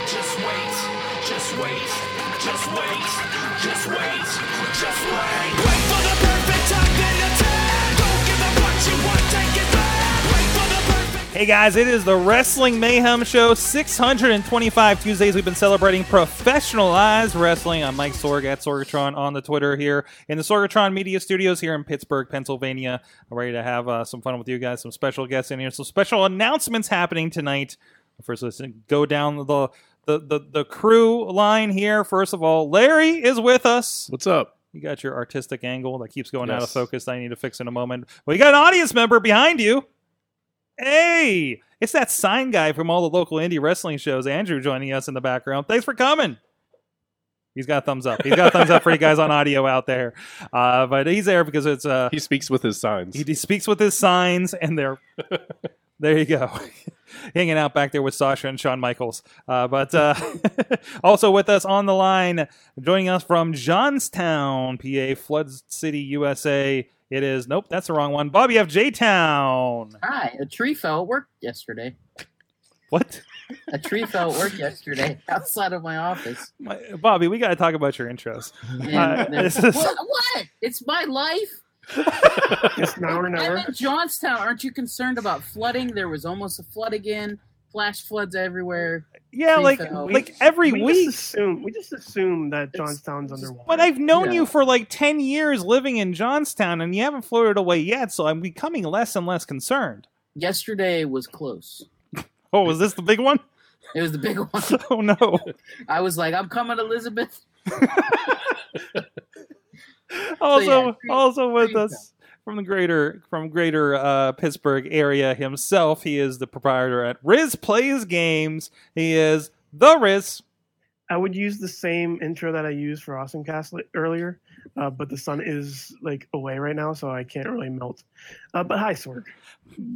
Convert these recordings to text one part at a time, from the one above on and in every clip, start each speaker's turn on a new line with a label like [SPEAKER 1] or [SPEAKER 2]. [SPEAKER 1] Just wait, just wait, just wait, just wait, just wait. Wait for the perfect time then attack. Don't give up what you want, take it back. Wait for the perfect.
[SPEAKER 2] Hey guys, it is the Wrestling Mayhem Show 625 Tuesdays. We've been celebrating professionalized wrestling. I'm Mike Sorg at Sorgatron on the Twitter here in the Sorgatron Media Studios here in Pittsburgh, Pennsylvania. I'm ready to have uh, some fun with you guys, some special guests in here, some special announcements happening tonight. First, let's go down the, the, the, the crew line here. First of all, Larry is with us.
[SPEAKER 3] What's up?
[SPEAKER 2] You got your artistic angle that keeps going out of
[SPEAKER 3] Yes.
[SPEAKER 2] focus. I need to fix in a moment. Well, you got an audience member behind you. Hey, it's that sign guy from all the local indie wrestling shows, Andrew, joining us in the background. Thanks for coming. He's got thumbs up. He's got thumbs up for you guys on audio out there. Uh, but he's there because it's uh,
[SPEAKER 3] He speaks with his signs.
[SPEAKER 2] he, he speaks with his signs, and they're there. You go, hanging out back there with Sasha and Shawn Michaels. Uh, but uh, also with us on the line, joining us from Johnstown, PA, Flood City, USA. It is nope, that's the wrong one. Bobby F. J Town.
[SPEAKER 4] Hi, a tree fell at work yesterday.
[SPEAKER 2] What,
[SPEAKER 4] A tree fell at work yesterday outside of my office.
[SPEAKER 2] My, Bobby? We got to talk about your intros.
[SPEAKER 4] And
[SPEAKER 2] Uh,
[SPEAKER 4] then-
[SPEAKER 2] this is-
[SPEAKER 4] what, what? It's my life.
[SPEAKER 5] Just an hour and
[SPEAKER 4] I'm in Johnstown. Aren't you concerned about flooding? There was almost a flood again. Flash floods everywhere.
[SPEAKER 2] Yeah,
[SPEAKER 4] Please
[SPEAKER 2] like
[SPEAKER 4] don't.
[SPEAKER 2] like every
[SPEAKER 6] we
[SPEAKER 2] week.
[SPEAKER 6] Just assume, we just assume that Johnstown's underwater.
[SPEAKER 2] But I've known
[SPEAKER 4] Yeah.
[SPEAKER 2] you for like 10 years living in Johnstown and you haven't floated away yet, so I'm becoming less and less concerned.
[SPEAKER 4] Yesterday was close.
[SPEAKER 2] Oh, was this the big one?
[SPEAKER 4] It was the big one.
[SPEAKER 2] Oh no.
[SPEAKER 4] I was like, I'm coming, Elizabeth.
[SPEAKER 2] Also
[SPEAKER 4] yeah, Creed-
[SPEAKER 2] also with
[SPEAKER 4] Creedville.
[SPEAKER 2] us from the greater from greater uh, Pittsburgh area himself. He is the proprietor at Riz Plays Games. He is the Riz.
[SPEAKER 6] I would use the same intro that I used for Austin Castle earlier, uh, but the sun is like away right now, so I can't really melt. Uh, but hi, Sorg.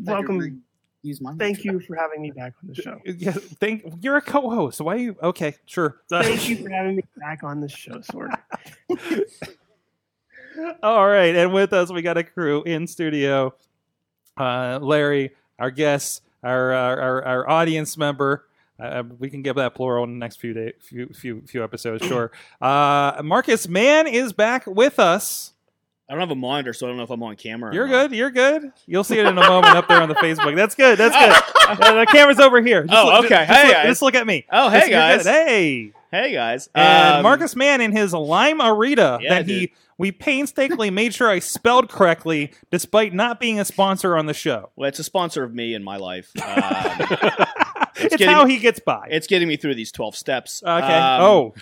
[SPEAKER 6] Welcome.
[SPEAKER 4] Use mine.
[SPEAKER 6] Thank you for having me back on the show.
[SPEAKER 2] Yeah, thank you're a co-host. Why you okay, sure.
[SPEAKER 6] Thank you for having me back on the show, Sorg.
[SPEAKER 2] All right, and with us we got a crew in studio. Uh, Larry, our guest, our our, our, our audience member. Uh, we can give that plural in the next few day, few few few episodes. Sure. Uh, Marcus Mann is back with us.
[SPEAKER 7] I don't have a monitor, so I don't know if I'm on camera. or
[SPEAKER 2] You're
[SPEAKER 7] not.
[SPEAKER 2] good. You're good. You'll see it in a moment up there on the Facebook. That's good. That's good. Uh, the camera's over here. Just
[SPEAKER 7] Oh,
[SPEAKER 2] look-
[SPEAKER 7] okay.
[SPEAKER 2] Just,
[SPEAKER 7] Hey,
[SPEAKER 2] look,
[SPEAKER 7] guys.
[SPEAKER 2] just look at me.
[SPEAKER 7] Oh, hey
[SPEAKER 2] Just- you're
[SPEAKER 7] guys.
[SPEAKER 2] good. Hey.
[SPEAKER 7] Hey guys.
[SPEAKER 2] And
[SPEAKER 7] Um,
[SPEAKER 2] Marcus Mann in his Lime Arita
[SPEAKER 7] Yeah,
[SPEAKER 2] that he we painstakingly made sure I spelled correctly, despite not being a sponsor on the show.
[SPEAKER 7] Well, it's a sponsor of me in my life. Um,
[SPEAKER 2] it's
[SPEAKER 7] getting-
[SPEAKER 2] how he gets by.
[SPEAKER 7] it's getting me through these twelve steps.
[SPEAKER 2] okay.
[SPEAKER 7] Um,
[SPEAKER 2] oh,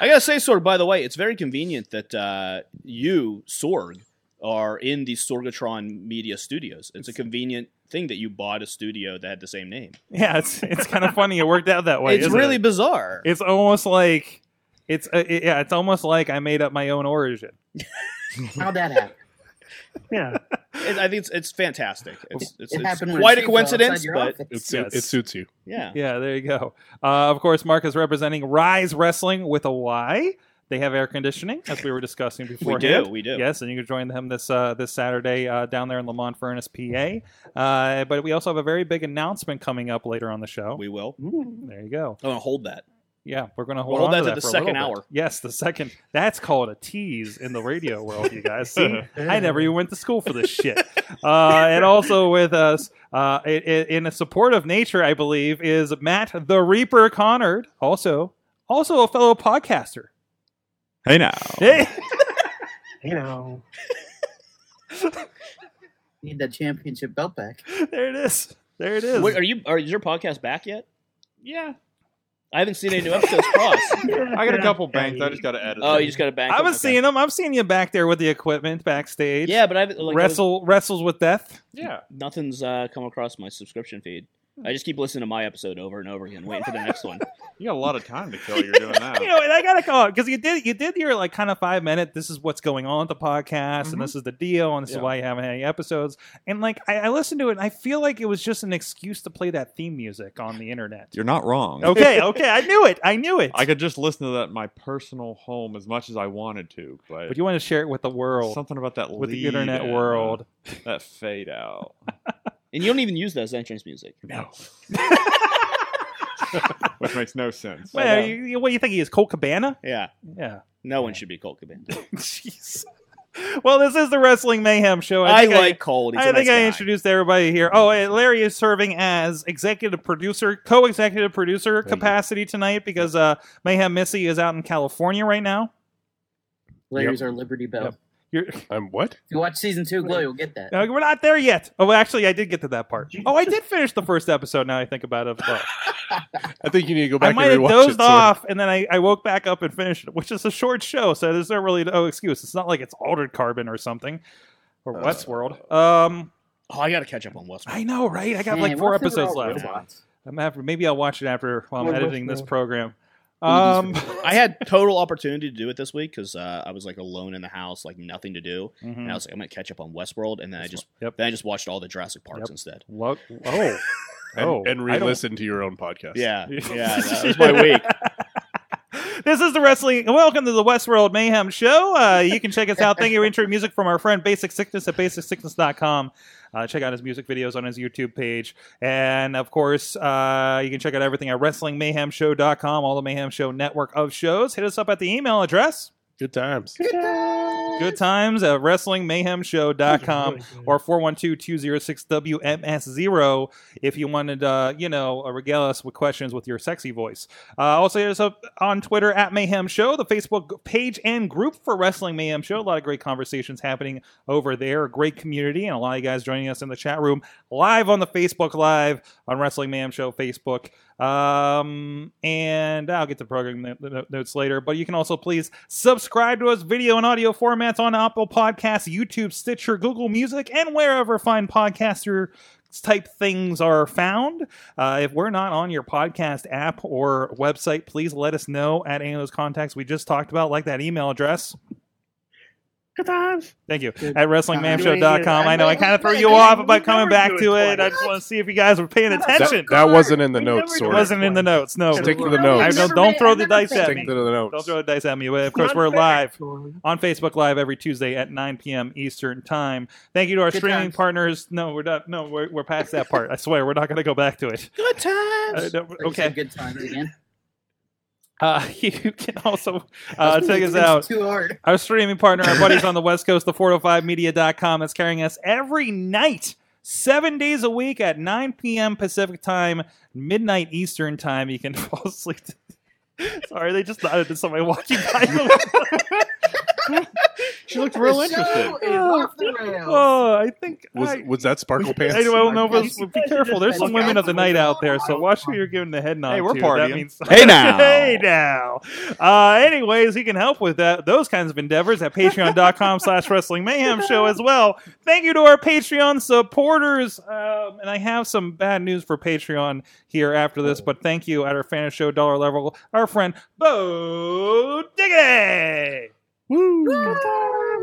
[SPEAKER 7] I gotta say, Sorg. By the way, it's very convenient that uh, you, Sorg, are in the Sorgatron Media Studios. It's a convenient thing that you bought a studio that had the same name.
[SPEAKER 2] yeah. It's it's kind of funny. It worked out that way.
[SPEAKER 7] it's
[SPEAKER 2] isn't
[SPEAKER 7] really
[SPEAKER 2] It?
[SPEAKER 7] bizarre.
[SPEAKER 2] It's almost like it's uh, it- yeah. It's almost like I made up my own origin.
[SPEAKER 4] How'd that happen?
[SPEAKER 6] Yeah,
[SPEAKER 7] It- I think it's, it's fantastic. It's, it's,
[SPEAKER 4] It
[SPEAKER 7] it's
[SPEAKER 4] happened when
[SPEAKER 7] quite a
[SPEAKER 4] tree fell outside
[SPEAKER 7] coincidence,
[SPEAKER 4] your
[SPEAKER 7] but
[SPEAKER 4] office.
[SPEAKER 3] It, su-
[SPEAKER 2] Yes.
[SPEAKER 3] it suits you.
[SPEAKER 7] yeah.
[SPEAKER 2] Yeah, there you go. Uh, of course, Mark is representing Rise Wrestling with a Y. They have air conditioning, as we were discussing
[SPEAKER 7] we
[SPEAKER 2] before.
[SPEAKER 7] do, we do.
[SPEAKER 2] Yes, and you can join them this uh, this Saturday uh, down there in Lamont Furnace, PA. Uh, but we also have a very big announcement coming up later on the show.
[SPEAKER 7] We will.
[SPEAKER 2] there you go.
[SPEAKER 7] I'm gonna hold that.
[SPEAKER 2] Yeah, we're going to hold
[SPEAKER 7] We'll
[SPEAKER 2] on to
[SPEAKER 7] hold that
[SPEAKER 2] that
[SPEAKER 7] to the
[SPEAKER 2] for a
[SPEAKER 7] second
[SPEAKER 2] little bit.
[SPEAKER 7] hour.
[SPEAKER 2] Yes, the second. That's called a tease in the radio world, you guys. See, I never even went to school for this shit. Uh, and also with us, uh, i- i- in a supportive nature, I believe, is Matt the Reaper Connard, also also a fellow podcaster.
[SPEAKER 8] Hey now.
[SPEAKER 7] Oh.
[SPEAKER 2] Hey,
[SPEAKER 6] you know,
[SPEAKER 4] Need that championship belt back.
[SPEAKER 2] there it is. There it is.
[SPEAKER 7] Wait, are you? Are is your podcast back yet? Yeah. I haven't seen any new episodes cross.
[SPEAKER 8] I got a couple bangs. I just got to edit.
[SPEAKER 7] oh,
[SPEAKER 8] them.
[SPEAKER 7] you just got a bank.
[SPEAKER 2] I
[SPEAKER 7] up?
[SPEAKER 2] was
[SPEAKER 7] Okay.
[SPEAKER 2] seeing him. I'm seeing you back there with the equipment backstage.
[SPEAKER 7] Yeah, but I haven't- like, I was-
[SPEAKER 2] Wrestle wrestles with death.
[SPEAKER 8] Yeah.
[SPEAKER 7] nothing's uh, come across my subscription feed. I just keep listening to my episode over and over again, waiting for the next one.
[SPEAKER 8] You got a lot of time to kill. You're doing that.
[SPEAKER 2] you know, and I gotta call it because you did you did your like kind of five minute. This is what's going on at the podcast, and this is the deal, and this is
[SPEAKER 8] Yeah.
[SPEAKER 2] why you haven't had any episodes. And like I, I listened to it, and I feel like it was just an excuse to play that theme music on the internet.
[SPEAKER 8] You're not wrong.
[SPEAKER 2] okay, okay, I knew it, I knew it.
[SPEAKER 8] I could just listen to that in my personal home as much as I wanted to, but,
[SPEAKER 2] but you want to share it with the world,
[SPEAKER 8] something about that
[SPEAKER 2] with the
[SPEAKER 8] lead
[SPEAKER 2] internet
[SPEAKER 8] in, uh,
[SPEAKER 2] world.
[SPEAKER 8] that fade out.
[SPEAKER 7] And you don't even use that as entrance music.
[SPEAKER 8] No. Which makes no sense.
[SPEAKER 2] Well, you, you- what do you think he is, Cole Cabana?
[SPEAKER 7] um, Yeah.
[SPEAKER 2] Yeah.
[SPEAKER 7] No one should be Colt Cabana.
[SPEAKER 2] Jeez. Well, this is the Wrestling Mayhem show.
[SPEAKER 7] I,
[SPEAKER 2] think
[SPEAKER 7] like Colt. He's
[SPEAKER 2] I
[SPEAKER 7] a
[SPEAKER 2] think
[SPEAKER 7] nice
[SPEAKER 2] I
[SPEAKER 7] guy.
[SPEAKER 2] introduced everybody here. Oh, and Larry is serving as executive producer, co-executive producer
[SPEAKER 7] you go.
[SPEAKER 2] capacity tonight because uh, Mayhem Missy is out in California right now.
[SPEAKER 4] Larry's our Liberty Bell.
[SPEAKER 2] Yep. You're,
[SPEAKER 3] I'm what?
[SPEAKER 4] If you watch season two, Glow, you'll get that.
[SPEAKER 2] no, Uh, we're not there yet. Oh, well, actually, I did get to that part.
[SPEAKER 6] You
[SPEAKER 2] Oh, I did finish the first episode. Now I think about it. But
[SPEAKER 3] I think you need to go
[SPEAKER 2] I
[SPEAKER 3] back
[SPEAKER 2] might have
[SPEAKER 3] and rewatch
[SPEAKER 2] dozed
[SPEAKER 3] it. sir.
[SPEAKER 2] off, and then I, I woke back up and finished it, which is a short show, so there's not really no excuse. It's not like it's Altered Carbon or something or
[SPEAKER 8] Uh,
[SPEAKER 2] Westworld. Um,
[SPEAKER 7] Oh, I got to catch up on Westworld.
[SPEAKER 2] I know, right? I got
[SPEAKER 4] Man,
[SPEAKER 2] like four
[SPEAKER 4] what if they were
[SPEAKER 2] episodes
[SPEAKER 4] all
[SPEAKER 2] left.
[SPEAKER 4] robots?
[SPEAKER 2] I'm after, maybe I'll watch it after while I'm
[SPEAKER 6] Or
[SPEAKER 2] editing this
[SPEAKER 6] Westworld.
[SPEAKER 2] program. Um,
[SPEAKER 7] I had total opportunity to do it this week because uh, I was like alone in the house, like nothing to do, and I was like, I'm gonna catch up on Westworld, and then I just
[SPEAKER 2] Yep.
[SPEAKER 7] then I just watched all the Jurassic Parks
[SPEAKER 2] Yep.
[SPEAKER 7] instead.
[SPEAKER 2] Lo- oh, Oh,
[SPEAKER 3] And,
[SPEAKER 2] I
[SPEAKER 3] and
[SPEAKER 2] don't-
[SPEAKER 3] re-listen to your own podcast.
[SPEAKER 7] Yeah, yeah, that was my week.
[SPEAKER 2] This is the wrestling. Welcome to the Westworld Mayhem Show. Uh, you can check us out. Thank you for intro music from our friend Basic Sickness at basicsickness.com. Uh, check out his music videos on his YouTube page. And of course, uh, you can check out everything at wrestlingmayhemshow.com, all the Mayhem Show network of shows. Hit us up at the email address,
[SPEAKER 3] Good times.
[SPEAKER 2] good times at wrestlingmayhemshow.com.
[SPEAKER 6] Mm.
[SPEAKER 2] or 412-206-WMS0 if you wanted, uh, you know, uh, regale us with questions with your sexy voice. Uh, also, hit us up on Twitter at Mayhem Show, the Facebook page and group for Wrestling Mayhem Show. A lot of great conversations happening over there. A great community and a lot of you guys joining us in the chat room live on the Facebook Live on Wrestling Mayhem Show Facebook. Um, and I'll get to program no- no- notes later. But you can also please subscribe to us video and audio formats on Apple Podcasts, YouTube, Stitcher, Google Music, and wherever fine podcaster type things are found. Uh, if we're not on your podcast app or website, please let us know at any of those contacts we just talked about, like that email address.
[SPEAKER 6] Good times.
[SPEAKER 2] Thank you.
[SPEAKER 6] Good
[SPEAKER 2] At WrestlingMamShow.com. I know I kind of threw you off by coming back to it. I just want to see if you guys were paying attention.
[SPEAKER 3] That, that wasn't in the
[SPEAKER 6] We
[SPEAKER 3] notes,
[SPEAKER 6] never
[SPEAKER 3] sort
[SPEAKER 2] It wasn't in the notes. No,
[SPEAKER 3] Stick to the notes.
[SPEAKER 2] I
[SPEAKER 3] I've
[SPEAKER 2] don't, don't throw the dice at
[SPEAKER 3] Stick
[SPEAKER 2] me.
[SPEAKER 3] to the notes.
[SPEAKER 2] Don't throw the dice at me. Of course, we're live on Facebook Live every Tuesday at 9 p.m. Eastern Time. Thank you to our
[SPEAKER 4] Good
[SPEAKER 2] streaming
[SPEAKER 4] times.
[SPEAKER 2] partners. No, we're not. No, we're, we're past that part. I swear, we're not going to go back to it.
[SPEAKER 7] Good times.
[SPEAKER 2] Uh, no,
[SPEAKER 4] Or you said
[SPEAKER 2] okay.
[SPEAKER 4] Good times again.
[SPEAKER 2] Uh, you can also uh, check us out.
[SPEAKER 4] Too hard.
[SPEAKER 2] Our streaming partner, our buddies on the West Coast, the 405media.com, that's carrying us every night, seven days a week at 9 p.m. Pacific time, midnight Eastern time. You can fall asleep. Sorry, they just nodded to somebody walking by.
[SPEAKER 8] she looked real
[SPEAKER 4] The
[SPEAKER 8] interested.
[SPEAKER 4] show is off the rails.
[SPEAKER 2] oh, I think.
[SPEAKER 3] Was,
[SPEAKER 2] I,
[SPEAKER 3] was that Sparkle Pants?
[SPEAKER 2] I don't know. But
[SPEAKER 6] Yes.
[SPEAKER 2] be careful. There's some women of the night out there, so watch who you're giving the head nod
[SPEAKER 8] Hey, we're
[SPEAKER 2] to. That
[SPEAKER 8] partying.
[SPEAKER 2] means
[SPEAKER 7] Hey, now.
[SPEAKER 2] hey now. Uh, anyways, you can help with that those kinds of endeavors at patreon.com slash wrestling mayhem show as well. Thank you to our Patreon supporters. Um, and I have some bad news for Patreon here after this, but thank you at our fan show dollar level, our friend Bo Diggity.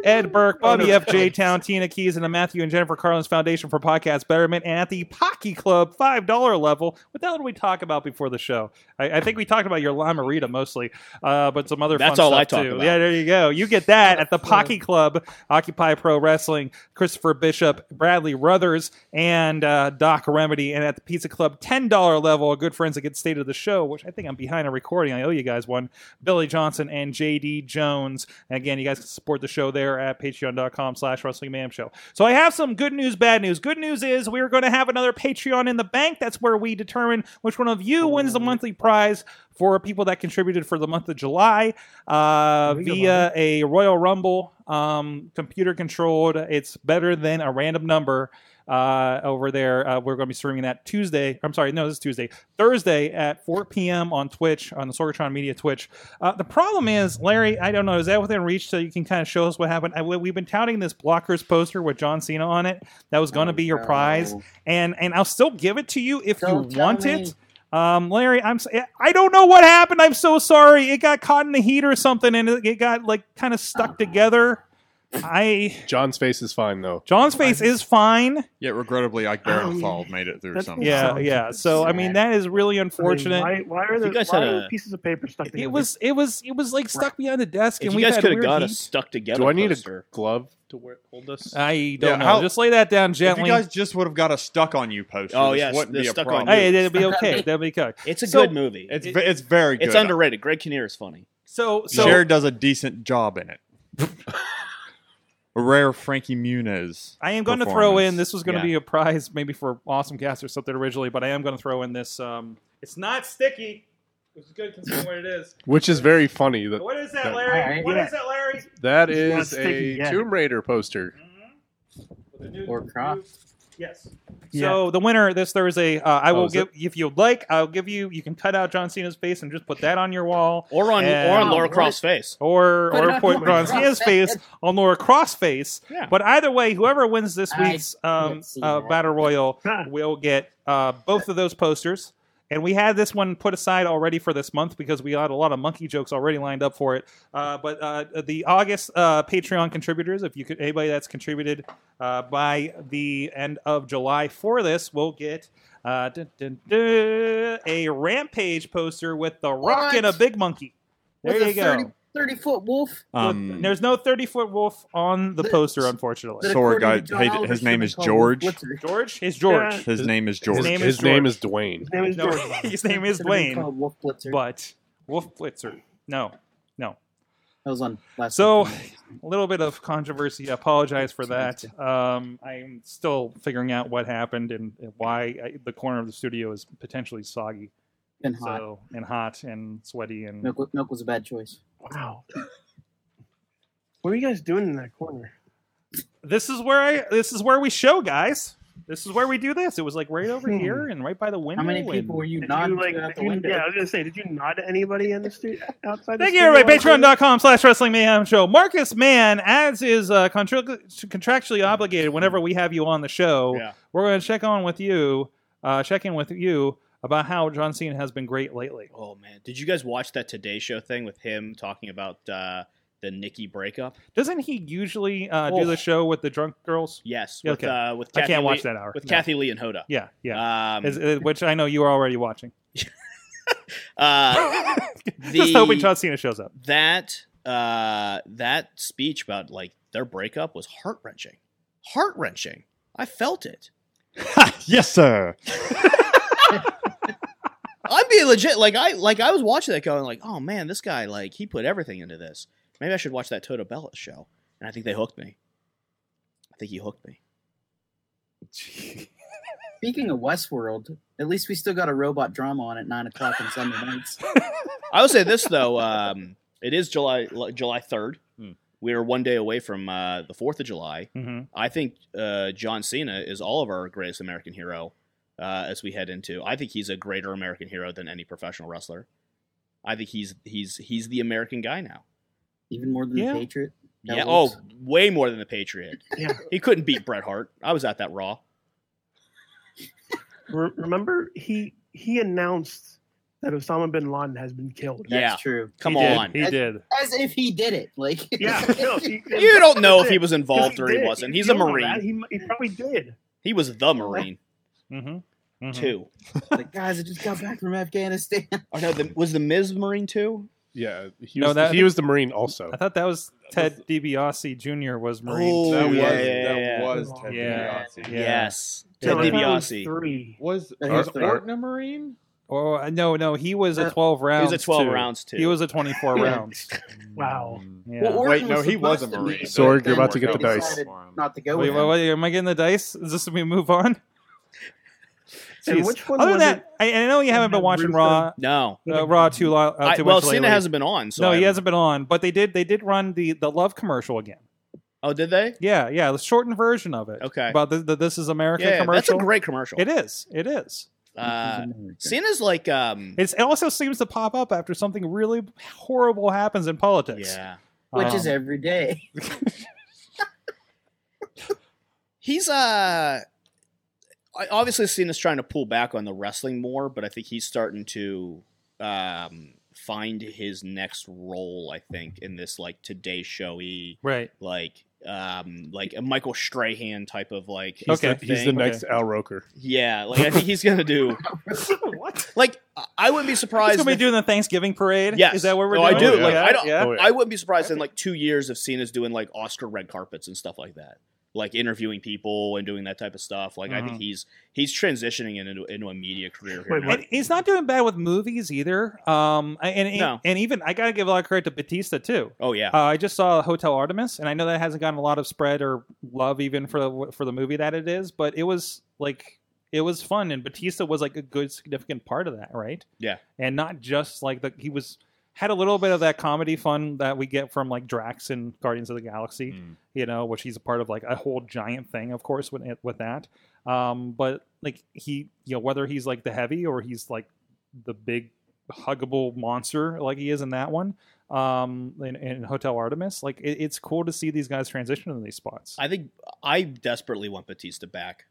[SPEAKER 2] Ed Burke, Bobby FJ Town, Tina Keys, and the Matthew and Jennifer Carlin's Foundation for Podcast Betterment, and at the Pocky Club five dollar level. What the hell did we talk about before the show? I, I think we talked about your Lima Rita mostly, uh, but some other
[SPEAKER 7] That's
[SPEAKER 2] fun
[SPEAKER 7] all
[SPEAKER 2] stuff
[SPEAKER 7] I talk
[SPEAKER 2] too.
[SPEAKER 7] about.
[SPEAKER 2] Yeah, there you go. You get that at the Pocky Club, Occupy Pro Wrestling, Christopher Bishop, Bradley Ruthers, and uh, Doc Remedy, and at the Pizza Club ten dollar level, a good friends that get state of the show, which I think I'm behind on recording. I owe you guys one. Billy Johnson and JD Jones. And again, you guys can support the show there at patreon.com slash wrestling mayhem show. So I have some good news, bad news. Good news is we're going to have another Patreon in the bank. That's where we determine which one of you wins the monthly prize for people that contributed for the month of July uh,
[SPEAKER 6] There you go,
[SPEAKER 2] via a Royal Rumble, um, computer controlled. It's better than a random number. Uh, over there, uh, we're going to be streaming that Tuesday. I'm sorry, no, this is Tuesday, Thursday at 4 p.m. on Twitch on the Sorgatron Media Twitch. Uh, the problem is, Larry, I don't know. Is that within reach so you can kind of show us what happened? I, we- we've been touting this blockers poster with John Cena
[SPEAKER 4] Oh,
[SPEAKER 2] on it. That was going to be your prize, and and I'll still give it to you if
[SPEAKER 4] Don't
[SPEAKER 2] you
[SPEAKER 4] tell
[SPEAKER 2] want
[SPEAKER 4] me.
[SPEAKER 2] it. Um, Larry, I'm s- I don't know what happened. I'm so sorry. It got caught in the heat or something, and it it got like kind of
[SPEAKER 4] Ah.
[SPEAKER 2] stuck together. I
[SPEAKER 3] John's face is fine though.
[SPEAKER 2] John's face is fine.
[SPEAKER 9] Yeah, regrettably, Ike Barinthal
[SPEAKER 6] Um,
[SPEAKER 9] made it through
[SPEAKER 6] that's-
[SPEAKER 9] something.
[SPEAKER 2] Yeah, yeah. So I mean, that is really unfortunate.
[SPEAKER 6] Why, why are there
[SPEAKER 7] You guys
[SPEAKER 6] why
[SPEAKER 7] had
[SPEAKER 6] are
[SPEAKER 7] a-
[SPEAKER 6] pieces of paper stuck together?
[SPEAKER 2] It was it was it was like stuck behind the desk, and
[SPEAKER 7] If you
[SPEAKER 2] we
[SPEAKER 7] guys
[SPEAKER 2] had
[SPEAKER 7] could have
[SPEAKER 2] weird
[SPEAKER 7] got
[SPEAKER 2] heat.
[SPEAKER 7] us stuck together. Uh,
[SPEAKER 3] Do I need
[SPEAKER 7] poster.
[SPEAKER 3] a glove to wear, hold this?
[SPEAKER 2] I don't
[SPEAKER 9] Yeah,
[SPEAKER 2] know.
[SPEAKER 9] how-
[SPEAKER 2] Just lay that down
[SPEAKER 9] If
[SPEAKER 2] gently.
[SPEAKER 9] you guys just would have got a stuck on you poster,
[SPEAKER 7] Oh,
[SPEAKER 9] this
[SPEAKER 7] yes,
[SPEAKER 9] wouldn't
[SPEAKER 7] the
[SPEAKER 9] be a
[SPEAKER 7] stuck on
[SPEAKER 9] problem.
[SPEAKER 2] hey, it'll be
[SPEAKER 4] Stop that
[SPEAKER 2] okay.
[SPEAKER 4] beat.
[SPEAKER 2] That'll be okay.
[SPEAKER 7] It's a
[SPEAKER 2] So-
[SPEAKER 7] good movie.
[SPEAKER 9] It's ve- it's very good.
[SPEAKER 7] it's underrated. Greg Kinnear's funny.
[SPEAKER 2] So so
[SPEAKER 9] Jared does a decent job in it. a rare Frankie Muniz.
[SPEAKER 2] I am going to throw in.
[SPEAKER 9] performance.
[SPEAKER 2] This was going to
[SPEAKER 9] Yeah.
[SPEAKER 2] be a prize maybe for awesome cast or something originally, but I am going to throw in this. Um, it's not sticky, which is good considering what it is.
[SPEAKER 3] Which is very funny. That
[SPEAKER 2] What is that,
[SPEAKER 4] All
[SPEAKER 2] Larry?
[SPEAKER 4] right.
[SPEAKER 2] What
[SPEAKER 6] Yeah.
[SPEAKER 2] is that, Larry?
[SPEAKER 3] that
[SPEAKER 6] It's not
[SPEAKER 3] is
[SPEAKER 6] sticky
[SPEAKER 3] a
[SPEAKER 6] yet.
[SPEAKER 3] Tomb Raider poster.
[SPEAKER 2] With the new-
[SPEAKER 4] Or Croc.
[SPEAKER 2] Yes.
[SPEAKER 6] Yeah.
[SPEAKER 2] So the winner this Thursday, uh, I
[SPEAKER 3] Oh,
[SPEAKER 2] will
[SPEAKER 3] is
[SPEAKER 2] give if you'd like. I'll give you. You can cut out John Cena's face and just put that on your wall,
[SPEAKER 7] Or on
[SPEAKER 2] And-
[SPEAKER 7] or on Laura
[SPEAKER 4] Oh,
[SPEAKER 7] Croft's face.
[SPEAKER 2] or
[SPEAKER 4] Put it
[SPEAKER 2] or
[SPEAKER 4] on
[SPEAKER 2] put
[SPEAKER 4] Laura
[SPEAKER 2] John
[SPEAKER 4] Croft's
[SPEAKER 2] Cena's
[SPEAKER 4] face.
[SPEAKER 2] face on Laura Cross face.
[SPEAKER 7] Yeah.
[SPEAKER 2] But either way, whoever wins this
[SPEAKER 4] I
[SPEAKER 2] week's um,
[SPEAKER 4] can't see
[SPEAKER 2] uh,
[SPEAKER 4] that.
[SPEAKER 2] battle royal
[SPEAKER 6] Huh.
[SPEAKER 2] will get uh, both of those posters. And we had this one put aside already for this month because we had a lot of monkey jokes already lined up for it. Uh, but uh, the August uh, Patreon contributors, if you could, anybody that's contributed uh, by the end of July for this, will get uh, dun, dun, dun, a rampage poster with the rock
[SPEAKER 4] What?
[SPEAKER 2] and a big monkey. There
[SPEAKER 4] With a
[SPEAKER 2] you go.
[SPEAKER 4] 30, Thirty foot wolf.
[SPEAKER 9] Um,
[SPEAKER 2] There's no 30 foot wolf on the
[SPEAKER 4] The-
[SPEAKER 2] poster, unfortunately.
[SPEAKER 4] that
[SPEAKER 9] Sorry,
[SPEAKER 4] according to
[SPEAKER 9] guys.
[SPEAKER 4] John
[SPEAKER 9] Hey,
[SPEAKER 4] Oliver
[SPEAKER 9] his name
[SPEAKER 4] should be
[SPEAKER 9] is
[SPEAKER 4] called
[SPEAKER 9] George.
[SPEAKER 4] Blitzer.
[SPEAKER 2] George? It's George.
[SPEAKER 6] Yeah.
[SPEAKER 9] his name is George.
[SPEAKER 2] His name is
[SPEAKER 3] His
[SPEAKER 2] George.
[SPEAKER 3] name is Dwayne.
[SPEAKER 6] His name is
[SPEAKER 2] No,
[SPEAKER 6] George.
[SPEAKER 2] his name is
[SPEAKER 4] Should have been
[SPEAKER 2] Dwayne,
[SPEAKER 4] called Wolf Blitzer.
[SPEAKER 2] but Wolf Blitzer. No.
[SPEAKER 4] That was on last.
[SPEAKER 2] So-
[SPEAKER 4] week's
[SPEAKER 2] A little bit of controversy. I apologize for that. Um, I'm still figuring out what happened and and why I, the corner of the studio is potentially soggy
[SPEAKER 4] Been hot.
[SPEAKER 2] So, and hot and sweaty. and
[SPEAKER 4] Milk, wa- milk was a bad choice.
[SPEAKER 6] Wow. What are you guys doing in that corner?
[SPEAKER 2] This is where I. This is where we show, guys. This is where we do this. It was like right over
[SPEAKER 6] Hmm.
[SPEAKER 2] here and right by the window.
[SPEAKER 4] How many
[SPEAKER 2] and-
[SPEAKER 4] people were you
[SPEAKER 6] Did
[SPEAKER 4] nodding
[SPEAKER 6] you, like,
[SPEAKER 4] to out the
[SPEAKER 6] did you-
[SPEAKER 4] window?
[SPEAKER 6] yeah, I was gonna say, did you nod to anybody in the street outside?
[SPEAKER 2] Thank
[SPEAKER 6] the
[SPEAKER 2] you,
[SPEAKER 6] studio?
[SPEAKER 2] everybody. Patreon.com slash Wrestling Mayhem Show. Marcus Mann, as is uh, contra- contractually obligated, whenever we have you on the show,
[SPEAKER 7] Yeah.
[SPEAKER 2] we're going to check on with you, uh, check in with you about how John Cena has been great lately.
[SPEAKER 7] Oh man, did you guys watch that Today Show thing with him talking about uh, the Nikki breakup?
[SPEAKER 2] Doesn't he usually uh,
[SPEAKER 7] Oh.
[SPEAKER 2] do the show with the drunk girls?
[SPEAKER 7] Yes.
[SPEAKER 2] Yeah,
[SPEAKER 7] With,
[SPEAKER 2] okay.
[SPEAKER 7] uh, with
[SPEAKER 2] I
[SPEAKER 7] Kathy
[SPEAKER 2] can't watch
[SPEAKER 7] Lee,
[SPEAKER 2] that hour.
[SPEAKER 7] with
[SPEAKER 2] No.
[SPEAKER 7] Kathy Lee and Hoda.
[SPEAKER 2] Yeah, yeah.
[SPEAKER 7] Um,
[SPEAKER 2] Is- uh, which I know you are already watching.
[SPEAKER 7] uh,
[SPEAKER 2] Just
[SPEAKER 7] the-
[SPEAKER 2] hoping John Cena shows up.
[SPEAKER 7] that uh, that speech about like their breakup was heart wrenching. Heart wrenching. I felt it.
[SPEAKER 9] yes, sir.
[SPEAKER 7] I'm being legit. Like I like I was watching that going like, oh man, this guy like he put everything into this. Maybe I should watch that Toto Bella show. And I think they hooked me. I think he hooked me.
[SPEAKER 4] Speaking of Westworld, at least we still got a robot drama on at nine o'clock on Sunday nights.
[SPEAKER 7] I will say this though. Um, it is July li- July third.
[SPEAKER 8] Hmm.
[SPEAKER 7] We are one day away from uh, the Fourth of July.
[SPEAKER 2] Mhm.
[SPEAKER 7] I think uh, John Cena is all of our greatest American hero uh, as we head into. I think he's a greater American hero than any professional wrestler. I think he's he's he's the American guy now.
[SPEAKER 4] Even more than
[SPEAKER 2] Yeah.
[SPEAKER 4] the Patriot. That
[SPEAKER 7] yeah.
[SPEAKER 4] works.
[SPEAKER 7] Oh, way more than the Patriot.
[SPEAKER 6] Yeah.
[SPEAKER 7] He couldn't beat Bret Hart. I was at that Raw.
[SPEAKER 6] Re- remember he he announced that Osama bin Laden has been killed.
[SPEAKER 4] that's
[SPEAKER 7] yeah.
[SPEAKER 4] true.
[SPEAKER 7] Come
[SPEAKER 2] He did.
[SPEAKER 7] on.
[SPEAKER 2] He did.
[SPEAKER 4] As if he did it. Like
[SPEAKER 6] Yeah, no, he-
[SPEAKER 7] You don't know if he
[SPEAKER 6] That's
[SPEAKER 7] was
[SPEAKER 6] it. 'Cause
[SPEAKER 7] involved or he
[SPEAKER 6] did.
[SPEAKER 7] wasn't.
[SPEAKER 6] You
[SPEAKER 7] He's a
[SPEAKER 6] don't know that.
[SPEAKER 7] Marine.
[SPEAKER 6] He, mu- he probably did.
[SPEAKER 7] He was the Marine
[SPEAKER 2] Mm-hmm.
[SPEAKER 7] too.
[SPEAKER 4] like, guys, I just got back from Afghanistan.
[SPEAKER 7] Or no, the, was the Miz Marine too?
[SPEAKER 3] Yeah, he
[SPEAKER 2] No,
[SPEAKER 3] was,
[SPEAKER 2] that-
[SPEAKER 3] he was the Marine also.
[SPEAKER 2] I thought that was Ted DiBiase Jr. was Marine.
[SPEAKER 7] Oh,
[SPEAKER 2] too.
[SPEAKER 9] That was
[SPEAKER 7] yeah, yeah,
[SPEAKER 9] that
[SPEAKER 7] yeah.
[SPEAKER 9] was Ted
[SPEAKER 2] Yeah.
[SPEAKER 9] DiBiase.
[SPEAKER 2] Yeah.
[SPEAKER 7] Yes.
[SPEAKER 2] Yeah,
[SPEAKER 7] Ted
[SPEAKER 6] No, I thought it was
[SPEAKER 7] DiBiase.
[SPEAKER 6] Three.
[SPEAKER 8] Was
[SPEAKER 4] Uh,
[SPEAKER 8] was
[SPEAKER 4] here's the-
[SPEAKER 8] Orton a Marine?
[SPEAKER 2] Oh uh, no, no, he was
[SPEAKER 4] Uh,
[SPEAKER 2] a twelve
[SPEAKER 7] He
[SPEAKER 2] rounds.
[SPEAKER 7] was a 12
[SPEAKER 2] too.
[SPEAKER 7] rounds too.
[SPEAKER 2] He was a twenty-four
[SPEAKER 4] Yeah.
[SPEAKER 2] rounds.
[SPEAKER 6] Wow.
[SPEAKER 2] Yeah.
[SPEAKER 4] Well, Orton
[SPEAKER 9] Wait, no,
[SPEAKER 4] was
[SPEAKER 9] he was a
[SPEAKER 4] supposed to be,
[SPEAKER 9] Marine.
[SPEAKER 4] but
[SPEAKER 3] Sorg, you're
[SPEAKER 4] then
[SPEAKER 3] about to get the
[SPEAKER 4] they
[SPEAKER 3] dice.
[SPEAKER 4] decided Not to go.
[SPEAKER 2] wait,
[SPEAKER 4] with
[SPEAKER 2] wait,
[SPEAKER 4] him.
[SPEAKER 2] wait, am I getting the dice? Is this we move on?
[SPEAKER 6] And
[SPEAKER 2] Jeez.
[SPEAKER 6] which one
[SPEAKER 2] Other
[SPEAKER 6] was
[SPEAKER 2] than that, I, I know you
[SPEAKER 6] that
[SPEAKER 2] haven't been
[SPEAKER 6] had
[SPEAKER 2] watching
[SPEAKER 6] Rusev?
[SPEAKER 2] Raw,
[SPEAKER 7] No.
[SPEAKER 2] uh, Raw too long. Uh,
[SPEAKER 7] I-
[SPEAKER 2] too
[SPEAKER 7] well,
[SPEAKER 2] much
[SPEAKER 7] Cena
[SPEAKER 2] lately.
[SPEAKER 7] hasn't been on, so
[SPEAKER 2] no,
[SPEAKER 7] I
[SPEAKER 2] he
[SPEAKER 7] haven't-
[SPEAKER 2] hasn't been on, but they did. They did run the the love commercial again.
[SPEAKER 7] Oh, did they?
[SPEAKER 2] Yeah, yeah, the shortened version of it.
[SPEAKER 7] Okay.
[SPEAKER 2] about the, the This Is America
[SPEAKER 7] yeah,
[SPEAKER 2] commercial.
[SPEAKER 7] that's a great commercial.
[SPEAKER 2] It is. It is.
[SPEAKER 7] Uh, Cena's like, um,
[SPEAKER 2] It's, it also seems to pop up after something really horrible happens in politics.
[SPEAKER 7] yeah,
[SPEAKER 4] Which
[SPEAKER 2] Um,
[SPEAKER 4] is every day.
[SPEAKER 7] he's uh, I obviously Cena's trying to pull back on the wrestling more, but I think he's starting to um, find his next role. I think in this like Today Showy
[SPEAKER 2] Right.
[SPEAKER 7] like um like a Michael Strahan type of like
[SPEAKER 2] Okay.
[SPEAKER 7] type
[SPEAKER 3] He's the
[SPEAKER 7] thing.
[SPEAKER 3] next Al Roker.
[SPEAKER 7] yeah like I think he's gonna do
[SPEAKER 2] what?
[SPEAKER 7] like I- I wouldn't be
[SPEAKER 2] He's
[SPEAKER 7] surprised
[SPEAKER 2] gonna be
[SPEAKER 7] if-
[SPEAKER 2] doing the Thanksgiving parade.
[SPEAKER 7] Yes.
[SPEAKER 2] Is that what we're
[SPEAKER 7] No, I
[SPEAKER 2] doing?
[SPEAKER 3] do. Like,
[SPEAKER 2] yeah.
[SPEAKER 7] I don't-
[SPEAKER 2] yeah.
[SPEAKER 3] Oh, yeah.
[SPEAKER 7] I wouldn't be surprised in like two years if Cena's doing like Oscar red carpets and stuff like that, like interviewing people and doing that type of stuff. Like I think he's he's transitioning into into a media career. Here
[SPEAKER 6] Wait,
[SPEAKER 7] now.
[SPEAKER 6] what?
[SPEAKER 2] And he's not doing bad with movies either. Um, and and,
[SPEAKER 7] No.
[SPEAKER 2] and even I gotta give a lot of credit to Batista too.
[SPEAKER 7] Oh yeah,
[SPEAKER 2] Uh, I just saw Hotel Artemis, and I know that hasn't gotten a lot of spread or love even for the for the movie that it is, but it was like it was fun, and Batista was like a good significant part of that, right?
[SPEAKER 7] Yeah.
[SPEAKER 2] and not just like the he was had a little bit of that comedy fun that we get from like Drax and Guardians of the Galaxy,
[SPEAKER 9] Mm.
[SPEAKER 2] you know, which he's a part of like a whole giant thing, of course, with it- with that. Um, but like he, you know, whether he's like the heavy or he's like the big huggable monster like he is in that one um in, in hotel artemis like it, it's cool to see these guys transition into these spots
[SPEAKER 7] I think I desperately want Batista back.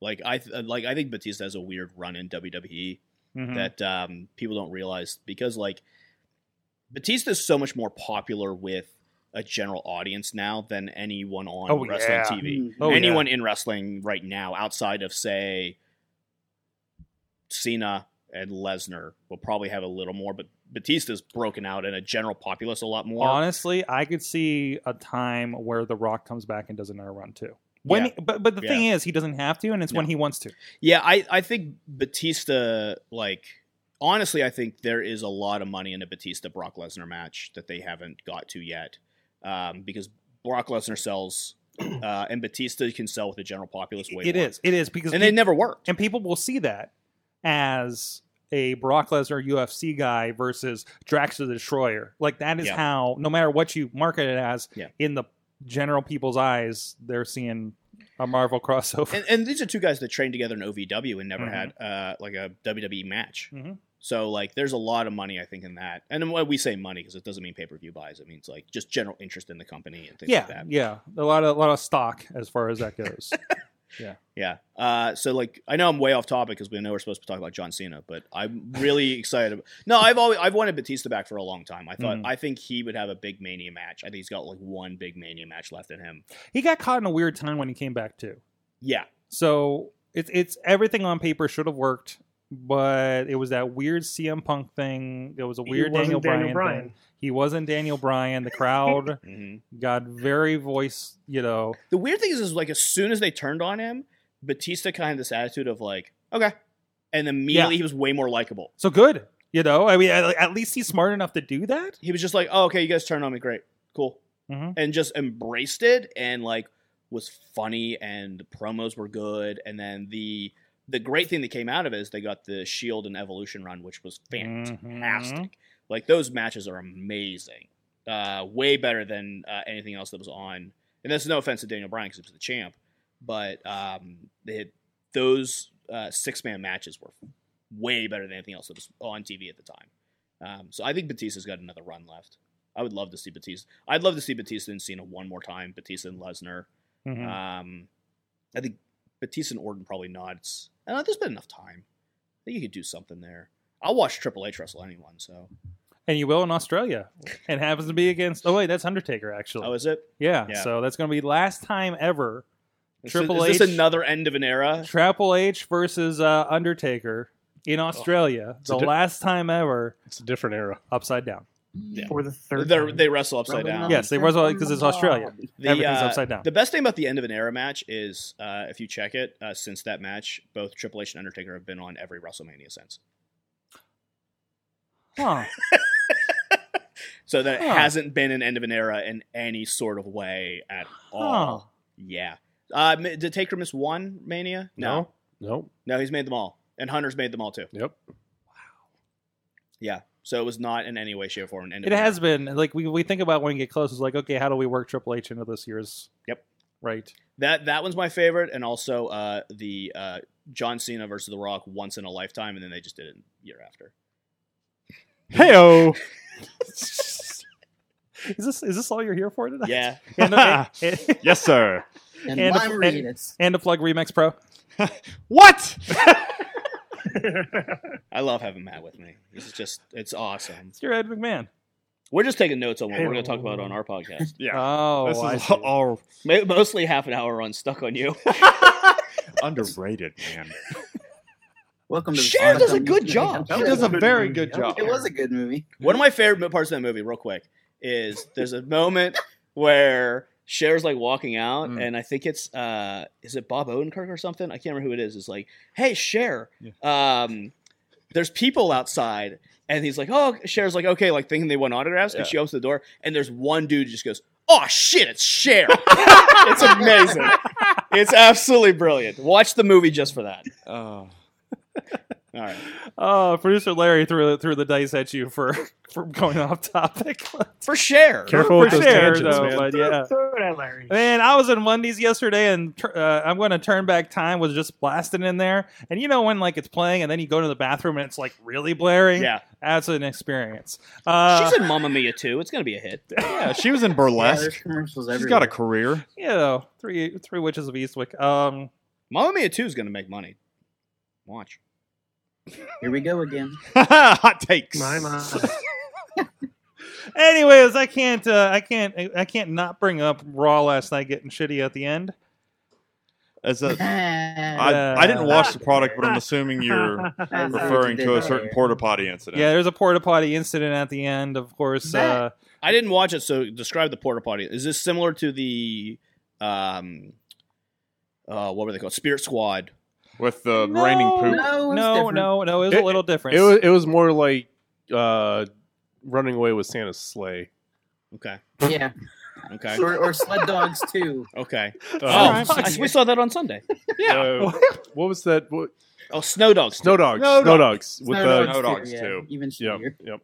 [SPEAKER 7] Like I th- like I think Batista has a weird run in WWE
[SPEAKER 2] Mhm.
[SPEAKER 7] that um, people don't realize because like Batista is so much more popular with a general audience now than anyone on
[SPEAKER 2] Oh,
[SPEAKER 7] wrestling
[SPEAKER 2] yeah.
[SPEAKER 7] TV.
[SPEAKER 4] Hmm.
[SPEAKER 2] Oh, yeah.
[SPEAKER 7] anyone in wrestling right now outside of say Cena and Lesnar will probably have a little more, but Batista's broken out in a general populace a lot more.
[SPEAKER 2] honestly i could see a time where the rock comes back and does another run too when
[SPEAKER 7] Yeah.
[SPEAKER 2] but but the
[SPEAKER 7] Yeah.
[SPEAKER 2] thing is he doesn't have to and it's when
[SPEAKER 7] No.
[SPEAKER 2] he wants to
[SPEAKER 7] Yeah, I, I think Batista, like, honestly, I think there is a lot of money in a Batista Brock Lesnar match that they haven't got to yet um, because Brock Lesnar sells uh, and Batista can sell with the general populace way
[SPEAKER 2] it
[SPEAKER 7] more.
[SPEAKER 2] is it is because
[SPEAKER 7] And they
[SPEAKER 2] peop-
[SPEAKER 7] never worked.
[SPEAKER 2] and people will see that as a Brock Lesnar UFC guy versus Drax the Destroyer. Like that is
[SPEAKER 7] Yeah.
[SPEAKER 2] how, no matter what you market it as,
[SPEAKER 7] Yeah.
[SPEAKER 2] in the general people's eyes, they're seeing a Marvel crossover.
[SPEAKER 7] And, and these are two guys that trained together in OVW and never
[SPEAKER 2] Mhm.
[SPEAKER 7] had uh, like a WWE match.
[SPEAKER 2] Mhm.
[SPEAKER 7] So like, there's a lot of money I think in that. And when we say money, because it doesn't mean pay per view buys, it means like just general interest in the company and things
[SPEAKER 2] yeah,
[SPEAKER 7] like that.
[SPEAKER 2] yeah, a lot of a lot of stock as far as that goes.
[SPEAKER 7] Yeah. Uh, so like, I know I'm way off topic because we know we're supposed to talk about John Cena, but I'm really excited. About, no, I've always I've wanted Batista back for a long time. I thought
[SPEAKER 2] Mhm.
[SPEAKER 7] I think he would have a big Mania match. I think he's got like one big Mania match left in him.
[SPEAKER 2] he got caught in a weird time when he came back too.
[SPEAKER 7] Yeah.
[SPEAKER 2] So it's it's everything on paper should have worked, but it was that weird CM Punk thing. It was a
[SPEAKER 6] He
[SPEAKER 2] weird Daniel,
[SPEAKER 6] wasn't
[SPEAKER 2] Bryan. Thing. He wasn't Daniel Bryan. The crowd
[SPEAKER 7] hmm
[SPEAKER 2] got very voice, you know.
[SPEAKER 7] The weird thing is, is like as soon as they turned on him, Batista kind of this attitude of like, okay, and immediately
[SPEAKER 2] Yeah.
[SPEAKER 7] he was way more likable.
[SPEAKER 2] So good, you know. I mean, at, at least he's smart enough to do that.
[SPEAKER 7] He was just like, oh, okay, you guys turned on me, great, cool,
[SPEAKER 2] Mhm.
[SPEAKER 7] and just embraced it and like was funny and the promos were good. And then the the great thing that came out of it is they got the Shield E and Evolution run, which was fantastic.
[SPEAKER 2] Mhm.
[SPEAKER 7] Like those matches are amazing, uh, way better than uh, anything else that was on. And that's no offense to Daniel Bryan because he was the champ, but um, they, those uh, six man matches were way better than anything else that was on TV at the time. Um, so I think Batista's got another run left. I would love to see Batista. I'd love to see Batista and Cena one more time. Batista and Lesnar.
[SPEAKER 2] Mhm.
[SPEAKER 7] Um, I think Batista and Orton probably nods. I don't know, there's been enough time. I think you could do something there. I'll watch Triple H wrestle anyone. So
[SPEAKER 2] and you will in Australia. It happens to be against. Oh wait, that's Undertaker actually.
[SPEAKER 7] how Oh, is it?
[SPEAKER 2] yeah,
[SPEAKER 7] yeah.
[SPEAKER 2] So that's going to be last time ever.
[SPEAKER 7] Is
[SPEAKER 2] Triple
[SPEAKER 7] this, is
[SPEAKER 2] H.
[SPEAKER 7] this another end of an era?
[SPEAKER 2] Triple H versus uh, Undertaker in
[SPEAKER 7] Oh.
[SPEAKER 2] Australia.
[SPEAKER 3] a
[SPEAKER 2] The
[SPEAKER 3] di-
[SPEAKER 2] last time ever.
[SPEAKER 3] It's a different era.
[SPEAKER 2] Upside down.
[SPEAKER 7] Yeah.
[SPEAKER 6] For the third.
[SPEAKER 7] They're-
[SPEAKER 6] time.
[SPEAKER 7] They wrestle upside down.
[SPEAKER 2] Yes, they wrestle because it's Australia.
[SPEAKER 7] The,
[SPEAKER 2] Everything's
[SPEAKER 7] uh,
[SPEAKER 2] upside down.
[SPEAKER 7] The best thing about the end of an era match is, uh, if you check it, uh, since that match, both Triple H and Undertaker have been on every WrestleMania since.
[SPEAKER 2] Huh.
[SPEAKER 7] So that it
[SPEAKER 2] Huh.
[SPEAKER 7] hasn't been an end of an era in any sort of way at all.
[SPEAKER 2] Huh.
[SPEAKER 7] Yeah. Uh, ma- did Taker miss one Mania? No.
[SPEAKER 3] No.
[SPEAKER 7] No, he's made them all. And Hunter's made them all too.
[SPEAKER 3] Yep.
[SPEAKER 7] Yeah. So it was not in any way, shape, or form an end
[SPEAKER 2] It
[SPEAKER 7] of an
[SPEAKER 2] has
[SPEAKER 7] era.
[SPEAKER 2] been like we we think about when we get close. It's like okay, how do we work Triple H into this year's?
[SPEAKER 7] Yep.
[SPEAKER 2] Right.
[SPEAKER 7] That, that one's my favorite. And also uh, the uh, John Cena versus The Rock once in a lifetime. And then they just did it year after.
[SPEAKER 9] Heyo.
[SPEAKER 2] is this is this all you're here for tonight?
[SPEAKER 7] Yeah.
[SPEAKER 2] And, the- and,
[SPEAKER 9] yes, sir.
[SPEAKER 4] And,
[SPEAKER 2] And
[SPEAKER 4] and
[SPEAKER 2] a-
[SPEAKER 4] Lyme
[SPEAKER 2] and-
[SPEAKER 4] Reedus.
[SPEAKER 2] and to plug Remix Pro.
[SPEAKER 8] what?
[SPEAKER 7] I love having Matt with me. This is just it's awesome.
[SPEAKER 2] It's your Ed McMahon.
[SPEAKER 7] We're just taking notes on what we're going to talk about on our podcast.
[SPEAKER 8] Yeah.
[SPEAKER 2] Oh,
[SPEAKER 8] this
[SPEAKER 2] I
[SPEAKER 8] is
[SPEAKER 2] see.
[SPEAKER 8] all
[SPEAKER 7] Ma- Mostly half an hour on stuck on you.
[SPEAKER 8] underrated, man.
[SPEAKER 10] Welcome to the
[SPEAKER 7] Cher does a
[SPEAKER 10] Sonic
[SPEAKER 7] good
[SPEAKER 10] Unleashed.
[SPEAKER 7] job.
[SPEAKER 10] That
[SPEAKER 8] She
[SPEAKER 10] was
[SPEAKER 8] does a
[SPEAKER 10] good
[SPEAKER 8] very
[SPEAKER 10] movie.
[SPEAKER 8] good
[SPEAKER 10] That was-
[SPEAKER 8] job.
[SPEAKER 10] It was a good movie.
[SPEAKER 7] One of my favorite parts of that movie, real quick, is there's a moment where Cher's like walking out,
[SPEAKER 8] Mm.
[SPEAKER 7] and I think it's uh, is it Bob Odenkirk or something? I can't remember who it is. It's like, hey, Cher, um, there's people outside, and he's like, oh, Cher's like, okay, like thinking they want autographs, and she opens the door, and there's one dude who just goes, oh shit, it's Cher. it's amazing. It's absolutely brilliant. Watch the movie just for that.
[SPEAKER 8] Oh.
[SPEAKER 7] All right.
[SPEAKER 2] Oh, producer Larry threw threw the dice at you for for going off topic.
[SPEAKER 7] For Cher.
[SPEAKER 3] Careful with
[SPEAKER 2] For
[SPEAKER 3] those
[SPEAKER 2] sure,
[SPEAKER 3] tangents,
[SPEAKER 2] though,
[SPEAKER 3] man.
[SPEAKER 2] but yeah.
[SPEAKER 6] Throw it at Larry.
[SPEAKER 2] Man, I was in Wendy's yesterday, and tur- uh, I'm going to turn back time was just blasting in there. And you know when like it's playing, and then you go to the bathroom and it's like really blaring.
[SPEAKER 7] Yeah.
[SPEAKER 2] that's an experience. Uh,
[SPEAKER 7] She's in Mamma Mia too. It's gonna be a hit.
[SPEAKER 8] Yeah, she was in
[SPEAKER 10] Yeah,
[SPEAKER 8] burlesque.
[SPEAKER 10] there's commercials everywhere.
[SPEAKER 8] She's got a career.
[SPEAKER 2] you know, three three witches of Eastwick. Um,
[SPEAKER 7] Mamma Mia two is gonna make money. Watch.
[SPEAKER 10] Here we go again.
[SPEAKER 8] Hot takes.
[SPEAKER 6] My mom.
[SPEAKER 2] anyways, I can't uh, I can't I can't not bring up Raw last night getting shitty at the end.
[SPEAKER 8] As a,
[SPEAKER 4] I,
[SPEAKER 8] I, I didn't watch the product, but I'm assuming you're referring to a certain porta potty incident.
[SPEAKER 2] Yeah, there's a porta potty incident at the end. Of course, uh,
[SPEAKER 4] That-
[SPEAKER 7] I didn't watch it, so describe the porta potty. Is this similar to the um uh what were they called? Spirit Squad.
[SPEAKER 8] with the raining poop.
[SPEAKER 4] no,
[SPEAKER 2] no, no, no, it was a
[SPEAKER 3] It-
[SPEAKER 2] little different.
[SPEAKER 3] It was it was more like uh, running away with Santa's sleigh.
[SPEAKER 7] Okay.
[SPEAKER 4] Yeah,
[SPEAKER 7] Okay.
[SPEAKER 10] Or, or sled dogs too.
[SPEAKER 7] Okay.
[SPEAKER 3] Uh,
[SPEAKER 7] Oh,
[SPEAKER 2] right.
[SPEAKER 7] I- we saw that on Sunday.
[SPEAKER 3] uh, what was that? What,
[SPEAKER 7] Oh, Snow Dogs.
[SPEAKER 3] snow dogs.
[SPEAKER 8] Snow
[SPEAKER 3] Snow,
[SPEAKER 8] dog.
[SPEAKER 3] dogs with
[SPEAKER 10] Snow
[SPEAKER 3] the
[SPEAKER 8] dogs. Snow dogs, too.
[SPEAKER 10] Even
[SPEAKER 3] yep,
[SPEAKER 10] shittier.
[SPEAKER 3] yep.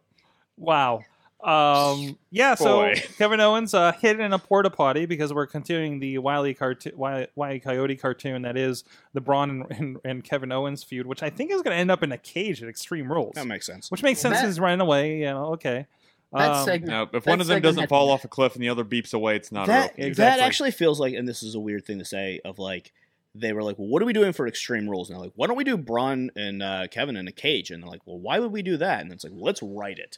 [SPEAKER 2] Wow. Um, yeah, so
[SPEAKER 8] Boy.
[SPEAKER 2] Kevin Owens uh, hid in a porta potty because we're continuing the Wiley cartoon, Wiley, Coyote cartoon that is the Braun and, and, and Kevin Owens feud, which I think is going to end up in a cage at Extreme Rules,
[SPEAKER 7] That makes sense.
[SPEAKER 2] which makes sense.
[SPEAKER 10] That-
[SPEAKER 2] he's running away, you know. Okay,
[SPEAKER 4] that
[SPEAKER 2] Um,
[SPEAKER 4] segment.
[SPEAKER 8] No, if one
[SPEAKER 4] That
[SPEAKER 8] of them
[SPEAKER 4] segment
[SPEAKER 8] doesn't
[SPEAKER 4] had-
[SPEAKER 8] fall off a cliff and the other beeps away, it's not
[SPEAKER 7] that
[SPEAKER 8] a real feud.
[SPEAKER 7] that
[SPEAKER 2] Exactly.
[SPEAKER 7] actually feels like, and this is a weird thing to say, of like they were like, well, what are we doing for Extreme Rules? And they're like, why don't we do Braun and uh, Kevin in a cage? And they're like, well, why would we do that? And it's like, well, let's write it.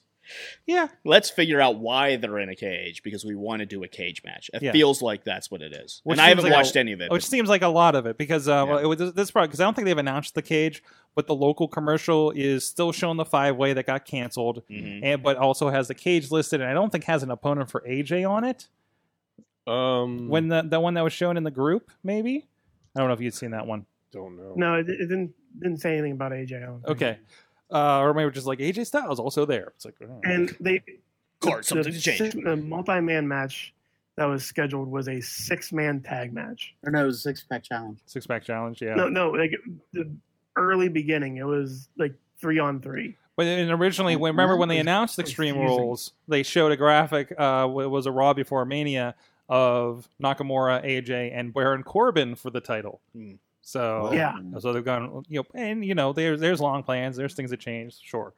[SPEAKER 2] yeah,
[SPEAKER 7] Let's figure out why they're in a cage because we want to do a cage match. It
[SPEAKER 2] Yeah.
[SPEAKER 7] feels like that's what it is,
[SPEAKER 2] Which
[SPEAKER 7] and I
[SPEAKER 2] seems
[SPEAKER 7] haven't
[SPEAKER 2] like a- oh,
[SPEAKER 7] watched any of it.
[SPEAKER 2] which seems like a lot of it because uh, well,
[SPEAKER 7] Yeah.
[SPEAKER 2] it was this- this product because I don't think they've announced the cage, but the local commercial is still showing the five way that got canceled,
[SPEAKER 7] Mhm.
[SPEAKER 2] and but also has the cage listed, and I don't think has an opponent for AJ on it.
[SPEAKER 3] Um,
[SPEAKER 2] when the the one that was shown in the group maybe i don't know if you'd seen that one
[SPEAKER 3] don't know.
[SPEAKER 6] No, it, it didn't didn't say anything about AJ. I don't think.
[SPEAKER 2] okay uh or maybe just like aj styles also there it's like oh, I don't know.
[SPEAKER 6] And they
[SPEAKER 7] Court, something's
[SPEAKER 6] the,
[SPEAKER 7] changed.
[SPEAKER 6] The multi-man match that was scheduled was a six-man tag match.
[SPEAKER 10] Or no, it was a six pack challenge.
[SPEAKER 2] six pack challenge yeah
[SPEAKER 6] No, no, like the early beginning, it was like three on three.
[SPEAKER 2] but and originally when, remember when they
[SPEAKER 6] It's
[SPEAKER 2] announced extreme
[SPEAKER 6] Mm-hmm. confusing.
[SPEAKER 2] rules they showed a graphic uh it was a raw before mania of nakamura aj and baron corbin for the title
[SPEAKER 7] Hmm.
[SPEAKER 8] Oh,
[SPEAKER 2] so
[SPEAKER 6] Yeah,
[SPEAKER 2] so they've gone you know and you know there's there's long plans there's things that change sure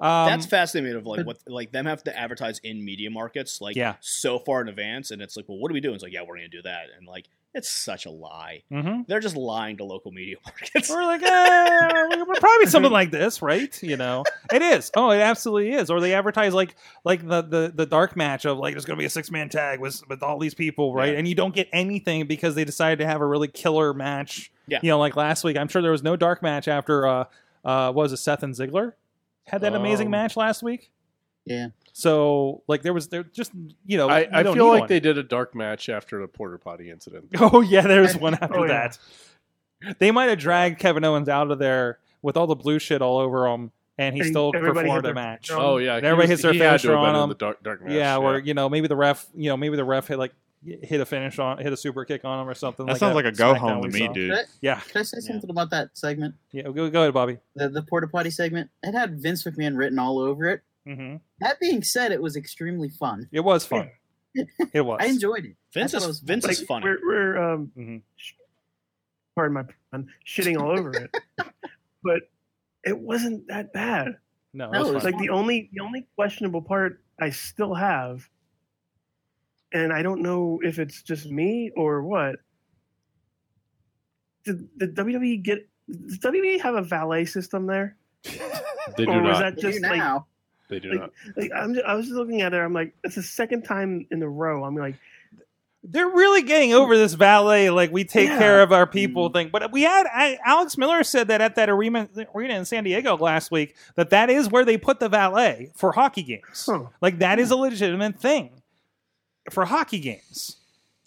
[SPEAKER 2] um
[SPEAKER 7] that's fascinating. Of like what, like them have to advertise in media markets, like
[SPEAKER 2] Yeah.
[SPEAKER 7] so far in advance, and it's like, well, what are we doing? It's like, yeah, we're gonna do that, and like it's such a lie.
[SPEAKER 2] mhm.
[SPEAKER 7] They're just lying to local media markets.
[SPEAKER 2] We're like, eh, we're- we're probably something like this, right? You know, it is. Oh, it absolutely is. Or they advertise like like the the, the dark match of like there's going to be a six man tag with with all these people, right?
[SPEAKER 7] Yeah.
[SPEAKER 2] And you don't get anything because they decided to have a really killer match.
[SPEAKER 7] Yeah.
[SPEAKER 2] you know, like last week, I'm sure there was no dark match after uh uh what was it Seth and Ziggler had that amazing
[SPEAKER 3] Um,
[SPEAKER 2] match last week.
[SPEAKER 10] Yeah.
[SPEAKER 2] So like there was there just you know
[SPEAKER 3] I,
[SPEAKER 2] you
[SPEAKER 3] I
[SPEAKER 2] don't
[SPEAKER 3] feel
[SPEAKER 2] need
[SPEAKER 3] like
[SPEAKER 2] one.
[SPEAKER 3] they did a dark match after the porter potty incident.
[SPEAKER 2] Oh yeah, there's one after
[SPEAKER 6] Oh, yeah.
[SPEAKER 2] that. They might have dragged Kevin Owens out of there with all the blue shit all over him, and he
[SPEAKER 6] And
[SPEAKER 2] still
[SPEAKER 6] everybody
[SPEAKER 2] performed
[SPEAKER 6] hit
[SPEAKER 2] a
[SPEAKER 6] their
[SPEAKER 2] match.
[SPEAKER 6] drum.
[SPEAKER 3] Oh yeah,
[SPEAKER 2] Everybody hits their
[SPEAKER 3] he had
[SPEAKER 2] finisher
[SPEAKER 3] to have been
[SPEAKER 2] on
[SPEAKER 3] in
[SPEAKER 2] him.
[SPEAKER 3] the dark, dark
[SPEAKER 8] Oh,
[SPEAKER 3] match.
[SPEAKER 2] yeah, or you know maybe the ref, you know maybe the ref hit like hit a finish on, hit a super kick on him or something.
[SPEAKER 8] That
[SPEAKER 2] like
[SPEAKER 8] sounds
[SPEAKER 2] that
[SPEAKER 8] like a go
[SPEAKER 2] SmackDown
[SPEAKER 8] home to
[SPEAKER 2] we
[SPEAKER 8] me,
[SPEAKER 2] saw.
[SPEAKER 8] dude.
[SPEAKER 10] That-
[SPEAKER 2] Yeah,
[SPEAKER 10] Can I say
[SPEAKER 7] Yeah.
[SPEAKER 10] something about that segment?
[SPEAKER 2] yeah. Go, go ahead, Bobby.
[SPEAKER 10] The the porta potty segment. It had Vince McMahon written all over it.
[SPEAKER 6] Mm-hmm.
[SPEAKER 2] hmm
[SPEAKER 10] That being said, it was extremely fun.
[SPEAKER 2] It was fun. It was.
[SPEAKER 10] I enjoyed it.
[SPEAKER 7] Vince
[SPEAKER 10] I thought
[SPEAKER 7] is
[SPEAKER 10] it was-
[SPEAKER 7] Vince is
[SPEAKER 6] Like,
[SPEAKER 7] funny. Mm-hmm.
[SPEAKER 6] We're, we're um,
[SPEAKER 2] Mhm.
[SPEAKER 6] sh- pardon my pun, shitting all over it, but it wasn't that bad.
[SPEAKER 2] no, it
[SPEAKER 10] No, it
[SPEAKER 2] was fun.
[SPEAKER 10] was
[SPEAKER 6] Oh, Like the only the only questionable part I still have, and I don't know if it's just me or what, did, did WWE get? Does WWE have a valet system there?
[SPEAKER 3] They do
[SPEAKER 6] or was
[SPEAKER 3] not.
[SPEAKER 6] that
[SPEAKER 3] They do
[SPEAKER 6] just like?
[SPEAKER 3] now. They do
[SPEAKER 6] like,
[SPEAKER 3] not.
[SPEAKER 6] Like I'm, ju- I was just looking at it. I'm like, it's the second time in a row. I'm like,
[SPEAKER 2] They're really getting over this valet, like we take
[SPEAKER 6] Yeah.
[SPEAKER 2] care of our people thing. But we had I, Alex Miller said that at that arena, arena in San Diego last week that that is where they put the valet for hockey games. Like that is a legitimate thing for hockey games.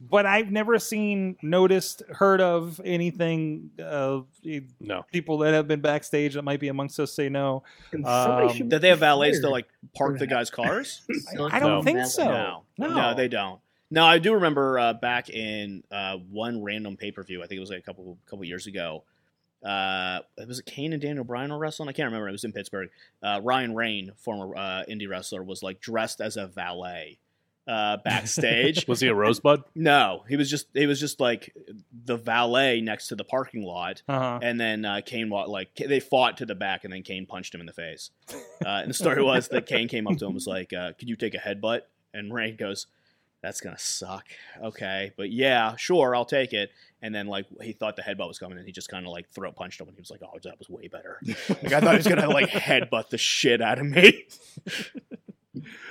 [SPEAKER 2] But I've never seen, noticed, heard of anything. Uh,
[SPEAKER 3] no
[SPEAKER 2] people that have been backstage that might be amongst us say no. Um,
[SPEAKER 7] Did they have valets to like park the guys' cars?
[SPEAKER 2] I don't think so.
[SPEAKER 7] No.
[SPEAKER 2] No.
[SPEAKER 7] no, they don't. No, I do remember uh, back in uh, one random pay per view. I think it was like a couple couple years ago. Uh, it was Kane and Daniel Bryan were wrestling. I can't remember. It was in Pittsburgh. Uh, Ryan Rain, former uh, indie wrestler, was like dressed as a valet uh, backstage.
[SPEAKER 3] Was he a rosebud?
[SPEAKER 7] No, he was just he was just like the valet next to the parking lot,
[SPEAKER 2] Uh-huh.
[SPEAKER 7] and then uh, Kane wa- like they fought to the back, and then Kane punched him in the face. Uh, and the story was that Kane came up to him and was like, uh, "Could you take a headbutt?" And Rain goes, "That's gonna suck." Okay, but yeah, sure, I'll take it. And then like he thought the headbutt was coming, and he just kind of like throat punched him, and he was like, "Oh, that was way better." like I thought he was gonna like headbutt the shit out of me.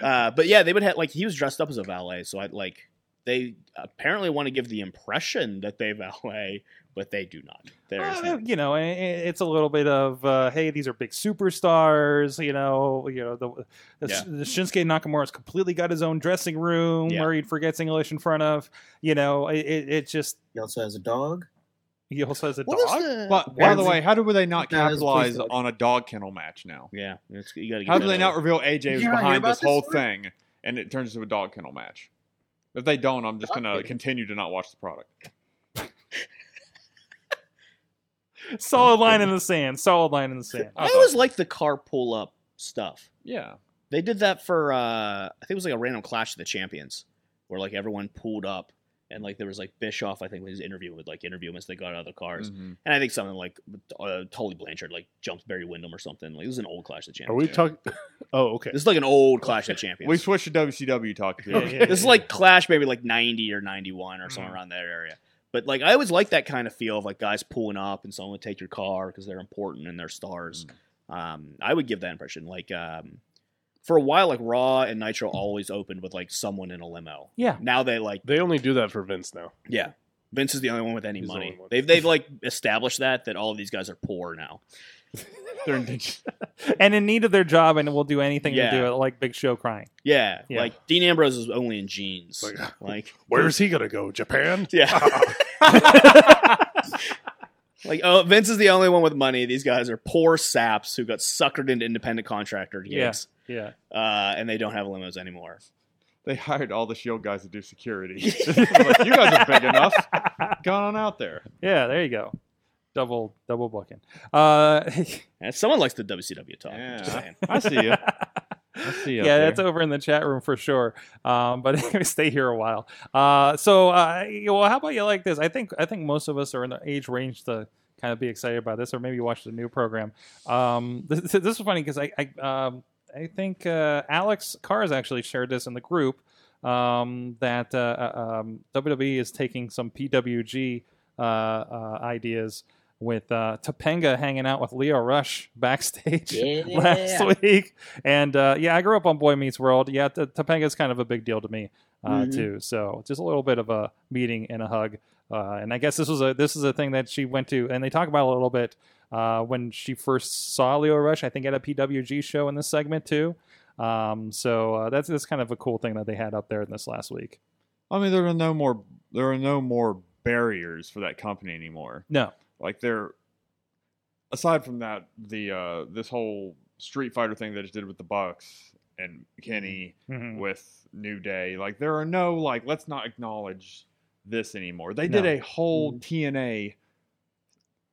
[SPEAKER 7] Uh, but yeah, they would have like he was dressed up as a valet, so I like they apparently want to give the impression that they valet, but they do not. There's
[SPEAKER 2] Uh, you know, i- i- it's a little bit of uh, hey, these are big superstars. You know, you know the, the,
[SPEAKER 7] Yeah.
[SPEAKER 2] the Shinsuke Nakamura's completely got his own dressing room
[SPEAKER 10] Yeah.
[SPEAKER 2] where he forgets English in front of. You know, it, it, it just
[SPEAKER 10] He also has a dog.
[SPEAKER 2] he also has a
[SPEAKER 10] What
[SPEAKER 2] dog.
[SPEAKER 10] was the-
[SPEAKER 9] But by the
[SPEAKER 10] Apparently-
[SPEAKER 9] way, how do they not
[SPEAKER 10] No, it's
[SPEAKER 9] capitalize
[SPEAKER 10] police dog.
[SPEAKER 9] on a dog kennel match now?
[SPEAKER 7] Yeah, it's, you gotta
[SPEAKER 9] How
[SPEAKER 7] get
[SPEAKER 9] do they
[SPEAKER 7] that
[SPEAKER 9] not
[SPEAKER 7] out.
[SPEAKER 9] reveal AJ was
[SPEAKER 7] Did you not hear
[SPEAKER 9] behind
[SPEAKER 7] about
[SPEAKER 9] this
[SPEAKER 7] this
[SPEAKER 9] whole
[SPEAKER 7] one?
[SPEAKER 9] thing and it turns into a dog kennel match? If they don't, I'm just gonna continue to not watch the product.
[SPEAKER 2] Solid line in the sand. Solid line in the sand.
[SPEAKER 10] Uh,
[SPEAKER 7] I always like the car pull up stuff.
[SPEAKER 9] Yeah.
[SPEAKER 7] They did that for uh I think it was like a random clash of the champions where like everyone pulled up and like there was like Bischoff I think was interviewing would like interview him as they got out of the cars.
[SPEAKER 3] Mhm.
[SPEAKER 8] Mm-hmm.
[SPEAKER 7] And I think something like uh, Tully Blanchard like jumped Barry Windham or something. Like this is an old clash of the champions.
[SPEAKER 3] Are we talking? Oh, okay.
[SPEAKER 7] This is like an old Clash of Champions.
[SPEAKER 9] We switched to WCW talk. here.
[SPEAKER 7] Okay. this is like Clash, maybe like ninety or ninety one or somewhere around that area. But like I always like that kind of feel of like guys pulling up and someone would take your car because they're important and they're stars. Um, I would give that impression. Like um, for a while, like Raw and Nitro always opened with like someone in a limo.
[SPEAKER 2] Yeah.
[SPEAKER 7] Now they like
[SPEAKER 3] they only do that for Vince now.
[SPEAKER 7] Yeah. Vince is the only one with any
[SPEAKER 3] He's the
[SPEAKER 7] money.
[SPEAKER 3] only one.
[SPEAKER 7] They've they've like established that that all of these guys are poor now.
[SPEAKER 9] they're in danger.
[SPEAKER 2] and in need of their job, and will do anything
[SPEAKER 7] Yeah.
[SPEAKER 2] to do it. Like Big Show crying.
[SPEAKER 7] Yeah,
[SPEAKER 2] Yeah.
[SPEAKER 7] like Dean Ambrose is only in jeans. Like,
[SPEAKER 3] Where's he gonna go? Japan?
[SPEAKER 7] Yeah. like, oh, Vince is the only one with money. These guys are poor saps who got suckered into independent contractor gigs,
[SPEAKER 2] Yeah.
[SPEAKER 7] uh, and they don't have limos anymore.
[SPEAKER 9] They hired all the Shield guys to do security. Like, you guys are big enough. Go on out there.
[SPEAKER 2] Yeah. There you go. Double double booking. Uh,
[SPEAKER 7] And someone likes the WCW talk. I'm just saying.
[SPEAKER 9] I see you. I see you.
[SPEAKER 2] yeah, that's over in the chat room for sure. Um, but stay here a while. Uh, so, uh, well, how about you like this? I think I think most of us are in the age range to kind of be excited about this, or maybe watch the new program. Um, this, this is funny because I I, um, I think uh, Alex Cars actually shared this in the group um, that uh, uh, um, WWE is taking some PWG uh, uh, ideas. With uh, Topanga hanging out with Leo Rush backstage last
[SPEAKER 1] Yeah.
[SPEAKER 2] week week. And uh, yeah, I grew up on Boy Meets World. Yeah, T- Topanga's kind of a big deal to me uh,
[SPEAKER 1] Mhm.
[SPEAKER 2] too. So just a little bit of a meeting and a hug. Uh, and I guess this was a this is a thing that she went to, and they talk about it a little bit uh, when she first saw Leo Rush. I think at a PWG show in this segment too. Um, so uh, that's that's kind of a cool thing that they had up there in this last week.
[SPEAKER 9] I mean, there are no more there are no more barriers for that company anymore.
[SPEAKER 2] No.
[SPEAKER 9] like they're aside from that the uh, this whole Street Fighter thing that it did with the Bucks and Kenny
[SPEAKER 8] Mm-hmm.
[SPEAKER 2] Mhm.
[SPEAKER 9] with New Day. Like there are no like let's not acknowledge this anymore. They did
[SPEAKER 2] No.
[SPEAKER 9] a
[SPEAKER 7] Mm-hmm.
[SPEAKER 9] whole TNA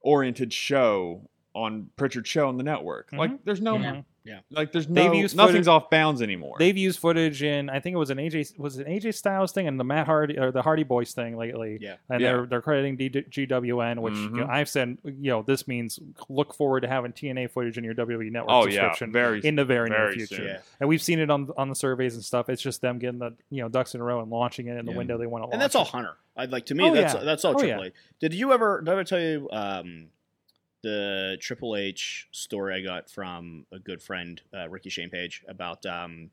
[SPEAKER 9] oriented show on Pritchard Show on the network. Like
[SPEAKER 2] Mhm.
[SPEAKER 9] there's no
[SPEAKER 2] Yeah.
[SPEAKER 7] Yeah.
[SPEAKER 9] Like there's
[SPEAKER 2] They've
[SPEAKER 9] no
[SPEAKER 2] used
[SPEAKER 9] nothing's
[SPEAKER 2] footage-
[SPEAKER 9] off bounds anymore.
[SPEAKER 2] They've used footage in I think it was an AJ was it an AJ Styles thing and the Matt Hardy or the Hardy Boys thing lately.
[SPEAKER 7] Yeah.
[SPEAKER 2] And
[SPEAKER 9] Yeah.
[SPEAKER 2] they're they're crediting D- GWN, which you know,
[SPEAKER 9] Mhm.
[SPEAKER 2] I've said you know this means look forward to having TNA footage in your WWE network
[SPEAKER 9] Oh, yeah.
[SPEAKER 2] subscription
[SPEAKER 9] Very-
[SPEAKER 2] in the very,
[SPEAKER 9] very
[SPEAKER 2] near future.
[SPEAKER 9] soon. Yeah.
[SPEAKER 2] And we've seen it on on the surveys and stuff. It's just them getting the you know ducks in a row and launching it in the
[SPEAKER 7] Yeah.
[SPEAKER 2] window they want to launch.
[SPEAKER 7] and that's all
[SPEAKER 2] it.
[SPEAKER 7] Hunter. I'd like to me
[SPEAKER 2] Oh,
[SPEAKER 7] that's
[SPEAKER 2] yeah.
[SPEAKER 7] that's all
[SPEAKER 2] Oh,
[SPEAKER 7] Triple H. Did you ever did I ever tell you um, the Triple H story I got from a good friend uh, Ricky Shane Page about um,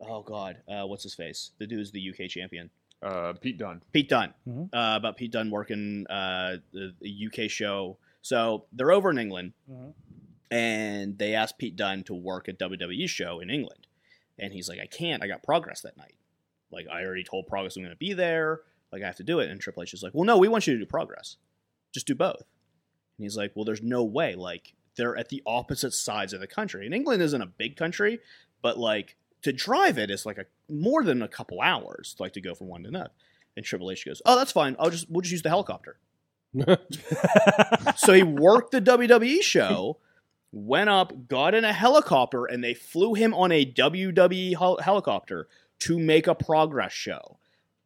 [SPEAKER 7] oh god uh, what's his face the dude is the UK champion
[SPEAKER 9] uh, Pete Dunne
[SPEAKER 7] Pete Dunne
[SPEAKER 2] Mhm.
[SPEAKER 7] uh, about Pete Dunne working uh, the, the UK show so they're over in England
[SPEAKER 2] Mhm.
[SPEAKER 7] and they asked Pete Dunne to work a WWE show in England. And he's like, I can't. I got progress that night. Like, I already told progress I'm going to be there. Like, I have to do it. And Triple H is like, Well, no, we want you to do progress. Just do both. And he's like, Well, there's no way. Like, they're at the opposite sides of the country. And England isn't a big country, but like, to drive it is like a more than a couple hours, like to go from one to another. And Triple H goes, Oh, that's fine. I'll just, we'll just use the helicopter.
[SPEAKER 2] Mm-hmm.
[SPEAKER 7] so he worked the WWE show went up, got in a helicopter, and they flew him on a WWE hel- helicopter to make a progress show.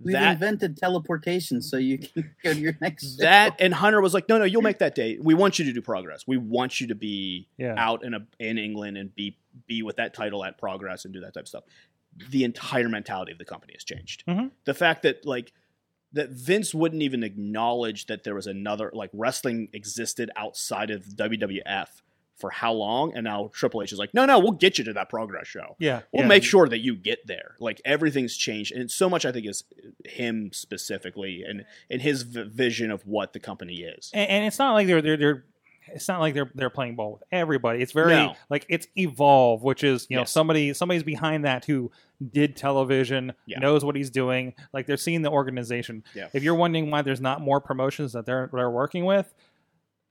[SPEAKER 10] We've
[SPEAKER 7] that
[SPEAKER 10] invented teleportation so you can go to your next.
[SPEAKER 7] that and Hunter was like, "No, no, you'll make that date. We want you to do progress. We want you to be
[SPEAKER 2] Yeah.
[SPEAKER 7] out in a, in England and be be with that title at progress and do that type of stuff." The entire mentality of the company has changed.
[SPEAKER 2] Mhm.
[SPEAKER 7] The fact that like that Vince wouldn't even acknowledge that there was another like wrestling existed outside of WWF for how long, and now Triple H is like, "No, no, we'll get you to that progress show."
[SPEAKER 2] Yeah.
[SPEAKER 7] We'll
[SPEAKER 2] yeah.
[SPEAKER 7] make sure that you get there. Like everything's changed, and so much I think is him specifically, and and his v- vision of what the company is.
[SPEAKER 2] and, and it's not like they're they're they're it's not like they're they're playing ball with everybody. It's very
[SPEAKER 7] No.
[SPEAKER 2] like it's evolve, which is you know
[SPEAKER 7] Yes.
[SPEAKER 2] somebody somebody's behind that who did television,
[SPEAKER 7] Yeah.
[SPEAKER 2] knows what he's doing. Like they're seeing the organization.
[SPEAKER 7] Yeah.
[SPEAKER 2] If you're wondering why there's not more promotions that they're they're working with,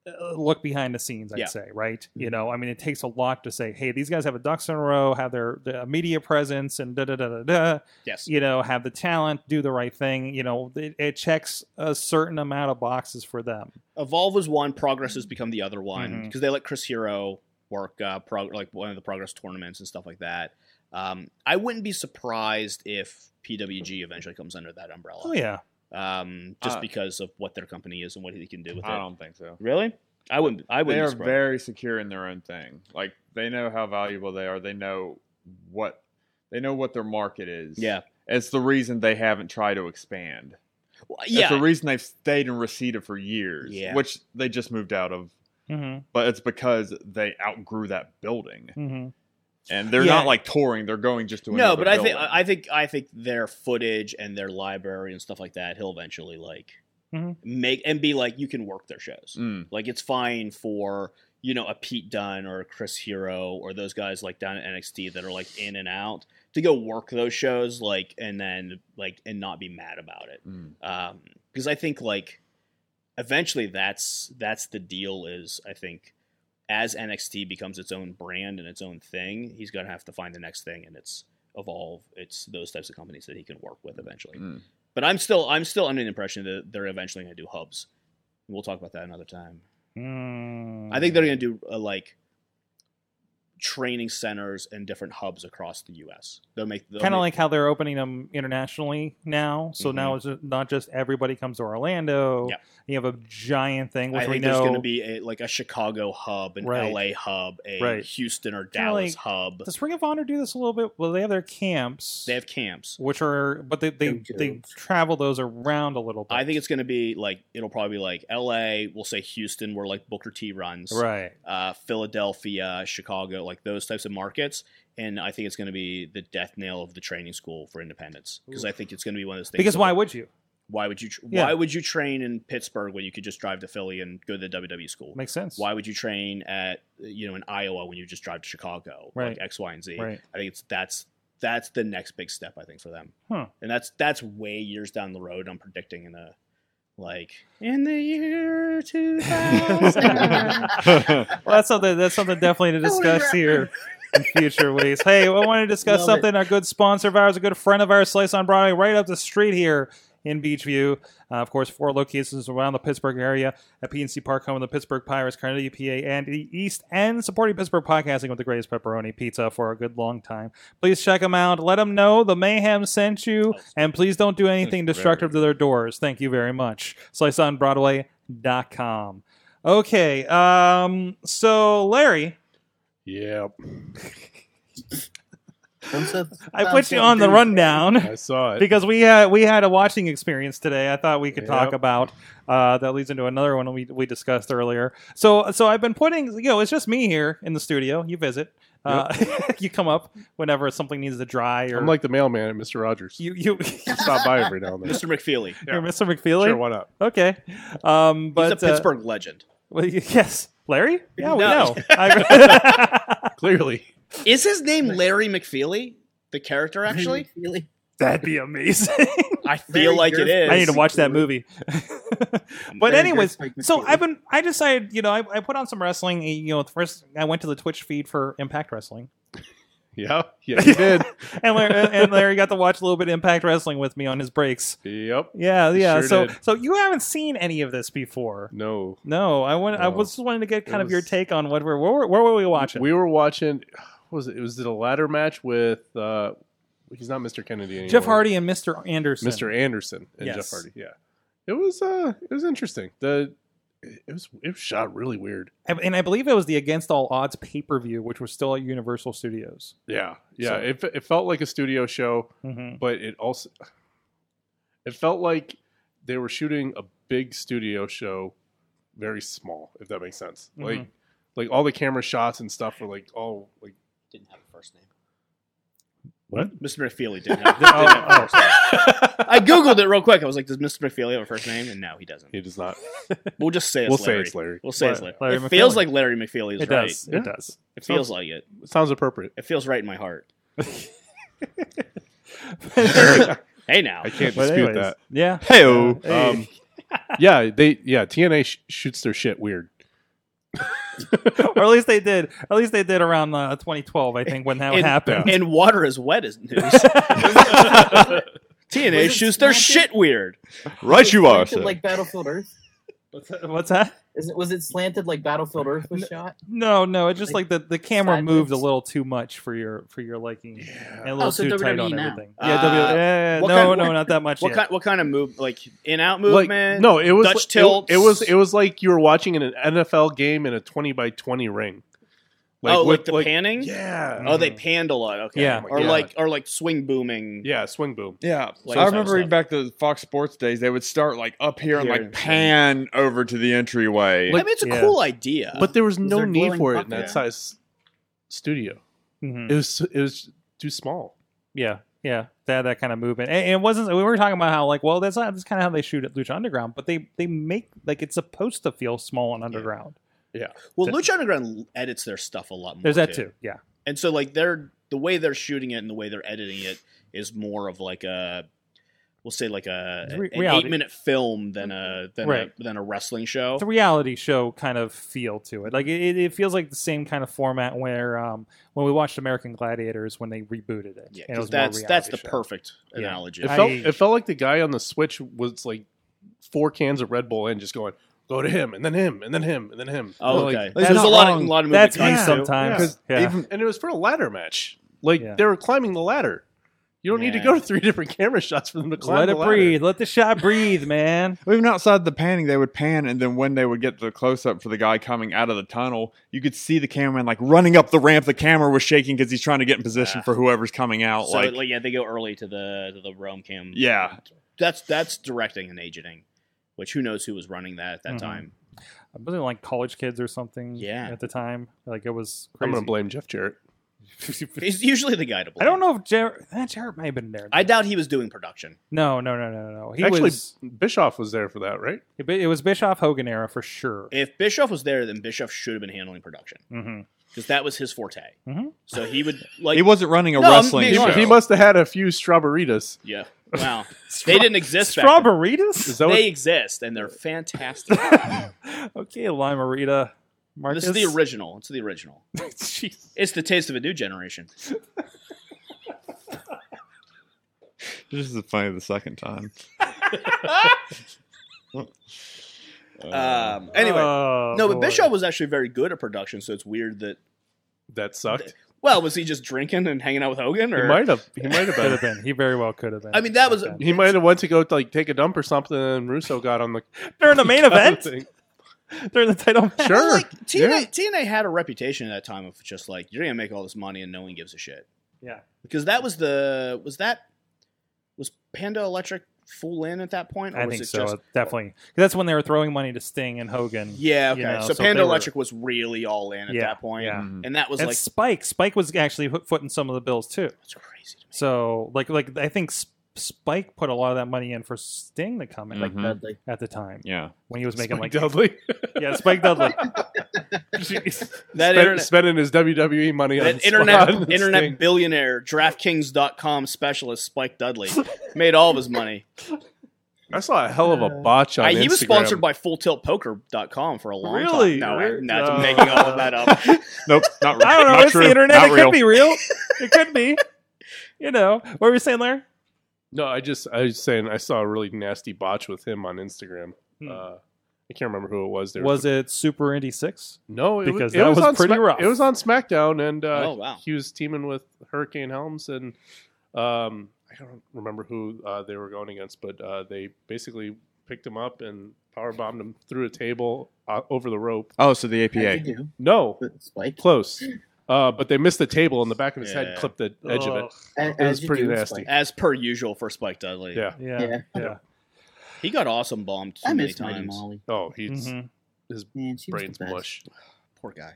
[SPEAKER 2] uh, look behind the scenes. I'd
[SPEAKER 7] Yeah. Mm-hmm.
[SPEAKER 2] say, right? You know, I mean, it takes a lot to say, hey, these guys have a ducks in a row, have their, their media presence, and da da da da da
[SPEAKER 7] Yes,
[SPEAKER 2] you know have the talent do the right thing you know it, it checks a certain amount of boxes for them
[SPEAKER 7] Evolve was one. Progress has become the other one
[SPEAKER 2] Mhm.
[SPEAKER 7] because they let Chris Hero work uh, prog- like one of the progress tournaments and stuff like that. Um, I wouldn't be surprised if PWG eventually comes under that umbrella.
[SPEAKER 2] oh yeah
[SPEAKER 7] um, just
[SPEAKER 9] Uh,
[SPEAKER 7] because of what their company is and what they can do with
[SPEAKER 9] I
[SPEAKER 7] it.
[SPEAKER 9] don't think so.
[SPEAKER 7] Really? I wouldn't. I
[SPEAKER 9] They
[SPEAKER 7] wouldn't.
[SPEAKER 9] are
[SPEAKER 7] be surprised.
[SPEAKER 9] very secure in their own thing. Like they know how valuable they are. They know what they know what their market is.
[SPEAKER 7] Yeah.
[SPEAKER 9] It's the reason they haven't tried to expand.
[SPEAKER 7] Well,
[SPEAKER 9] It's the
[SPEAKER 7] yeah.
[SPEAKER 9] reason they've stayed in Reseda for years.
[SPEAKER 7] Yeah.
[SPEAKER 9] Which they just moved out of.
[SPEAKER 2] hmm
[SPEAKER 9] But it's because they outgrew that building.
[SPEAKER 2] hmm
[SPEAKER 9] And they're
[SPEAKER 7] Yeah.
[SPEAKER 9] not like touring, they're going just to
[SPEAKER 7] No,
[SPEAKER 9] another
[SPEAKER 7] but I think
[SPEAKER 9] building.
[SPEAKER 7] I think I think their footage and their library and stuff like that, he'll eventually like
[SPEAKER 2] Mhm.
[SPEAKER 7] make and be like, you can work their shows.
[SPEAKER 9] Mm.
[SPEAKER 7] Like it's fine for you know a Pete Dunn or a Chris Hero or those guys like down at NXT that are like in and out to go work those shows like and then like and not be mad about it
[SPEAKER 9] Mm.
[SPEAKER 7] because Um, I think like eventually that's that's the deal is I think as NXT becomes its own brand and its own thing, he's gonna have to find the next thing and it's evolve. It's those types of companies that he can work with eventually.
[SPEAKER 9] Mm.
[SPEAKER 7] But I'm still I'm still under the impression that they're eventually gonna do hubs. We'll talk about that another time.
[SPEAKER 2] Mm.
[SPEAKER 7] I think they're gonna do uh, like training centers and different hubs across the U.S. They'll make they'll
[SPEAKER 2] kind of
[SPEAKER 7] make-
[SPEAKER 2] like how they're opening them internationally now so now it's not just everybody comes to orlando
[SPEAKER 7] Yeah.
[SPEAKER 2] you have a giant thing which
[SPEAKER 7] I
[SPEAKER 2] we
[SPEAKER 7] think
[SPEAKER 2] know
[SPEAKER 7] there's going to be a, like a Chicago hub, an
[SPEAKER 2] Right.
[SPEAKER 7] LA hub, a
[SPEAKER 2] Right.
[SPEAKER 7] Houston or
[SPEAKER 2] Kinda
[SPEAKER 7] Dallas
[SPEAKER 2] like-
[SPEAKER 7] hub.
[SPEAKER 2] does ring of honor do this a little bit well they have their camps
[SPEAKER 7] They have camps.
[SPEAKER 2] which are but they they,
[SPEAKER 10] Them
[SPEAKER 2] they
[SPEAKER 10] camps.
[SPEAKER 2] travel those around a little bit
[SPEAKER 7] I think it's going to be like it'll probably be like LA. We'll say Houston, where like Booker T runs,
[SPEAKER 2] right
[SPEAKER 7] uh, Philadelphia, Chicago, like those types of markets. And I think it's going to be the death nail of the training school for independence because I think it's going to be one of those things.
[SPEAKER 2] because
[SPEAKER 7] that,
[SPEAKER 2] why
[SPEAKER 7] like,
[SPEAKER 2] would you
[SPEAKER 7] why would you tr-
[SPEAKER 2] Yeah.
[SPEAKER 7] why would you train in Pittsburgh when you could just drive to Philly and go to the WWE school?
[SPEAKER 2] makes sense
[SPEAKER 7] Why would you train at you know in Iowa when you just drive to Chicago?
[SPEAKER 2] Right.
[SPEAKER 7] Like X, Y, and Z.
[SPEAKER 2] right
[SPEAKER 7] I think it's that's that's the next big step I think for them.
[SPEAKER 2] Huh.
[SPEAKER 7] And that's that's way years down the road. I'm predicting in a like in the year 2000.
[SPEAKER 2] well, that's something that's something definitely to discuss here in future weeks. Hey, I want to discuss
[SPEAKER 10] Love
[SPEAKER 2] something. Our good sponsor of ours, a good friend of ours, Slice on Broadway, right up the street here in Beachview. Uh, of course, four locations around the Pittsburgh area at PNC Park, home of the Pittsburgh Pirates, Carnegie, PA, and the East End, supporting Pittsburgh podcasting with the greatest pepperoni pizza for a good long time. Please check them out. Let them know the mayhem sent you, and please don't do anything destructive to their doors. Thank you very much. SliceOnBroadway.com. Okay, um, so Larry.
[SPEAKER 3] Yeah.
[SPEAKER 2] I put you on the rundown.
[SPEAKER 3] I saw it.
[SPEAKER 2] because we had we had a watching experience today. I thought we could talk
[SPEAKER 3] Yep.
[SPEAKER 2] about uh, that leads into another one we we discussed earlier. So so I've been putting you know it's just me here in the studio. You visit, uh, you come up whenever something needs to dry or
[SPEAKER 3] I'm like the mailman at Mister Rogers.
[SPEAKER 2] You you
[SPEAKER 3] stop by every now and then.
[SPEAKER 7] Mr. McFeely.
[SPEAKER 2] You're Mr. McFeely.
[SPEAKER 3] Sure, why not?
[SPEAKER 2] Okay, um,
[SPEAKER 3] uh,
[SPEAKER 2] but
[SPEAKER 7] He's a Pittsburgh legend.
[SPEAKER 2] Well, y- yes, Larry. Yeah, we
[SPEAKER 7] No.
[SPEAKER 2] know. I-
[SPEAKER 3] Clearly.
[SPEAKER 7] Is his name Larry McFeely? The character actually?
[SPEAKER 2] That'd be amazing.
[SPEAKER 7] I feel like it is.
[SPEAKER 2] I need to watch that movie. but
[SPEAKER 7] Very
[SPEAKER 2] anyways,
[SPEAKER 7] good, Mike
[SPEAKER 2] so
[SPEAKER 7] McFeely.
[SPEAKER 2] I've been I decided, you know, I, I put on some wrestling, eh, you know, first I went to the Twitch feed for Impact Wrestling.
[SPEAKER 3] Yeah, yeah, you did.
[SPEAKER 2] and Larry, and Larry got to watch a little bit of Impact Wrestling with me on his breaks.
[SPEAKER 3] Yep.
[SPEAKER 2] Yeah, yeah.
[SPEAKER 3] Sure
[SPEAKER 2] so
[SPEAKER 3] did.
[SPEAKER 2] so you haven't seen any of this before.
[SPEAKER 3] No.
[SPEAKER 2] No, I want I
[SPEAKER 3] No.
[SPEAKER 2] was just wanted to get kind
[SPEAKER 3] It
[SPEAKER 2] of your take on what we're where, were- where were we watching?
[SPEAKER 3] We were watching. What was it? It was the ladder match with. uh He's not Mr. Kennedy anymore.
[SPEAKER 2] Jeff Hardy and Mr. Anderson.
[SPEAKER 3] Mr. Anderson and Jeff
[SPEAKER 2] Yes.
[SPEAKER 3] Hardy. Yeah, it was. uh It was interesting. The it was it was shot really weird.
[SPEAKER 2] And- And I believe it was the Against All Odds pay per view, which was still at Universal Studios.
[SPEAKER 3] Yeah, yeah.
[SPEAKER 2] So-
[SPEAKER 3] It it felt like a studio show,
[SPEAKER 2] Mhm.
[SPEAKER 3] but it also it felt like they were shooting a big studio show, very small. If that makes sense. Like
[SPEAKER 7] Mhm.
[SPEAKER 3] like all the camera shots and stuff were like all like
[SPEAKER 7] Didn't have a first name.
[SPEAKER 3] What? Oh,
[SPEAKER 7] Mr. McFeely didn't have, didn't have a first name. I googled it real quick. I was like, "Does Mr. McFeely have a first name?" And no, he doesn't.
[SPEAKER 3] He does not.
[SPEAKER 7] We'll just say it's
[SPEAKER 3] We'll say
[SPEAKER 7] Larry.
[SPEAKER 3] it's Larry.
[SPEAKER 7] We'll say it's
[SPEAKER 3] Larry-
[SPEAKER 7] Larry.
[SPEAKER 3] Larry
[SPEAKER 7] it feels
[SPEAKER 3] McFeely.
[SPEAKER 7] like Larry McFeely is
[SPEAKER 3] It
[SPEAKER 7] right.
[SPEAKER 3] does. It Yeah. does.
[SPEAKER 7] It feels
[SPEAKER 3] Sounds-
[SPEAKER 7] like it.
[SPEAKER 3] It sounds appropriate.
[SPEAKER 7] It feels right in my heart.
[SPEAKER 3] hey
[SPEAKER 7] now.
[SPEAKER 3] I can't
[SPEAKER 7] But
[SPEAKER 3] dispute
[SPEAKER 7] anyways,
[SPEAKER 3] that.
[SPEAKER 7] yeah.
[SPEAKER 3] Hey-o.
[SPEAKER 7] Yeah, hey.
[SPEAKER 3] Um, yeah, they yeah, TNA sh- shoots their shit weird.
[SPEAKER 2] or at least they did. At least they did around uh, 2012, I think, when that
[SPEAKER 7] and,
[SPEAKER 2] happened.
[SPEAKER 7] And water is wet is news.
[SPEAKER 2] Was
[SPEAKER 7] TNA
[SPEAKER 2] it
[SPEAKER 7] shoots their shit weird.
[SPEAKER 8] Right, you are,
[SPEAKER 10] Slanted
[SPEAKER 8] sir.
[SPEAKER 10] Like Battlefield Earth.
[SPEAKER 2] What's that? What's that?
[SPEAKER 10] Is it was it slanted like Battlefield Earth was shot?
[SPEAKER 2] no, no, it's just like the, the camera moved a little too much for your for your liking, and a little
[SPEAKER 10] Oh, so
[SPEAKER 2] too tight
[SPEAKER 10] WWE
[SPEAKER 2] on
[SPEAKER 10] now.
[SPEAKER 2] everything. Yeah, w-
[SPEAKER 7] Uh,
[SPEAKER 2] yeah,
[SPEAKER 7] what
[SPEAKER 2] no,
[SPEAKER 7] kind-
[SPEAKER 2] no,
[SPEAKER 7] what-
[SPEAKER 2] not that much
[SPEAKER 7] What
[SPEAKER 2] yet.
[SPEAKER 7] kind? What kind of move? Like in out
[SPEAKER 3] Like,
[SPEAKER 7] movement?
[SPEAKER 3] no, it was
[SPEAKER 7] Dutch
[SPEAKER 3] like-
[SPEAKER 7] tilt.
[SPEAKER 3] It, it was it was like you were watching an NFL game in a twenty by twenty ring.
[SPEAKER 7] oh,
[SPEAKER 3] with-
[SPEAKER 7] like the panning.
[SPEAKER 3] Yeah.
[SPEAKER 7] Oh, they panned a lot. Okay.
[SPEAKER 3] Yeah.
[SPEAKER 7] Or
[SPEAKER 3] Yeah.
[SPEAKER 7] like or like swing booming.
[SPEAKER 3] Yeah, swing boom.
[SPEAKER 8] Yeah,
[SPEAKER 7] Like
[SPEAKER 8] I
[SPEAKER 7] that
[SPEAKER 8] remember
[SPEAKER 7] stuff.
[SPEAKER 8] back to the Fox Sports days. They would start like up here and
[SPEAKER 7] Here
[SPEAKER 8] like
[SPEAKER 7] and-
[SPEAKER 8] pan over to the entryway.
[SPEAKER 7] I mean, it's a cool idea.
[SPEAKER 3] but there was
[SPEAKER 7] Was
[SPEAKER 3] no
[SPEAKER 7] there
[SPEAKER 3] need
[SPEAKER 7] glowing
[SPEAKER 3] for it in
[SPEAKER 7] bucket?
[SPEAKER 3] that
[SPEAKER 7] Yeah.
[SPEAKER 3] size studio.
[SPEAKER 2] Mhm.
[SPEAKER 3] It was it was too small.
[SPEAKER 2] yeah, yeah, that that kind of movement. And, and it wasn't. We were talking about how like, well, that's not, that's kind of how they shoot at Lucha Underground, but they they make like it's supposed to feel small and underground.
[SPEAKER 3] Yeah.
[SPEAKER 7] Well, Lucha Underground edits their stuff a lot more.
[SPEAKER 2] There's that too, yeah.
[SPEAKER 7] And so like they're the way they're shooting it and the way they're editing it is more of like a we'll say like a
[SPEAKER 2] Re-
[SPEAKER 7] an
[SPEAKER 2] reality.
[SPEAKER 7] eight minute film than a than
[SPEAKER 2] Right.
[SPEAKER 7] a than a wrestling show.
[SPEAKER 2] It's a reality show kind of feel to it. Like it- it, it feels like the same kind of format where um, when we watched American Gladiators when they rebooted it.
[SPEAKER 7] Yeah,
[SPEAKER 2] and it was
[SPEAKER 7] 'cause
[SPEAKER 2] more
[SPEAKER 7] that's that's
[SPEAKER 2] reality
[SPEAKER 7] the
[SPEAKER 2] show.
[SPEAKER 7] perfect
[SPEAKER 2] Yeah.
[SPEAKER 7] analogy.
[SPEAKER 3] It felt it felt like the guy on the Switch was like four cans of Red Bull and just going, go to him and then him and then him and then him.
[SPEAKER 7] Oh,
[SPEAKER 3] Like,
[SPEAKER 7] okay.
[SPEAKER 3] this
[SPEAKER 7] There's
[SPEAKER 3] is
[SPEAKER 7] a lot of-
[SPEAKER 3] wrong.
[SPEAKER 7] a lot of That's movement me cuts, too.
[SPEAKER 2] sometimes.
[SPEAKER 3] Yeah. 'Cause
[SPEAKER 2] Yeah.
[SPEAKER 3] even- and it was for a ladder match. Like
[SPEAKER 2] Yeah.
[SPEAKER 3] they were climbing the ladder. You don't need to
[SPEAKER 2] Yeah.
[SPEAKER 3] go to three different camera shots for them to climb
[SPEAKER 2] Let
[SPEAKER 3] the
[SPEAKER 2] it
[SPEAKER 3] ladder.
[SPEAKER 2] breathe. Let the shot breathe, man.
[SPEAKER 8] Well, Even outside the panning, they would pan, and then when they would get to the close up for the guy coming out of the tunnel, you could see the cameraman like running up the ramp. The camera was shaking because he's trying to get in position for whoever's coming out.
[SPEAKER 7] so
[SPEAKER 8] like,
[SPEAKER 7] like, yeah, they go early to the to the Rome Kim.
[SPEAKER 8] yeah,
[SPEAKER 7] That's that's directing and agenting, which who knows who was running that at that
[SPEAKER 2] Mhm.
[SPEAKER 7] time.
[SPEAKER 2] Wasn't it like college kids or something?
[SPEAKER 7] Yeah.
[SPEAKER 2] At the time, like it was. Crazy.
[SPEAKER 3] I'm gonna blame Jeff Jarrett.
[SPEAKER 7] He's usually the guy to
[SPEAKER 2] I
[SPEAKER 7] blame.
[SPEAKER 2] don't know if Jared. That Jared may have been there.
[SPEAKER 7] I doubt he was doing production.
[SPEAKER 2] No, no, no, no, no. He
[SPEAKER 3] Actually,
[SPEAKER 2] was.
[SPEAKER 3] Bischoff was there for that, right?
[SPEAKER 2] It, it was Bischoff Hogan era for sure.
[SPEAKER 7] If Bischoff was there, then Bischoff should have been handling production
[SPEAKER 2] Mm-hmm.
[SPEAKER 7] because that was his forte.
[SPEAKER 3] Mm-hmm.
[SPEAKER 2] Mhm.
[SPEAKER 7] So he would like
[SPEAKER 8] he wasn't running a
[SPEAKER 7] No, I'm
[SPEAKER 8] wrestling
[SPEAKER 7] being
[SPEAKER 8] show.
[SPEAKER 7] honest.
[SPEAKER 3] He must have had a few strawberritas.
[SPEAKER 7] Yeah. Wow. they didn't exist. back then.
[SPEAKER 2] Strawberritas?
[SPEAKER 3] Is that what-
[SPEAKER 7] they exist and they're fantastic.
[SPEAKER 2] okay, Limerita. Marcus.
[SPEAKER 7] this is the original. It's the original. It's the taste of a new generation.
[SPEAKER 8] This is funny the second time.
[SPEAKER 3] Uh,
[SPEAKER 7] Um, anyway,
[SPEAKER 3] Oh,
[SPEAKER 7] no, but
[SPEAKER 3] boy.
[SPEAKER 7] Bischoff was actually very good at production, so it's weird that
[SPEAKER 3] that sucked.
[SPEAKER 7] Well, was he just drinking and hanging out with Hogan? Or
[SPEAKER 3] He might have. He might
[SPEAKER 2] Could
[SPEAKER 3] have been.
[SPEAKER 2] have been. He very well could have been.
[SPEAKER 7] I mean, that was
[SPEAKER 3] He might have went to go like take a dump or something, and Russo got on the
[SPEAKER 2] during the main
[SPEAKER 3] got on
[SPEAKER 2] event?
[SPEAKER 3] thing.
[SPEAKER 2] during the title match.
[SPEAKER 3] Sure.
[SPEAKER 7] Like
[SPEAKER 3] yeah.
[SPEAKER 7] TNA, TNA had a reputation at that time of just like you're gonna make all this money and no one gives a shit.
[SPEAKER 2] Yeah.
[SPEAKER 7] because that was the was that was Panda Electric full in at that point?
[SPEAKER 2] I
[SPEAKER 7] was
[SPEAKER 2] think so. definitely. 'Cause that's when they were throwing money to Sting and Hogan.
[SPEAKER 7] Yeah, okay.
[SPEAKER 2] you know,
[SPEAKER 7] so,
[SPEAKER 2] they
[SPEAKER 7] Panda
[SPEAKER 2] were-
[SPEAKER 7] Electric was really all in at
[SPEAKER 2] Yeah,
[SPEAKER 7] that point.
[SPEAKER 2] yeah.
[SPEAKER 8] Mm-hmm.
[SPEAKER 7] and that was
[SPEAKER 2] and
[SPEAKER 7] like
[SPEAKER 2] Spike. Spike was actually put footing some of the bills too.
[SPEAKER 7] that's crazy. to me.
[SPEAKER 2] So like like I think S- Spike put a lot of that money in for Sting to come in like
[SPEAKER 8] Mhm.
[SPEAKER 2] that,
[SPEAKER 7] Mm-hmm.
[SPEAKER 2] at the time
[SPEAKER 8] Yeah.
[SPEAKER 2] when he was making
[SPEAKER 3] Spike
[SPEAKER 2] like
[SPEAKER 3] Dudley
[SPEAKER 2] yeah Spike Dudley.
[SPEAKER 7] That
[SPEAKER 3] spend,
[SPEAKER 7] internet,
[SPEAKER 3] spending his WWE money on
[SPEAKER 7] that
[SPEAKER 3] the
[SPEAKER 7] internet,
[SPEAKER 3] spot.
[SPEAKER 7] internet billionaire DraftKings.com specialist Spike Dudley made all of his money.
[SPEAKER 3] I saw a hell of a botch on
[SPEAKER 7] Uh, he was
[SPEAKER 3] Instagram.
[SPEAKER 7] sponsored by FullTiltPoker.com for a long
[SPEAKER 2] Really?
[SPEAKER 7] time. No,
[SPEAKER 2] Weird.
[SPEAKER 7] I'm not
[SPEAKER 2] No.
[SPEAKER 7] making all of that up.
[SPEAKER 8] Nope. Not real.
[SPEAKER 2] I don't know.
[SPEAKER 8] Not
[SPEAKER 2] it's
[SPEAKER 8] true.
[SPEAKER 2] the internet.
[SPEAKER 8] Not
[SPEAKER 2] it
[SPEAKER 8] real.
[SPEAKER 2] could be real. It could be. You know what were you saying, Larry?
[SPEAKER 3] No, I just I was saying I saw a really nasty botch with him on Instagram.
[SPEAKER 2] Hmm.
[SPEAKER 3] Uh, I can't remember who it was. There
[SPEAKER 2] Was it Super Indie Six?
[SPEAKER 3] no, it was-
[SPEAKER 2] because
[SPEAKER 3] it
[SPEAKER 2] that
[SPEAKER 3] was,
[SPEAKER 2] was
[SPEAKER 3] on
[SPEAKER 2] pretty
[SPEAKER 3] Smack-
[SPEAKER 2] rough.
[SPEAKER 3] It was on SmackDown, and uh,
[SPEAKER 7] Oh, wow.
[SPEAKER 3] he was teaming with Hurricane Helms, and um, I don't remember who uh, they were going against, but uh, they basically picked him up and power bombed him through a table uh, over the rope.
[SPEAKER 8] Oh, so the
[SPEAKER 10] I
[SPEAKER 8] APA.
[SPEAKER 10] did do,
[SPEAKER 3] No,
[SPEAKER 10] but Spike.
[SPEAKER 3] close. Uh, but they missed the table, and the back of his
[SPEAKER 7] Yeah. Oh.
[SPEAKER 3] head clipped the edge of it.
[SPEAKER 10] As,
[SPEAKER 3] was
[SPEAKER 10] you
[SPEAKER 3] pretty
[SPEAKER 10] do,
[SPEAKER 3] nasty.
[SPEAKER 10] Spike.
[SPEAKER 7] As per usual for Spike Dudley.
[SPEAKER 3] Yeah.
[SPEAKER 2] Yeah.
[SPEAKER 10] Yeah,
[SPEAKER 7] He got awesome bombed too
[SPEAKER 10] I
[SPEAKER 7] many
[SPEAKER 10] miss Mighty
[SPEAKER 7] times.
[SPEAKER 10] Molly.
[SPEAKER 3] Oh, he's
[SPEAKER 2] Mhm.
[SPEAKER 10] Man, she was
[SPEAKER 3] brains
[SPEAKER 10] the best.
[SPEAKER 3] mush.
[SPEAKER 7] Poor guy.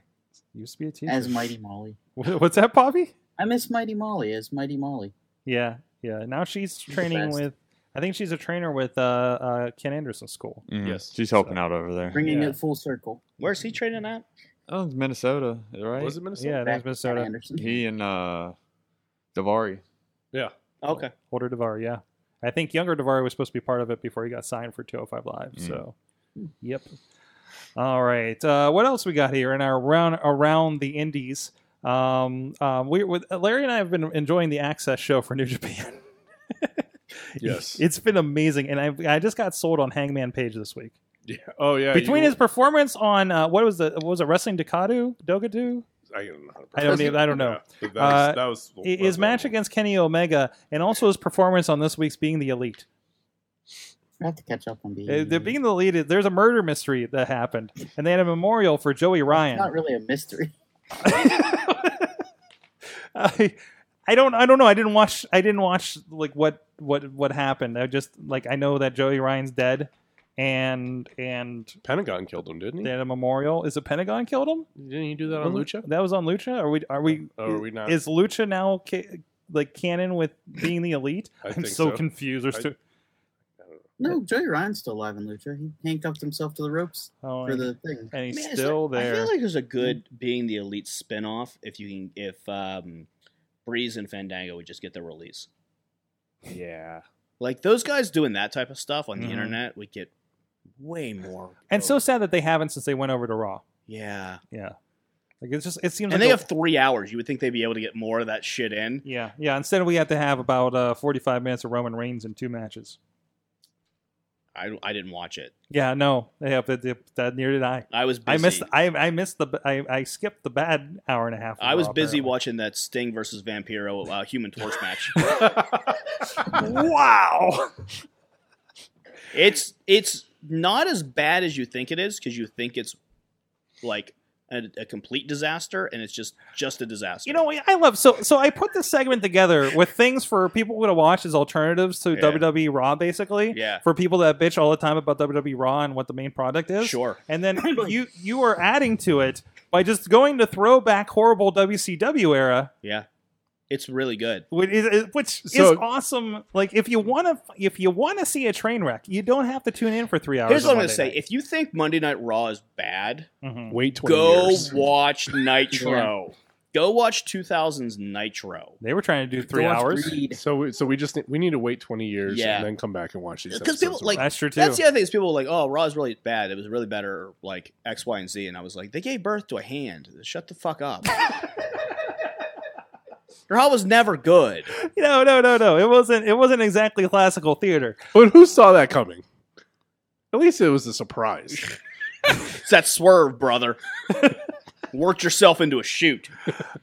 [SPEAKER 2] Used to be a teacher.
[SPEAKER 10] As Mighty Molly.
[SPEAKER 2] What's that, Poppy?
[SPEAKER 10] I miss Mighty Molly as Mighty Molly.
[SPEAKER 2] Yeah, yeah. Now she's
[SPEAKER 10] the
[SPEAKER 2] training
[SPEAKER 10] best.
[SPEAKER 2] with. I think she's a trainer with uh, uh, Ken Anderson School.
[SPEAKER 7] Mm-hmm.
[SPEAKER 8] Mhm.
[SPEAKER 3] Yes.
[SPEAKER 8] She's helping out over there.
[SPEAKER 10] Bringing
[SPEAKER 2] Yeah.
[SPEAKER 10] it full circle.
[SPEAKER 7] Where's he training at?
[SPEAKER 8] Oh, it's Minnesota, right?
[SPEAKER 3] Was it Minnesota?
[SPEAKER 2] Yeah,
[SPEAKER 10] Back
[SPEAKER 2] there's
[SPEAKER 10] to Pat
[SPEAKER 2] Minnesota.
[SPEAKER 10] Anderson.
[SPEAKER 8] He and uh, Davari.
[SPEAKER 7] Okay.
[SPEAKER 2] Older Devar, yeah. I think younger Devar was supposed to be part of it before he got signed for 205 Live.
[SPEAKER 8] Mm.
[SPEAKER 2] So, yep. All right. Uh, what else we got here in our round around the Indies? Um, um, we with Larry and I have been enjoying the Access show for New Japan.
[SPEAKER 3] Yes.
[SPEAKER 2] it's been amazing, and I I just got sold on Hangman Page this week.
[SPEAKER 3] Yeah. Oh, yeah.
[SPEAKER 2] Between
[SPEAKER 3] you-
[SPEAKER 2] his performance on uh, what was the what was it Wrestling Dokadu Dogadu?
[SPEAKER 3] I don't know. How to
[SPEAKER 2] I don't
[SPEAKER 3] pronounce
[SPEAKER 2] even-
[SPEAKER 3] it.
[SPEAKER 2] I don't know.
[SPEAKER 3] Yeah, but that was,
[SPEAKER 2] Uh,
[SPEAKER 3] that was
[SPEAKER 2] I- his match against Kenny Omega and also his performance on this week's Being the Elite.
[SPEAKER 10] I have to catch up on being.
[SPEAKER 2] Uh,
[SPEAKER 3] Mm.
[SPEAKER 2] the Being the Elite, there's a murder mystery that happened, and they had a memorial for Joey Ryan.
[SPEAKER 10] Not really a mystery.
[SPEAKER 2] I, I don't I don't know. I didn't watch I didn't watch like what what what happened. I just like I know that Joey Ryan's dead, and and
[SPEAKER 3] Pentagon killed him, didn't
[SPEAKER 2] they
[SPEAKER 3] he?
[SPEAKER 2] had a memorial. Is it Pentagon killed him? Mm-hmm.
[SPEAKER 3] Didn't he do that on Lucha?
[SPEAKER 2] That was on Lucha. Are we are we?
[SPEAKER 3] Oh, are we not?
[SPEAKER 2] Is Lucha now ca- like canon with Being the Elite?
[SPEAKER 3] I
[SPEAKER 2] I'm
[SPEAKER 3] think
[SPEAKER 2] so,
[SPEAKER 3] so.
[SPEAKER 2] confused. There's
[SPEAKER 3] I-
[SPEAKER 2] two.
[SPEAKER 10] No, Joey Ryan's still alive in Lucha. He handcuffed himself to the ropes
[SPEAKER 2] Oh,
[SPEAKER 10] for
[SPEAKER 2] and,
[SPEAKER 10] the thing.
[SPEAKER 2] and he's
[SPEAKER 7] Man, is
[SPEAKER 2] still
[SPEAKER 7] I
[SPEAKER 2] there. Mm.
[SPEAKER 7] feel like there's a good being the elite spinoff if you can if um Breeze and Fandango would just get their release.
[SPEAKER 8] Yeah.
[SPEAKER 7] Like those guys doing that type of stuff on the
[SPEAKER 2] Mhm.
[SPEAKER 7] internet would get way more.
[SPEAKER 2] and so sad that they haven't since they went over to Raw.
[SPEAKER 7] yeah.
[SPEAKER 2] Yeah. Like it's just it seems like
[SPEAKER 7] And they
[SPEAKER 2] a-
[SPEAKER 7] have three hours. You would think they'd be able to get more of that shit in.
[SPEAKER 2] Yeah, yeah. Instead we have to have about uh, forty five minutes of Roman Reigns in two matches.
[SPEAKER 7] I, I didn't watch it.
[SPEAKER 2] Yeah, no. Yeah, but the- that near did I.
[SPEAKER 7] I was busy.
[SPEAKER 2] I missed I I missed the I, I skipped the bad hour and a half. of
[SPEAKER 7] I was
[SPEAKER 2] Raw,
[SPEAKER 7] busy
[SPEAKER 2] apparently.
[SPEAKER 7] watching that Sting versus Vampiro uh, Human Torch match.
[SPEAKER 2] Wow.
[SPEAKER 7] It's it's not as bad as you think it is because you think it's like a, a complete disaster, and it's just just a disaster.
[SPEAKER 2] You know, I love so so I put this segment together with things for people to watch as alternatives to
[SPEAKER 7] Yeah.
[SPEAKER 2] WWE Raw basically.
[SPEAKER 7] Yeah.
[SPEAKER 2] For people that bitch all the time about WWE Raw and what the main product is.
[SPEAKER 7] sure.
[SPEAKER 2] And then you you are adding to it by just going to throwback horrible WCW era
[SPEAKER 7] Yeah, it's really good.
[SPEAKER 2] which is, which is
[SPEAKER 3] So-
[SPEAKER 2] awesome. Like if you want to, if you want to see a train wreck, you don't have to tune in for three hours.
[SPEAKER 7] Here's what
[SPEAKER 2] on
[SPEAKER 7] I'm gonna
[SPEAKER 2] Monday
[SPEAKER 7] say:
[SPEAKER 2] night.
[SPEAKER 7] if you think Monday Night Raw is bad,
[SPEAKER 2] Mhm.
[SPEAKER 3] Wait 20
[SPEAKER 7] go
[SPEAKER 3] years.
[SPEAKER 7] watch Nitro. Go watch 2000's Nitro.
[SPEAKER 2] They were trying to do three
[SPEAKER 10] Go watch
[SPEAKER 2] hours.
[SPEAKER 10] Creed.
[SPEAKER 3] So, we- so we just need, we need to wait 20 years
[SPEAKER 7] Yeah.
[SPEAKER 3] and then come back and watch these.
[SPEAKER 7] 'Cause people,
[SPEAKER 3] episodes.
[SPEAKER 7] like,
[SPEAKER 2] That's true too.
[SPEAKER 7] That's the other thing is people are like, oh, Raw's really bad. It was really better, like X, Y, and Z. And I was like, they gave birth to a hand. Shut the fuck up. Your Hall was never good.
[SPEAKER 2] No, no, no, no. It wasn't. It wasn't exactly classical theater.
[SPEAKER 3] But who saw that coming? At least it was a surprise.
[SPEAKER 7] It's that swerve, brother. Worked yourself into a shoot.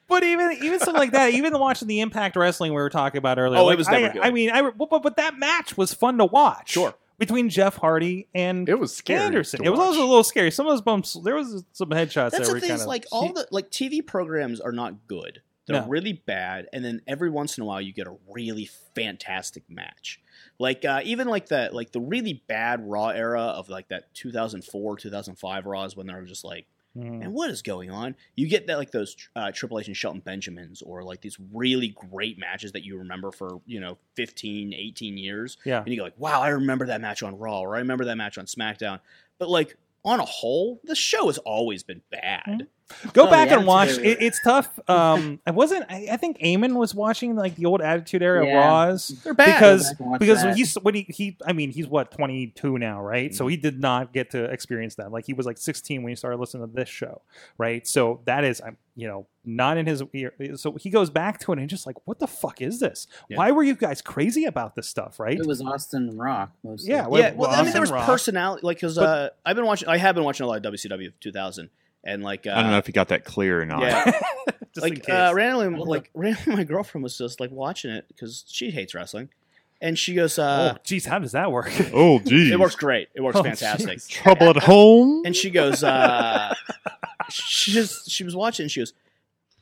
[SPEAKER 2] But even even something like that, even watching the Impact Wrestling we were talking about earlier.
[SPEAKER 7] Oh, it
[SPEAKER 2] like,
[SPEAKER 7] was never
[SPEAKER 2] I,
[SPEAKER 7] good.
[SPEAKER 2] I mean, I but, but- but that match was fun to watch.
[SPEAKER 7] Sure.
[SPEAKER 2] Between Jeff Hardy and
[SPEAKER 3] It was scary.
[SPEAKER 2] Anderson,
[SPEAKER 3] to
[SPEAKER 2] it was
[SPEAKER 3] watch.
[SPEAKER 2] also a little scary. Some of those bumps, there was some headshots
[SPEAKER 7] That's
[SPEAKER 2] that
[SPEAKER 7] the
[SPEAKER 2] were
[SPEAKER 7] thing.
[SPEAKER 2] kind
[SPEAKER 7] is
[SPEAKER 2] of
[SPEAKER 7] Like all the like TV programs are not good. They're
[SPEAKER 2] No.
[SPEAKER 7] really bad, and then every once in a while you get a really fantastic match. Like uh, even like that, like the really bad Raw era of like that 2004, 2005 Raws when they were just like,
[SPEAKER 2] Mm.
[SPEAKER 7] and what is going on? You get that like those uh, Triple H and Shelton Benjamins, or like these really great matches that you remember for you know 15, 18 years.
[SPEAKER 2] Yeah.
[SPEAKER 7] and you go like, wow, I remember that match on Raw, or I remember that match on SmackDown. But like on a whole, the show has always been bad.
[SPEAKER 2] Go
[SPEAKER 7] Oh,
[SPEAKER 2] back
[SPEAKER 7] the
[SPEAKER 2] and watch.
[SPEAKER 7] Attitude Era.
[SPEAKER 2] It, it's tough. Um, I wasn't. I, I think Eamon was watching like the old Attitude Era
[SPEAKER 7] Yeah.
[SPEAKER 2] Raws
[SPEAKER 7] They're bad.
[SPEAKER 2] because
[SPEAKER 10] Go back and watch
[SPEAKER 2] because
[SPEAKER 10] that.
[SPEAKER 2] he's when he, he I mean he's what twenty two now, right? So he did not get to experience that. Like he was like sixteen when he started listening to this show, right? So that is I'm you know not in his ear. So he goes back to it and just like, what the fuck is this?
[SPEAKER 7] Yeah.
[SPEAKER 2] Why were you guys crazy about this stuff, right?
[SPEAKER 10] It was Austin and Rock mostly.
[SPEAKER 2] Yeah,
[SPEAKER 7] yeah, well, I mean,
[SPEAKER 2] Austin
[SPEAKER 7] there was
[SPEAKER 2] Rock.
[SPEAKER 7] personality, like, because
[SPEAKER 2] But-
[SPEAKER 7] uh, I've been watching, I have been watching a lot of WCW of 2000, and like, uh,
[SPEAKER 9] I don't know if you got that clear or not.
[SPEAKER 7] yeah,
[SPEAKER 2] Just in
[SPEAKER 7] like
[SPEAKER 2] case.
[SPEAKER 7] uh, randomly, like randomly, my girlfriend was just like watching it because she hates wrestling, and she goes, uh,
[SPEAKER 2] oh, geez, how does that work?
[SPEAKER 9] Oh, geez.
[SPEAKER 7] "It works great, it works
[SPEAKER 2] Oh,
[SPEAKER 7] fantastic."
[SPEAKER 2] jeez.
[SPEAKER 9] Trouble at home.
[SPEAKER 7] And she goes, uh, she just she was watching, and she goes.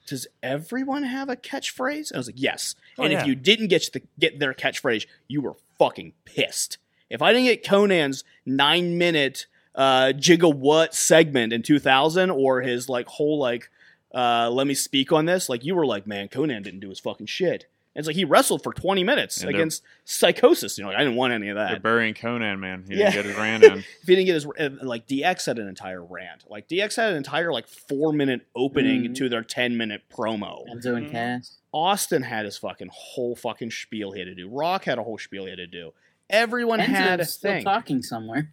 [SPEAKER 7] Does everyone have a catchphrase? And I was like, yes.
[SPEAKER 2] Oh,
[SPEAKER 7] and
[SPEAKER 2] yeah.
[SPEAKER 7] if you didn't get the get their catchphrase, you were fucking pissed. If I didn't get Conan's nine minute uh, jigga what segment in 2000 or his like whole like uh, let me speak on this, like you were like, man, Conan didn't do his fucking shit. And it's like he wrestled for 20 minutes
[SPEAKER 9] And they're-
[SPEAKER 7] against psychosis. You know, like, I didn't want any of
[SPEAKER 9] They're
[SPEAKER 7] that.
[SPEAKER 9] burying Conan, man. He
[SPEAKER 7] Yeah.
[SPEAKER 9] didn't get his rant in.
[SPEAKER 7] If he didn't get his and, uh, like DX had an entire rant. Like DX had an entire like four minute opening
[SPEAKER 10] Mhm.
[SPEAKER 7] to their 10 minute promo.
[SPEAKER 10] Enzo and Cass.
[SPEAKER 7] Austin had his fucking whole fucking spiel he had to do. Rock had a whole spiel he had to do. Everyone
[SPEAKER 10] Enzo's
[SPEAKER 7] had a
[SPEAKER 10] still
[SPEAKER 7] thing.
[SPEAKER 10] talking somewhere.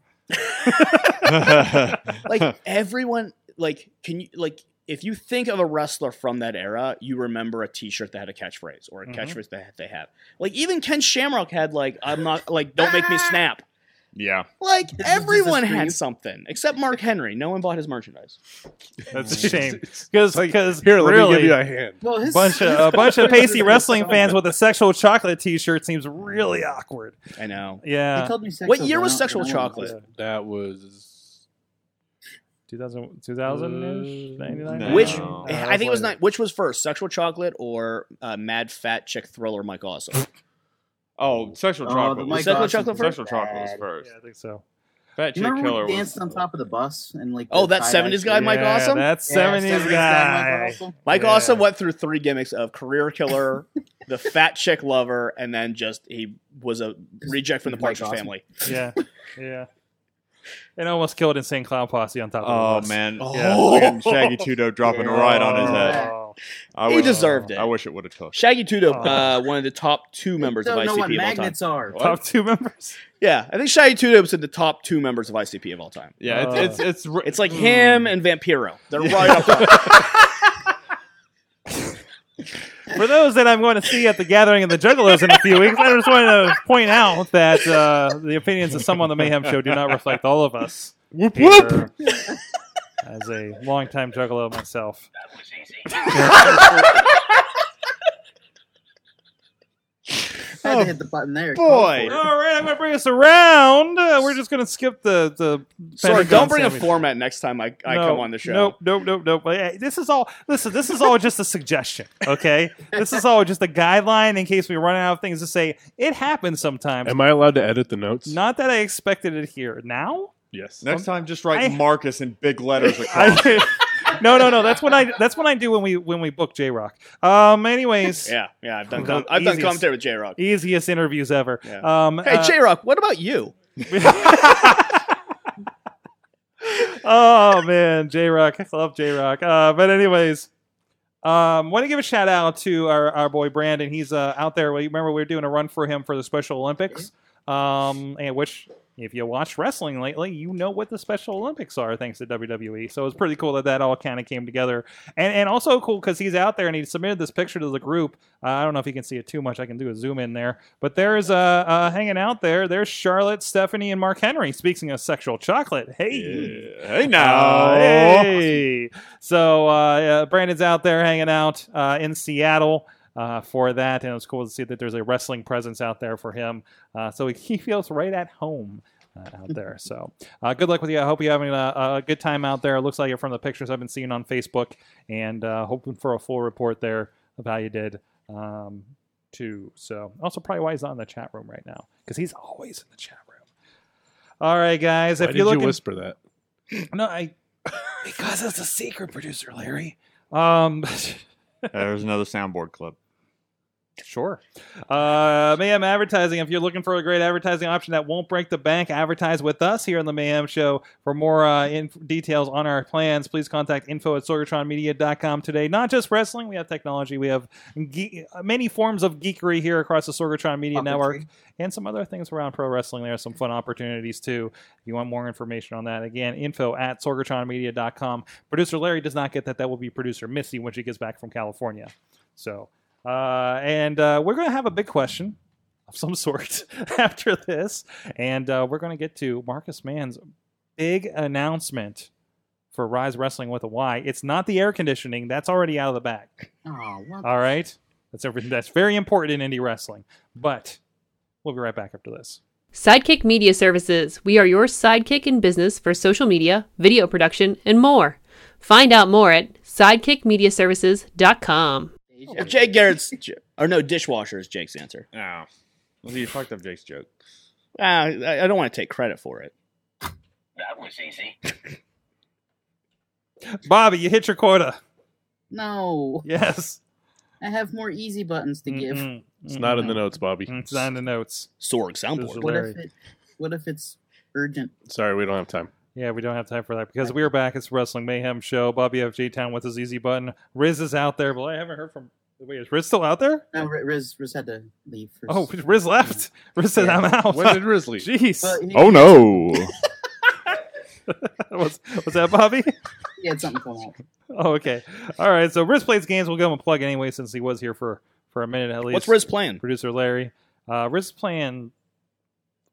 [SPEAKER 7] like everyone like can you like if you think of a wrestler from that era you remember a t-shirt that had a catchphrase or a
[SPEAKER 2] Mhm.
[SPEAKER 10] Mm-hmm.
[SPEAKER 7] catchphrase that they have like even ken shamrock had like i'm not like don't make me snap
[SPEAKER 9] yeah,
[SPEAKER 7] like
[SPEAKER 10] This is just a
[SPEAKER 7] everyone
[SPEAKER 10] scream.
[SPEAKER 7] had something except mark henry no one bought his merchandise
[SPEAKER 2] That's a shame because
[SPEAKER 3] Like,
[SPEAKER 2] because
[SPEAKER 3] Here, let
[SPEAKER 2] really,
[SPEAKER 3] me give you a hand.
[SPEAKER 10] Well, his
[SPEAKER 2] bunch
[SPEAKER 10] his
[SPEAKER 2] of a bunch of
[SPEAKER 10] catchphrase
[SPEAKER 2] pasty
[SPEAKER 10] is
[SPEAKER 2] wrestling
[SPEAKER 10] song.
[SPEAKER 2] fans with a sexual chocolate T-shirt seems really awkward.
[SPEAKER 7] i know
[SPEAKER 10] They
[SPEAKER 2] Yeah,
[SPEAKER 10] called me sexual
[SPEAKER 7] What year was
[SPEAKER 10] when I-
[SPEAKER 7] Sexual
[SPEAKER 10] when I was-
[SPEAKER 7] Chocolate?
[SPEAKER 3] That was
[SPEAKER 2] 2000 2000-ish,
[SPEAKER 3] Uh,
[SPEAKER 2] 99?
[SPEAKER 9] No.
[SPEAKER 7] which
[SPEAKER 9] No,
[SPEAKER 7] i think it was
[SPEAKER 2] later.
[SPEAKER 7] not which was first sexual chocolate or uh, mad fat chick thriller mike awesome
[SPEAKER 9] Oh, sexual
[SPEAKER 10] Oh,
[SPEAKER 9] chocolate.
[SPEAKER 10] the
[SPEAKER 9] was
[SPEAKER 10] Mike
[SPEAKER 7] Sexual
[SPEAKER 10] Austin
[SPEAKER 7] chocolate
[SPEAKER 10] was
[SPEAKER 9] Sexual chocolate was
[SPEAKER 10] bad.
[SPEAKER 9] first.
[SPEAKER 2] Yeah, I think so.
[SPEAKER 9] Fat chick
[SPEAKER 10] Remember
[SPEAKER 9] killer
[SPEAKER 10] when he
[SPEAKER 9] was.
[SPEAKER 10] danced on top of the bus and like?
[SPEAKER 7] Oh,
[SPEAKER 10] the
[SPEAKER 7] that
[SPEAKER 10] tie-dye
[SPEAKER 7] 70s guy,
[SPEAKER 10] shirt?
[SPEAKER 7] Mike
[SPEAKER 2] yeah,
[SPEAKER 7] Awesome?
[SPEAKER 2] That's
[SPEAKER 10] Yeah,
[SPEAKER 2] 70s
[SPEAKER 10] 70s guy,
[SPEAKER 2] guy.
[SPEAKER 10] Mike Awesome.
[SPEAKER 7] Mike
[SPEAKER 2] Yeah.
[SPEAKER 7] Awesome went through three gimmicks of career killer, the fat chick lover, and then just he was a reject from the
[SPEAKER 10] Mike
[SPEAKER 7] Partridge
[SPEAKER 10] Awesome.
[SPEAKER 7] family.
[SPEAKER 2] Yeah, yeah. And almost killed Insane Clown Posse on top of the
[SPEAKER 9] Oh
[SPEAKER 2] bus.
[SPEAKER 9] man,
[SPEAKER 2] Yeah.
[SPEAKER 9] Fucking Shaggy Tudo dropping right on his head.
[SPEAKER 2] Oh.
[SPEAKER 9] I
[SPEAKER 7] He
[SPEAKER 9] wish,
[SPEAKER 7] deserved it.
[SPEAKER 9] I wish it would have took.
[SPEAKER 7] Shaggy Tudo,
[SPEAKER 2] Aw.
[SPEAKER 7] uh, one of the top two members of
[SPEAKER 10] Don't know what
[SPEAKER 7] ICP of all time.
[SPEAKER 10] magnets are.
[SPEAKER 2] Top two members.
[SPEAKER 7] Yeah, I think Shaggy Tudo was in the top two members of ICP of all time.
[SPEAKER 9] Yeah,
[SPEAKER 2] Uh.
[SPEAKER 9] it's it's it's, r-
[SPEAKER 7] It's like him and Vampiro. They're right up there.
[SPEAKER 2] For those that I'm going to see at the gathering of the Juggalos in a few weeks, I just want to point out that uh, the opinions of some on the Mayhem Show do not reflect all of us.
[SPEAKER 9] whoop whoop.
[SPEAKER 2] As a longtime Juggalo myself.
[SPEAKER 10] I
[SPEAKER 2] Oh,
[SPEAKER 10] had to hit the button there.
[SPEAKER 9] Boy.
[SPEAKER 2] All right, I'm going to bring us around. Uh, we're just going to skip the the.
[SPEAKER 7] Sorry,
[SPEAKER 2] Pentagon
[SPEAKER 7] don't bring a
[SPEAKER 2] sandwich.
[SPEAKER 7] format next time I, I
[SPEAKER 2] No,
[SPEAKER 7] come on the show.
[SPEAKER 2] Nope, nope, nope, nope. Hey, This is all. Listen, this is all just a suggestion. Okay, this is all just a guideline in case we run out of things to say. It happens sometimes.
[SPEAKER 3] Am I allowed to edit the notes?
[SPEAKER 2] Not that I expected it here now.
[SPEAKER 3] Yes.
[SPEAKER 9] Next time, just write
[SPEAKER 2] I-
[SPEAKER 9] Marcus in big letters across.
[SPEAKER 2] I, no, no, no. That's when I. That's when I do when we when we book J Rock. Um. Anyways,
[SPEAKER 7] Yeah, yeah, I've done
[SPEAKER 2] The
[SPEAKER 7] com- I've done
[SPEAKER 2] easiest-
[SPEAKER 7] commentary with J Rock.
[SPEAKER 2] easiest interviews ever.
[SPEAKER 7] Yeah.
[SPEAKER 2] Um.
[SPEAKER 7] Hey,
[SPEAKER 2] uh,
[SPEAKER 7] J Rock, what about you?
[SPEAKER 2] oh man, J Rock. I love J Rock. Uh, but anyways, um, want to give a shout out to our, our boy Brandon. He's uh, out there. Well, you remember we were doing a run for him for the Special Olympics. Um, and which If you watch wrestling lately, you know what the Special Olympics are thanks to WWE. So it was pretty cool that that all kind of came together. And and also cool because he's out there and he submitted this picture to the group. Uh, I don't know if you can see it too much. I can do a zoom in there. But there's uh, uh hanging out there. There's Charlotte, Stephanie, and Mark Henry. Speaking of sexual chocolate, hey,
[SPEAKER 8] hey
[SPEAKER 7] Oh,
[SPEAKER 8] now.
[SPEAKER 2] hey. So uh, yeah, Brandon's out there hanging out uh, in Seattle. Uh, for that, and it was cool to see that there's a wrestling presence out there for him. Uh, so he feels right at home uh, out there. So uh, good luck with you. I hope you're having a, a good time out there. It looks like it from the pictures I've been seeing on Facebook, and uh, hoping for a full report there of how you did. Um, too. So also probably why he's not in the chat room right now because he's always in the chat room. All right, guys.
[SPEAKER 3] Why
[SPEAKER 2] if
[SPEAKER 3] did
[SPEAKER 2] you
[SPEAKER 3] you
[SPEAKER 2] look,
[SPEAKER 3] whisper that?
[SPEAKER 2] No, I because it's a secret, producer Larry. Um,
[SPEAKER 8] There's another soundboard clip.
[SPEAKER 2] Sure. Uh, Mayhem Advertising. If you're looking for a great advertising option that won't break the bank, advertise with us here on the Mayhem Show. For more uh, in- details on our plans, please contact info at sorgatronmedia.com today. Not just wrestling, we have technology, we have ge- many forms of geekery here across the Sorgatron Media Network, and some other things around pro wrestling. There are some fun opportunities too. If you want more information on that, again, info at sorgatronmedia.com. Producer Larry does not get that. That will be producer Missy when she gets back from California. So. Uh, and uh, we're going to have a big question of some sort after this. And uh, we're going to get to Marcus Mann's big announcement for Rise Wrestling with a Y. It's not the air conditioning, that's already out of the bag.
[SPEAKER 10] Oh, what?
[SPEAKER 2] All right? That's everything. That's very important in indie wrestling. But we'll be right back after this.
[SPEAKER 11] Sidekick Media Services. We are your sidekick in business for social media, video production, and more. Find out more at sidekickmediaservices.com.
[SPEAKER 2] Oh,
[SPEAKER 7] Well, Jake Garrett's, or no, dishwasher is Jake's answer.
[SPEAKER 8] Oh. Well, you fucked up Jake's joke.
[SPEAKER 7] Uh, I I don't want to take credit for it.
[SPEAKER 1] That was easy.
[SPEAKER 2] Bobby, you hit your quota.
[SPEAKER 4] No.
[SPEAKER 2] Yes. Mm-hmm.
[SPEAKER 4] I have more easy buttons to give.
[SPEAKER 3] It's not in the notes, Bobby.
[SPEAKER 2] It's not in the notes.
[SPEAKER 7] Sorg
[SPEAKER 3] soundboard.
[SPEAKER 4] What if it? What if it's urgent?
[SPEAKER 3] Sorry, we don't have time.
[SPEAKER 2] Yeah, we don't have time for that because we are back. It's Wrestling Mayhem Show. Bobby FJ Town with his easy button. Riz is out there, but I haven't heard from. Wait, is Riz still out there?
[SPEAKER 4] No, Riz, Riz had to leave. For
[SPEAKER 2] Oh, Riz left. Riz said, "I'm out."
[SPEAKER 3] When did Riz leave?
[SPEAKER 2] Jeez.
[SPEAKER 4] Well, he-
[SPEAKER 8] Oh no.
[SPEAKER 2] was, was that Bobby?
[SPEAKER 4] He had something going on.
[SPEAKER 2] Oh, okay. All right. So Riz plays games. We'll give him a plug anyway, since he was here for for a minute at least.
[SPEAKER 7] What's Riz playing?
[SPEAKER 2] Producer Larry. Uh, Riz playing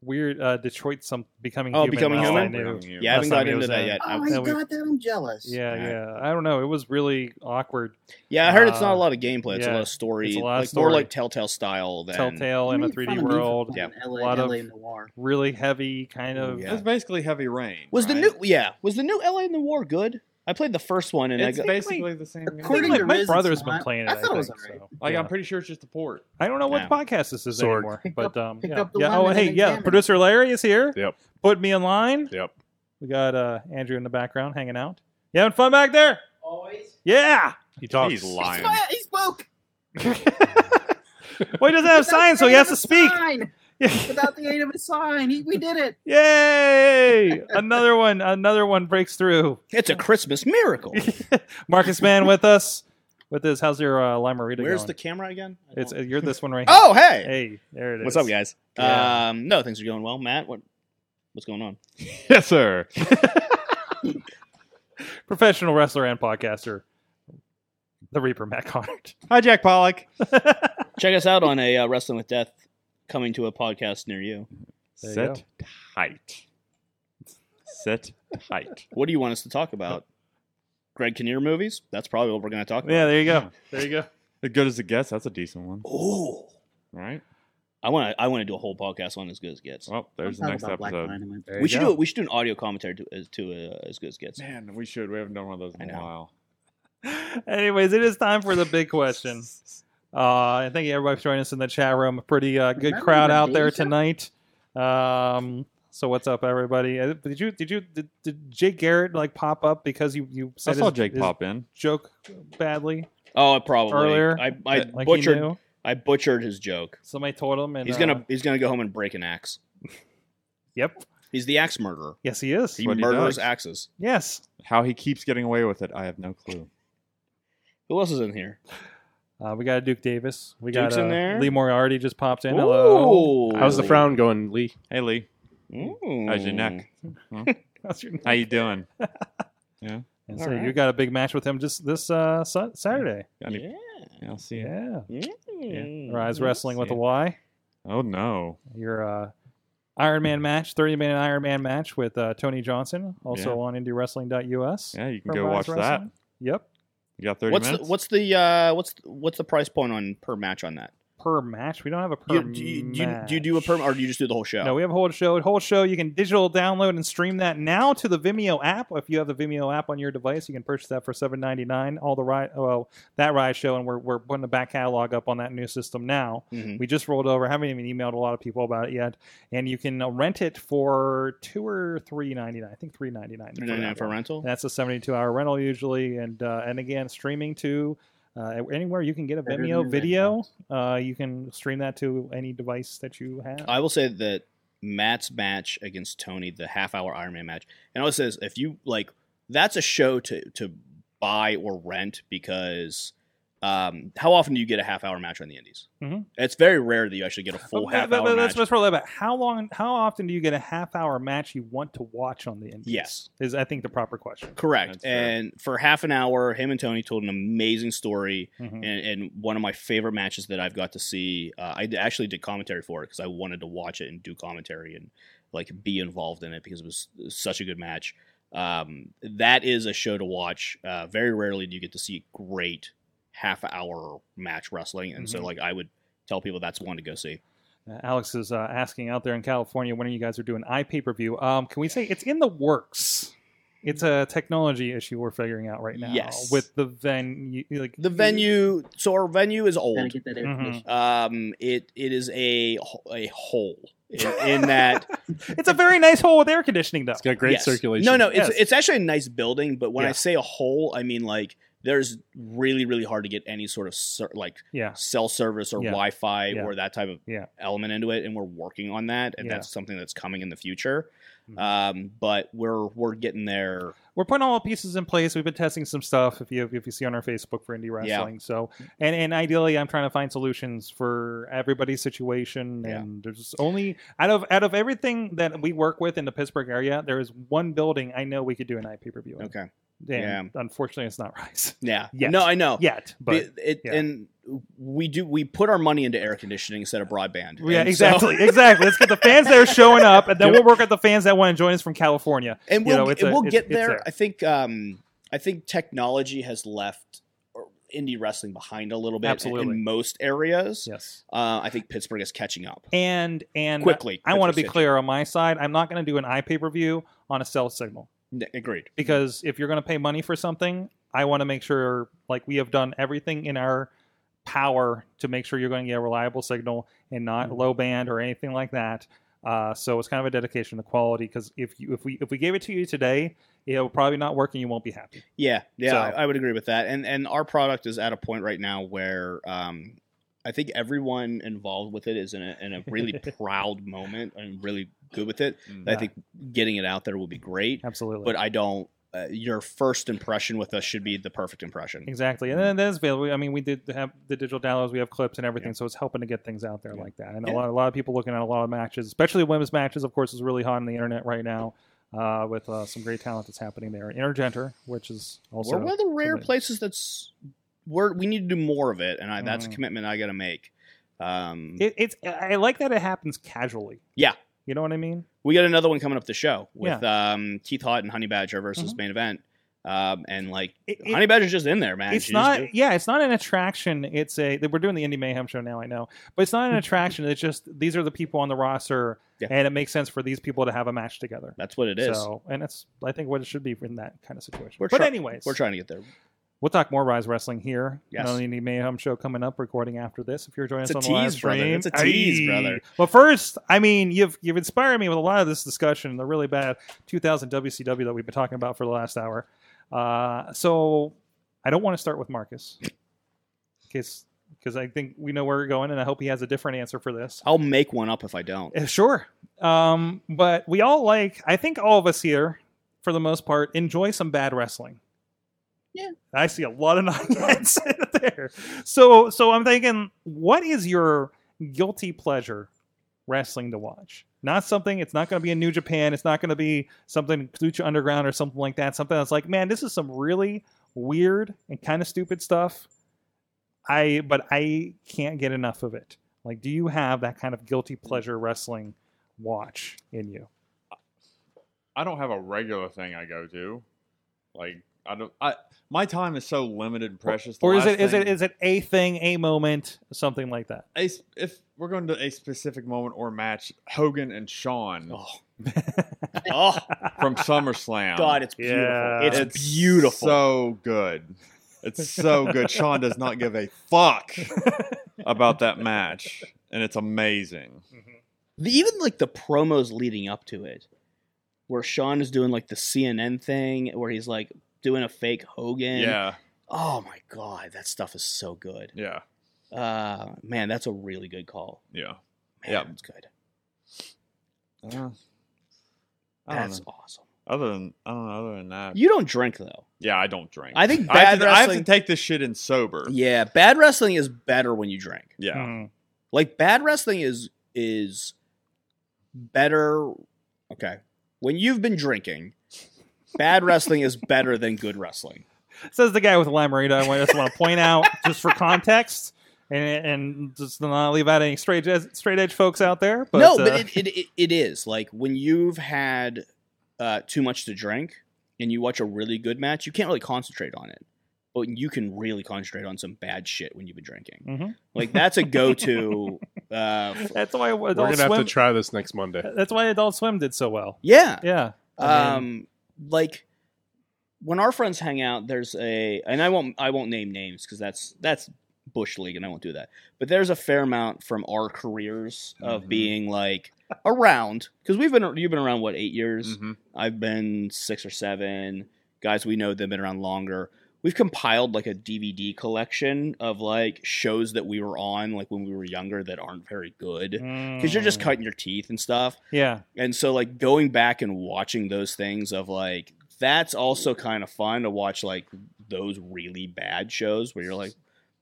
[SPEAKER 2] weird uh, Detroit. Some becoming
[SPEAKER 7] Oh,
[SPEAKER 2] human.
[SPEAKER 7] Becoming
[SPEAKER 2] last
[SPEAKER 7] Human?
[SPEAKER 2] I knew.
[SPEAKER 8] Becoming Human.
[SPEAKER 7] Yeah, I haven't
[SPEAKER 2] Last time
[SPEAKER 7] got
[SPEAKER 2] he
[SPEAKER 7] into
[SPEAKER 2] was
[SPEAKER 7] that
[SPEAKER 2] in.
[SPEAKER 7] yet.
[SPEAKER 4] Oh
[SPEAKER 7] I've-
[SPEAKER 4] my
[SPEAKER 2] that we-
[SPEAKER 4] god, that I'm jealous.
[SPEAKER 2] Yeah,
[SPEAKER 7] Alright.
[SPEAKER 2] yeah. I don't know. It was really awkward.
[SPEAKER 7] Yeah, I heard it's
[SPEAKER 2] Uh,
[SPEAKER 7] not a lot of gameplay. It's
[SPEAKER 2] yeah,
[SPEAKER 7] a lot of story.
[SPEAKER 2] it's a lot of
[SPEAKER 7] like, More
[SPEAKER 2] story.
[SPEAKER 7] like Telltale style than
[SPEAKER 2] Telltale in a
[SPEAKER 4] Made
[SPEAKER 2] 3D
[SPEAKER 4] fun of me for
[SPEAKER 2] world.
[SPEAKER 4] playing
[SPEAKER 2] A
[SPEAKER 4] LA,
[SPEAKER 2] lot of
[SPEAKER 4] LA Noir.
[SPEAKER 2] really heavy kind of.
[SPEAKER 7] Yeah.
[SPEAKER 8] That's basically heavy rain.
[SPEAKER 7] Was the
[SPEAKER 8] right?
[SPEAKER 7] new yeah? Was the new LA in the War good? I played the first one and
[SPEAKER 8] It's
[SPEAKER 7] I got,
[SPEAKER 8] basically the same. game.
[SPEAKER 4] According
[SPEAKER 2] like
[SPEAKER 4] to
[SPEAKER 2] my
[SPEAKER 4] Riz,
[SPEAKER 2] brother's
[SPEAKER 4] it's
[SPEAKER 2] been
[SPEAKER 4] not.
[SPEAKER 2] playing it.
[SPEAKER 4] I
[SPEAKER 2] I,
[SPEAKER 4] thought it was
[SPEAKER 2] think,
[SPEAKER 4] alright.
[SPEAKER 2] so,
[SPEAKER 8] Like
[SPEAKER 2] yeah.
[SPEAKER 8] I'm pretty sure it's just a port.
[SPEAKER 2] I don't know what
[SPEAKER 7] Yeah.
[SPEAKER 2] podcast this is
[SPEAKER 3] Sorg.
[SPEAKER 2] anymore,
[SPEAKER 4] Pick
[SPEAKER 2] but
[SPEAKER 4] up-
[SPEAKER 2] um,
[SPEAKER 4] pick
[SPEAKER 2] yeah.
[SPEAKER 4] up the
[SPEAKER 2] yeah.
[SPEAKER 4] line
[SPEAKER 2] Oh,
[SPEAKER 4] and
[SPEAKER 2] hey, yeah.
[SPEAKER 4] examine it.
[SPEAKER 2] Producer Larry is here.
[SPEAKER 3] Yep.
[SPEAKER 2] Put me in line.
[SPEAKER 3] Yep.
[SPEAKER 2] We got uh, Andrew in the background hanging out. You having fun back there? Always. Yeah.
[SPEAKER 3] He
[SPEAKER 7] Oh,
[SPEAKER 3] talks.
[SPEAKER 8] He's lying.
[SPEAKER 4] Smile, He spoke.
[SPEAKER 2] Well, he doesn't have signs, so he has to speak.
[SPEAKER 4] Sign. Without the aid of a sign, he, we did it.
[SPEAKER 2] Yay! Another one. Another one breaks through.
[SPEAKER 7] it's a Christmas miracle.
[SPEAKER 2] Marcus Mann with us. With this, how's your uh, Limerita
[SPEAKER 7] Where's
[SPEAKER 2] going?
[SPEAKER 7] the camera again? I
[SPEAKER 2] It's
[SPEAKER 7] don't-
[SPEAKER 2] uh, you're this one right here.
[SPEAKER 7] oh hey.
[SPEAKER 2] Hey, there it is.
[SPEAKER 7] what's up, guys?
[SPEAKER 2] Yeah.
[SPEAKER 7] Um, no, things are going well. Matt, what what's going on?
[SPEAKER 8] yes, sir.
[SPEAKER 2] Professional wrestler and podcaster, the Reaper Matt Connard.
[SPEAKER 8] Hi, Jack Pollock.
[SPEAKER 7] Check us out on a uh, Wrestling with Death coming to a podcast near you.
[SPEAKER 2] There you
[SPEAKER 8] Set tight. Set tight.
[SPEAKER 7] What do you want us to talk about? Greg Kinnear movies? That's probably what we're going to talk about.
[SPEAKER 2] Yeah, there you go. There you go.
[SPEAKER 8] As good as it gets. That's a decent one,
[SPEAKER 7] Oh,
[SPEAKER 8] right?
[SPEAKER 7] I want to. I want to do a whole podcast on as good as gets.
[SPEAKER 8] Well, there's the
[SPEAKER 4] Talk
[SPEAKER 8] next
[SPEAKER 4] about Black
[SPEAKER 8] episode.
[SPEAKER 4] Dynamite.
[SPEAKER 7] we should do. it- We should do an audio commentary to, as- to uh, as good as gets.
[SPEAKER 8] Man, we should. We haven't done one of those in
[SPEAKER 7] I
[SPEAKER 8] a
[SPEAKER 7] know.
[SPEAKER 8] while.
[SPEAKER 2] Anyways, it is time for the big question. Uh, and thank you everybody for joining us in the chat room. A pretty uh, good
[SPEAKER 4] Remember
[SPEAKER 2] crowd
[SPEAKER 4] the
[SPEAKER 2] out there
[SPEAKER 4] Deja?
[SPEAKER 2] tonight. Um, so what's up, everybody? Uh, Did you did you did, did Jake Garrett like pop up because you you
[SPEAKER 8] I
[SPEAKER 2] said
[SPEAKER 8] saw
[SPEAKER 2] his-
[SPEAKER 8] Jake
[SPEAKER 2] his
[SPEAKER 8] pop in.
[SPEAKER 2] joke badly
[SPEAKER 7] Oh, probably.
[SPEAKER 2] Earlier,
[SPEAKER 7] I, I
[SPEAKER 2] like he
[SPEAKER 7] butchered.
[SPEAKER 2] knew.
[SPEAKER 7] I butchered his joke.
[SPEAKER 2] Somebody told him, and
[SPEAKER 7] He's
[SPEAKER 2] uh,
[SPEAKER 7] gonna. He's gonna go home and break an axe.
[SPEAKER 2] Yep.
[SPEAKER 7] He's the axe murderer.
[SPEAKER 2] Yes, he is.
[SPEAKER 7] He
[SPEAKER 8] what he
[SPEAKER 7] murders
[SPEAKER 8] does.
[SPEAKER 7] axes.
[SPEAKER 2] yes.
[SPEAKER 8] How he keeps getting away with it, I have no clue.
[SPEAKER 7] Who else is in here?
[SPEAKER 2] Uh, we got Duke Davis. We
[SPEAKER 7] Duke's
[SPEAKER 2] got uh,
[SPEAKER 7] in there.
[SPEAKER 2] Lee Moriarty just popped in. Hello.
[SPEAKER 7] Ooh.
[SPEAKER 3] How's the frown going, Lee?
[SPEAKER 8] Hey, Lee. How's your neck? Hmm?
[SPEAKER 2] How's your
[SPEAKER 8] How you doing? yeah.
[SPEAKER 2] And so you got a big match with him just this uh, Sa- Saturday.
[SPEAKER 8] yeah. I'll see you.
[SPEAKER 2] Yeah.
[SPEAKER 7] Mm-hmm.
[SPEAKER 8] Yeah.
[SPEAKER 2] Rise Wrestling with a
[SPEAKER 8] See ya.
[SPEAKER 2] Y.
[SPEAKER 8] Oh no.
[SPEAKER 2] Your uh, Iron Man match, 30 minute Iron Man match with uh, Tony Johnson, also
[SPEAKER 8] Yeah.
[SPEAKER 2] on IndieWrestling.us.
[SPEAKER 8] Yeah, you can
[SPEAKER 2] from
[SPEAKER 8] go
[SPEAKER 2] Rise
[SPEAKER 8] watch that.
[SPEAKER 2] Wrestling. Yep.
[SPEAKER 8] You got 30
[SPEAKER 7] what's
[SPEAKER 8] minutes?
[SPEAKER 7] The, what's the uh, what's what's the price point on per match on that?
[SPEAKER 2] Per match. We don't have a per
[SPEAKER 7] You- do, you, do, you, do you do a per or do you just do the whole show?
[SPEAKER 2] No, we have a whole show. Whole show. You can digital download and stream that now to the Vimeo app. If you have the Vimeo app on your device, you can purchase that for seven ninety nine. All the ride, well, that ride show, and we're we're putting the back catalog up on that new system now.
[SPEAKER 7] Mhm.
[SPEAKER 2] We just rolled over. Haven't even emailed a lot of people about it yet. And you can uh, rent it for two or three ninety nine. I think three ninety nine.
[SPEAKER 7] $3.99 for rental?
[SPEAKER 2] That's a seventy two hour rental usually, and uh, and again streaming to. Uh, anywhere you can get a
[SPEAKER 7] Better than
[SPEAKER 2] Vimeo
[SPEAKER 7] Netflix.
[SPEAKER 2] video, uh, you can stream that to any device that you have.
[SPEAKER 7] I will say that Matt's match against Tony, the half hour Iron Man match, and I was says if you like, that's a show to to buy or rent because um, how often do you get a half hour match on the Indies?
[SPEAKER 2] Mhm.
[SPEAKER 7] It's very rare that you actually get a full
[SPEAKER 2] But-
[SPEAKER 7] half
[SPEAKER 2] but-
[SPEAKER 7] hour
[SPEAKER 2] but
[SPEAKER 7] match.
[SPEAKER 2] Let's, let's roll that back. How long? How often do you get a half hour match you want to watch on the Indies?
[SPEAKER 7] Yes.
[SPEAKER 2] is I think the proper question.
[SPEAKER 7] Correct. and for half an hour, him and Tony told an amazing story,
[SPEAKER 2] Mhm.
[SPEAKER 7] and, and one of my favorite matches that I've got to see. Uh, I d- actually did commentary for it because I wanted to watch it and do commentary and like be involved in it because it was such a good match. Um, that is a show to watch. Uh, very rarely do you get to see great half hour match wrestling, and so
[SPEAKER 2] Mhm.
[SPEAKER 7] like I would tell people that's one to go see.
[SPEAKER 2] Uh, Alex is uh, asking out there in California when you guys are doing i pay per view. Um, can we say it's in the works? It's a technology issue we're figuring out right now.
[SPEAKER 7] Yes.
[SPEAKER 2] with the venue, like Mm-hmm.
[SPEAKER 7] The venue, so our venue is old.
[SPEAKER 2] get that information.
[SPEAKER 7] Um, it it is a ho- a hole in, in that
[SPEAKER 2] it's a very nice hole with air conditioning though. It's
[SPEAKER 3] got great
[SPEAKER 7] Yes.
[SPEAKER 3] circulation.
[SPEAKER 7] No, no, it's
[SPEAKER 2] Yes.
[SPEAKER 7] it's actually a nice building, but when I
[SPEAKER 2] Yeah.
[SPEAKER 7] say a hole, I mean like there's really really hard to get any sort of ser- like
[SPEAKER 2] Yeah.
[SPEAKER 7] cell service or
[SPEAKER 2] Yeah.
[SPEAKER 7] Wi-Fi
[SPEAKER 2] Yeah.
[SPEAKER 7] or that type of
[SPEAKER 2] Yeah.
[SPEAKER 7] element into it, and we're working on that, and
[SPEAKER 2] Yeah. Mm-hmm.
[SPEAKER 7] that's something that's coming in the future. Um, but we're we're getting there.
[SPEAKER 2] we're putting all the pieces in place. We've been testing some stuff. If you if you see on our Facebook for indie wrestling, so and and ideally, I'm trying to find solutions for everybody's situation. And there's only out of out of everything that we work with in the Pittsburgh area, there is one building I know we could do an IP per view. in.
[SPEAKER 7] Okay.
[SPEAKER 2] And Unfortunately, it's not Rise.
[SPEAKER 7] Yeah.
[SPEAKER 2] Yet.
[SPEAKER 7] No, I know.
[SPEAKER 2] Yet, but
[SPEAKER 7] it,
[SPEAKER 2] yeah.
[SPEAKER 7] and we do we put our money into air conditioning instead of broadband.
[SPEAKER 2] yeah,
[SPEAKER 7] And so-
[SPEAKER 2] exactly, exactly. Let's get the fans that are showing up, and then we'll work at the fans that want to join us from California.
[SPEAKER 7] and
[SPEAKER 2] You
[SPEAKER 7] we'll,
[SPEAKER 2] know, it's
[SPEAKER 7] and
[SPEAKER 2] a-
[SPEAKER 7] we'll
[SPEAKER 2] it's-
[SPEAKER 7] get
[SPEAKER 2] it's
[SPEAKER 7] there.
[SPEAKER 2] a-
[SPEAKER 7] I think um, I think technology has left or indie wrestling behind a little bit in-
[SPEAKER 2] Absolutely.
[SPEAKER 7] in most areas.
[SPEAKER 2] Yes,
[SPEAKER 7] uh, I think Pittsburgh is catching up.
[SPEAKER 2] and and
[SPEAKER 7] Quickly,
[SPEAKER 2] I, want to
[SPEAKER 7] quickly
[SPEAKER 2] be
[SPEAKER 7] said.
[SPEAKER 2] clear on my side. I'm not going to do an iPay per view on a cell signal
[SPEAKER 7] N- Agreed.
[SPEAKER 2] because if you're going to pay money for something, I want to make sure like we have done everything in our power to make sure you're going to get a reliable signal and not low band or anything like that. Uh, so it's kind of a dedication to quality because if you if we if we gave it to you today, it will probably not work and you won't be happy.
[SPEAKER 7] Yeah, yeah,
[SPEAKER 2] So-
[SPEAKER 7] I, I would agree with that. And and our product is at a point right now where um, I think everyone involved with it is in a, in a really proud moment and really good with it. I
[SPEAKER 2] Mm, Yeah.
[SPEAKER 7] think getting it out there will be great.
[SPEAKER 2] Absolutely.
[SPEAKER 7] But I don't. Uh, your first impression with us should be the perfect impression.
[SPEAKER 2] Exactly, and then that is available. I mean, we did have the digital downloads, we have clips and everything, so it's helping to get things out there like that. And a
[SPEAKER 7] Yeah.
[SPEAKER 2] lot, a lot of people looking at a lot of matches, especially women's matches. Of course, is really hot on the internet right now, uh, with uh, some great talent that's happening there. Intergenter, which is also
[SPEAKER 7] we're one of the rare
[SPEAKER 2] something-
[SPEAKER 7] places that's we're, we need to do more of it, and I, that's a
[SPEAKER 2] Mhm.
[SPEAKER 7] commitment I got to make. Um,
[SPEAKER 2] It, it's I like that it happens casually.
[SPEAKER 7] yeah,
[SPEAKER 2] You know what I mean?
[SPEAKER 7] we got another one coming up the show with um, Keith Hott and Honey Badger versus
[SPEAKER 2] Mhm.
[SPEAKER 7] main event, um, and like
[SPEAKER 2] it-
[SPEAKER 7] Honey Badger's just in there, man.
[SPEAKER 2] it's
[SPEAKER 7] She's
[SPEAKER 2] not
[SPEAKER 7] just-
[SPEAKER 2] yeah it's not an attraction it's a we're doing the indie mayhem show now i know but it's not an attraction it's just these are the people on the roster and it makes sense for these people to have a match together
[SPEAKER 7] that's what it is.
[SPEAKER 2] so and that's i think what it should be in that kind of situation
[SPEAKER 7] We're
[SPEAKER 2] but
[SPEAKER 7] try-
[SPEAKER 2] anyways
[SPEAKER 7] we're trying to get there.
[SPEAKER 2] We'll talk more Rise Wrestling here.
[SPEAKER 7] Yes.
[SPEAKER 2] On the Indie Mayhem show coming up, recording after this. If you're joining
[SPEAKER 7] It's
[SPEAKER 2] us
[SPEAKER 7] a
[SPEAKER 2] on the live
[SPEAKER 7] tease, brother.
[SPEAKER 2] stream,
[SPEAKER 7] It's a tease,
[SPEAKER 2] Aye.
[SPEAKER 7] brother.
[SPEAKER 2] Well, first, I mean, you've you've inspired me with a lot of this discussion. The really bad 2000 WCW that we've been talking about for the last hour. Uh, so I don't want to start with Marcus, because because I think we know where we're going, and I hope he has a different answer for this.
[SPEAKER 7] I'll make one up if I don't.
[SPEAKER 2] Uh, Sure. Um, but we all like, I think all of us here, for the most part, enjoy some bad wrestling.
[SPEAKER 4] Yeah.
[SPEAKER 2] I see a lot of nonsense there. So, so I'm thinking, what is your guilty pleasure wrestling to watch? Not something. It's not going to be a New Japan. It's not going to be something Lucha Underground or something like that. Something that's like, man, this is some really weird and kind of stupid stuff. I but I can't get enough of it. Like, do you have that kind of guilty pleasure wrestling watch in you?
[SPEAKER 9] I don't have a regular thing I go to. Like I don't. I my time is so limited and precious. The
[SPEAKER 2] Or is
[SPEAKER 9] last
[SPEAKER 2] it is it
[SPEAKER 9] thing-
[SPEAKER 2] is it a thing, a moment, something like that?
[SPEAKER 9] a, s- if we're going to a specific moment or match, Hogan and Sean
[SPEAKER 7] oh.
[SPEAKER 9] from SummerSlam. Uh,
[SPEAKER 7] God, it's beautiful. It's beautiful.
[SPEAKER 9] So good. It's so good. Sean does not give a fuck about that match, and it's amazing.
[SPEAKER 7] The- even like the promos leading up to it, where Sean is doing like the CNN thing, where he's like doing a fake Hogan.
[SPEAKER 9] Yeah.
[SPEAKER 7] Oh my god, that stuff is so good.
[SPEAKER 9] Yeah.
[SPEAKER 7] Uh, man, that's a really good call.
[SPEAKER 9] Yeah.
[SPEAKER 7] yeah, it's good.
[SPEAKER 9] I don't
[SPEAKER 7] That's
[SPEAKER 9] know.
[SPEAKER 7] awesome.
[SPEAKER 9] Other than I don't know. Other than that,
[SPEAKER 7] You don't drink though.
[SPEAKER 9] Yeah, I don't drink.
[SPEAKER 7] I think
[SPEAKER 9] I have,
[SPEAKER 7] bad
[SPEAKER 9] to, I have to
[SPEAKER 7] wrestling-
[SPEAKER 9] take this shit in sober.
[SPEAKER 7] Yeah, bad wrestling is better when you drink.
[SPEAKER 9] Yeah.
[SPEAKER 2] Hmm.
[SPEAKER 7] Like bad wrestling is is better okay. When you've been drinking, bad wrestling is better than good wrestling.
[SPEAKER 2] Says the guy with Lamarita. I just want to point out, just for context, and and just to not leave out any straight edge, straight edge folks out there. But,
[SPEAKER 7] no, but
[SPEAKER 2] uh,
[SPEAKER 7] it, it, it, it is. Like when you've had uh, too much to drink and you watch a really good match, you can't really concentrate on it. But you can really concentrate on some bad shit when you've been drinking.
[SPEAKER 2] Mhm.
[SPEAKER 7] Like that's a go to. Uh,
[SPEAKER 2] that's why
[SPEAKER 3] We're
[SPEAKER 2] Adult
[SPEAKER 3] gonna have to
[SPEAKER 2] Swim.
[SPEAKER 3] try this next Monday.
[SPEAKER 2] that's why Adult Swim did so well.
[SPEAKER 7] Yeah.
[SPEAKER 2] Yeah. I mean-
[SPEAKER 7] Um, like when our friends hang out, there's a and I won't I won't name names because that's that's bush league and I won't do that. But there's a fair amount from our careers of
[SPEAKER 2] Mm-hmm.
[SPEAKER 9] Mhm.
[SPEAKER 7] being like around because we've been you've been around what eight years.
[SPEAKER 9] Mhm.
[SPEAKER 7] I've been six or seven. Guys we know that have been around longer. We've compiled like a DVD collection of like shows that we were on like when we were younger that aren't very good because you're just
[SPEAKER 2] Mm.
[SPEAKER 7] cutting your teeth and stuff.
[SPEAKER 2] Yeah.
[SPEAKER 7] And so like going back and watching those things of like that's also kind of fun to watch like those really bad shows where you're like,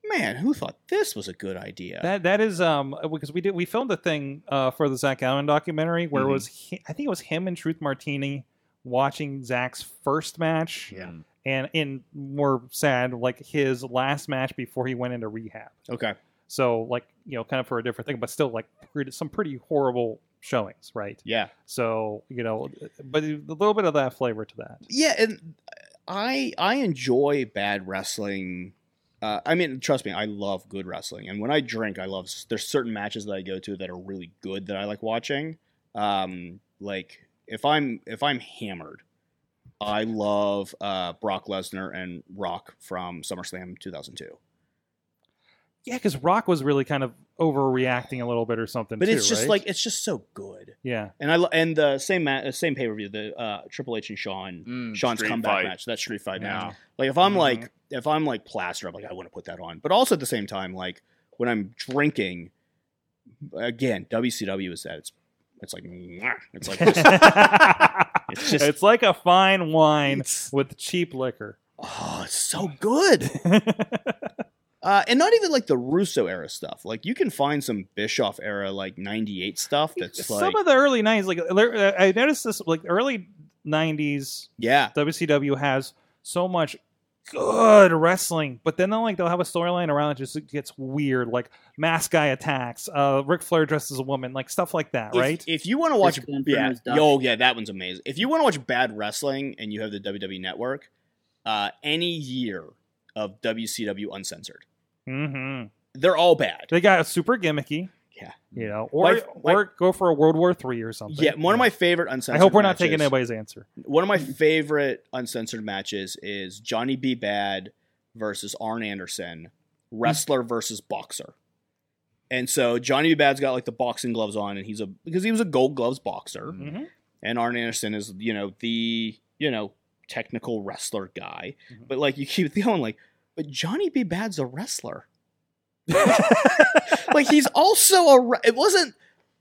[SPEAKER 7] man, who thought this was a good idea?
[SPEAKER 2] That that is um because we did we filmed a thing uh for the Zach Allen documentary where
[SPEAKER 7] Mm-hmm.
[SPEAKER 2] it was he, I think it was him and Truth Martini watching Zach's first match.
[SPEAKER 7] Yeah.
[SPEAKER 2] And in more sad like his last match before he went into rehab.
[SPEAKER 7] Okay.
[SPEAKER 2] So like you know kind of for a different thing but still like pretty, some pretty horrible showings, right?
[SPEAKER 7] Yeah.
[SPEAKER 2] So, you know, but a little bit of that flavor to that.
[SPEAKER 7] Yeah, and I I enjoy bad wrestling. Uh, I mean, trust me, I love good wrestling. And when I drink, I love. There's certain matches that I go to that are really good that I like watching. Um, like if I'm if I'm hammered, I love uh, Brock Lesnar and Rock from SummerSlam 2002.
[SPEAKER 2] Yeah, cuz Rock was really kind of overreacting a little bit or something
[SPEAKER 7] But
[SPEAKER 2] too,
[SPEAKER 7] it's just
[SPEAKER 2] right?
[SPEAKER 7] like it's just so good.
[SPEAKER 2] Yeah.
[SPEAKER 7] And I lo- and the same ma- uh, same pay per view the uh, Triple H and Sean
[SPEAKER 9] Mm,
[SPEAKER 7] Sean's
[SPEAKER 9] street
[SPEAKER 7] comeback
[SPEAKER 9] fight.
[SPEAKER 7] match that street fight
[SPEAKER 9] Yeah.
[SPEAKER 7] match. Like if I'm
[SPEAKER 9] Mhm.
[SPEAKER 7] like if I'm like plastered, I'm like I want to put that on. But also at the same time, like when I'm drinking, again WCW is that it's it's like mwah. it's like just,
[SPEAKER 2] it's,
[SPEAKER 7] just-
[SPEAKER 2] like a fine wine with cheap liquor.
[SPEAKER 7] Oh, it's so good. uh, and not even like the Russo era stuff. Like you can find some Bischoff era like '98 stuff that's like
[SPEAKER 2] Some of the early '90s, like there- I noticed this, like early '90s.
[SPEAKER 7] Yeah,
[SPEAKER 2] WCW has so much good wrestling, but then they'll like they'll have a storyline around it just it gets weird, like mask guy attacks, uh, Ric Flair dresses a woman, like stuff like that,
[SPEAKER 7] If-
[SPEAKER 2] right?
[SPEAKER 7] If you want to watch,
[SPEAKER 2] Chris Benoit
[SPEAKER 7] yeah,
[SPEAKER 2] is dumb.
[SPEAKER 7] oh yeah, that one's amazing. If you want to watch bad wrestling and you have the WWE Network, uh, any year of WCW Uncensored,
[SPEAKER 2] Mm-hmm.
[SPEAKER 7] they're all bad.
[SPEAKER 2] They got super gimmicky,
[SPEAKER 7] yeah,
[SPEAKER 2] you know, or
[SPEAKER 7] My- my-
[SPEAKER 2] or go for a World War Three or something.
[SPEAKER 7] Yeah, one of my favorite uncensored.
[SPEAKER 2] I hope we're not
[SPEAKER 7] matches-
[SPEAKER 2] taking anybody's answer.
[SPEAKER 7] One of my favorite uncensored matches is Johnny B. Bad versus Arn Anderson, wrestler versus boxer. And so Johnny B. Bad's got like the boxing gloves on, and he's a because he was a Gold Gloves boxer,
[SPEAKER 2] Mhm.
[SPEAKER 7] and Arn Anderson is you know the you know technical wrestler guy,
[SPEAKER 2] Mm-hmm.
[SPEAKER 7] but like you keep going like, but Johnny B. Bad's a wrestler. like he's also a. re- It wasn't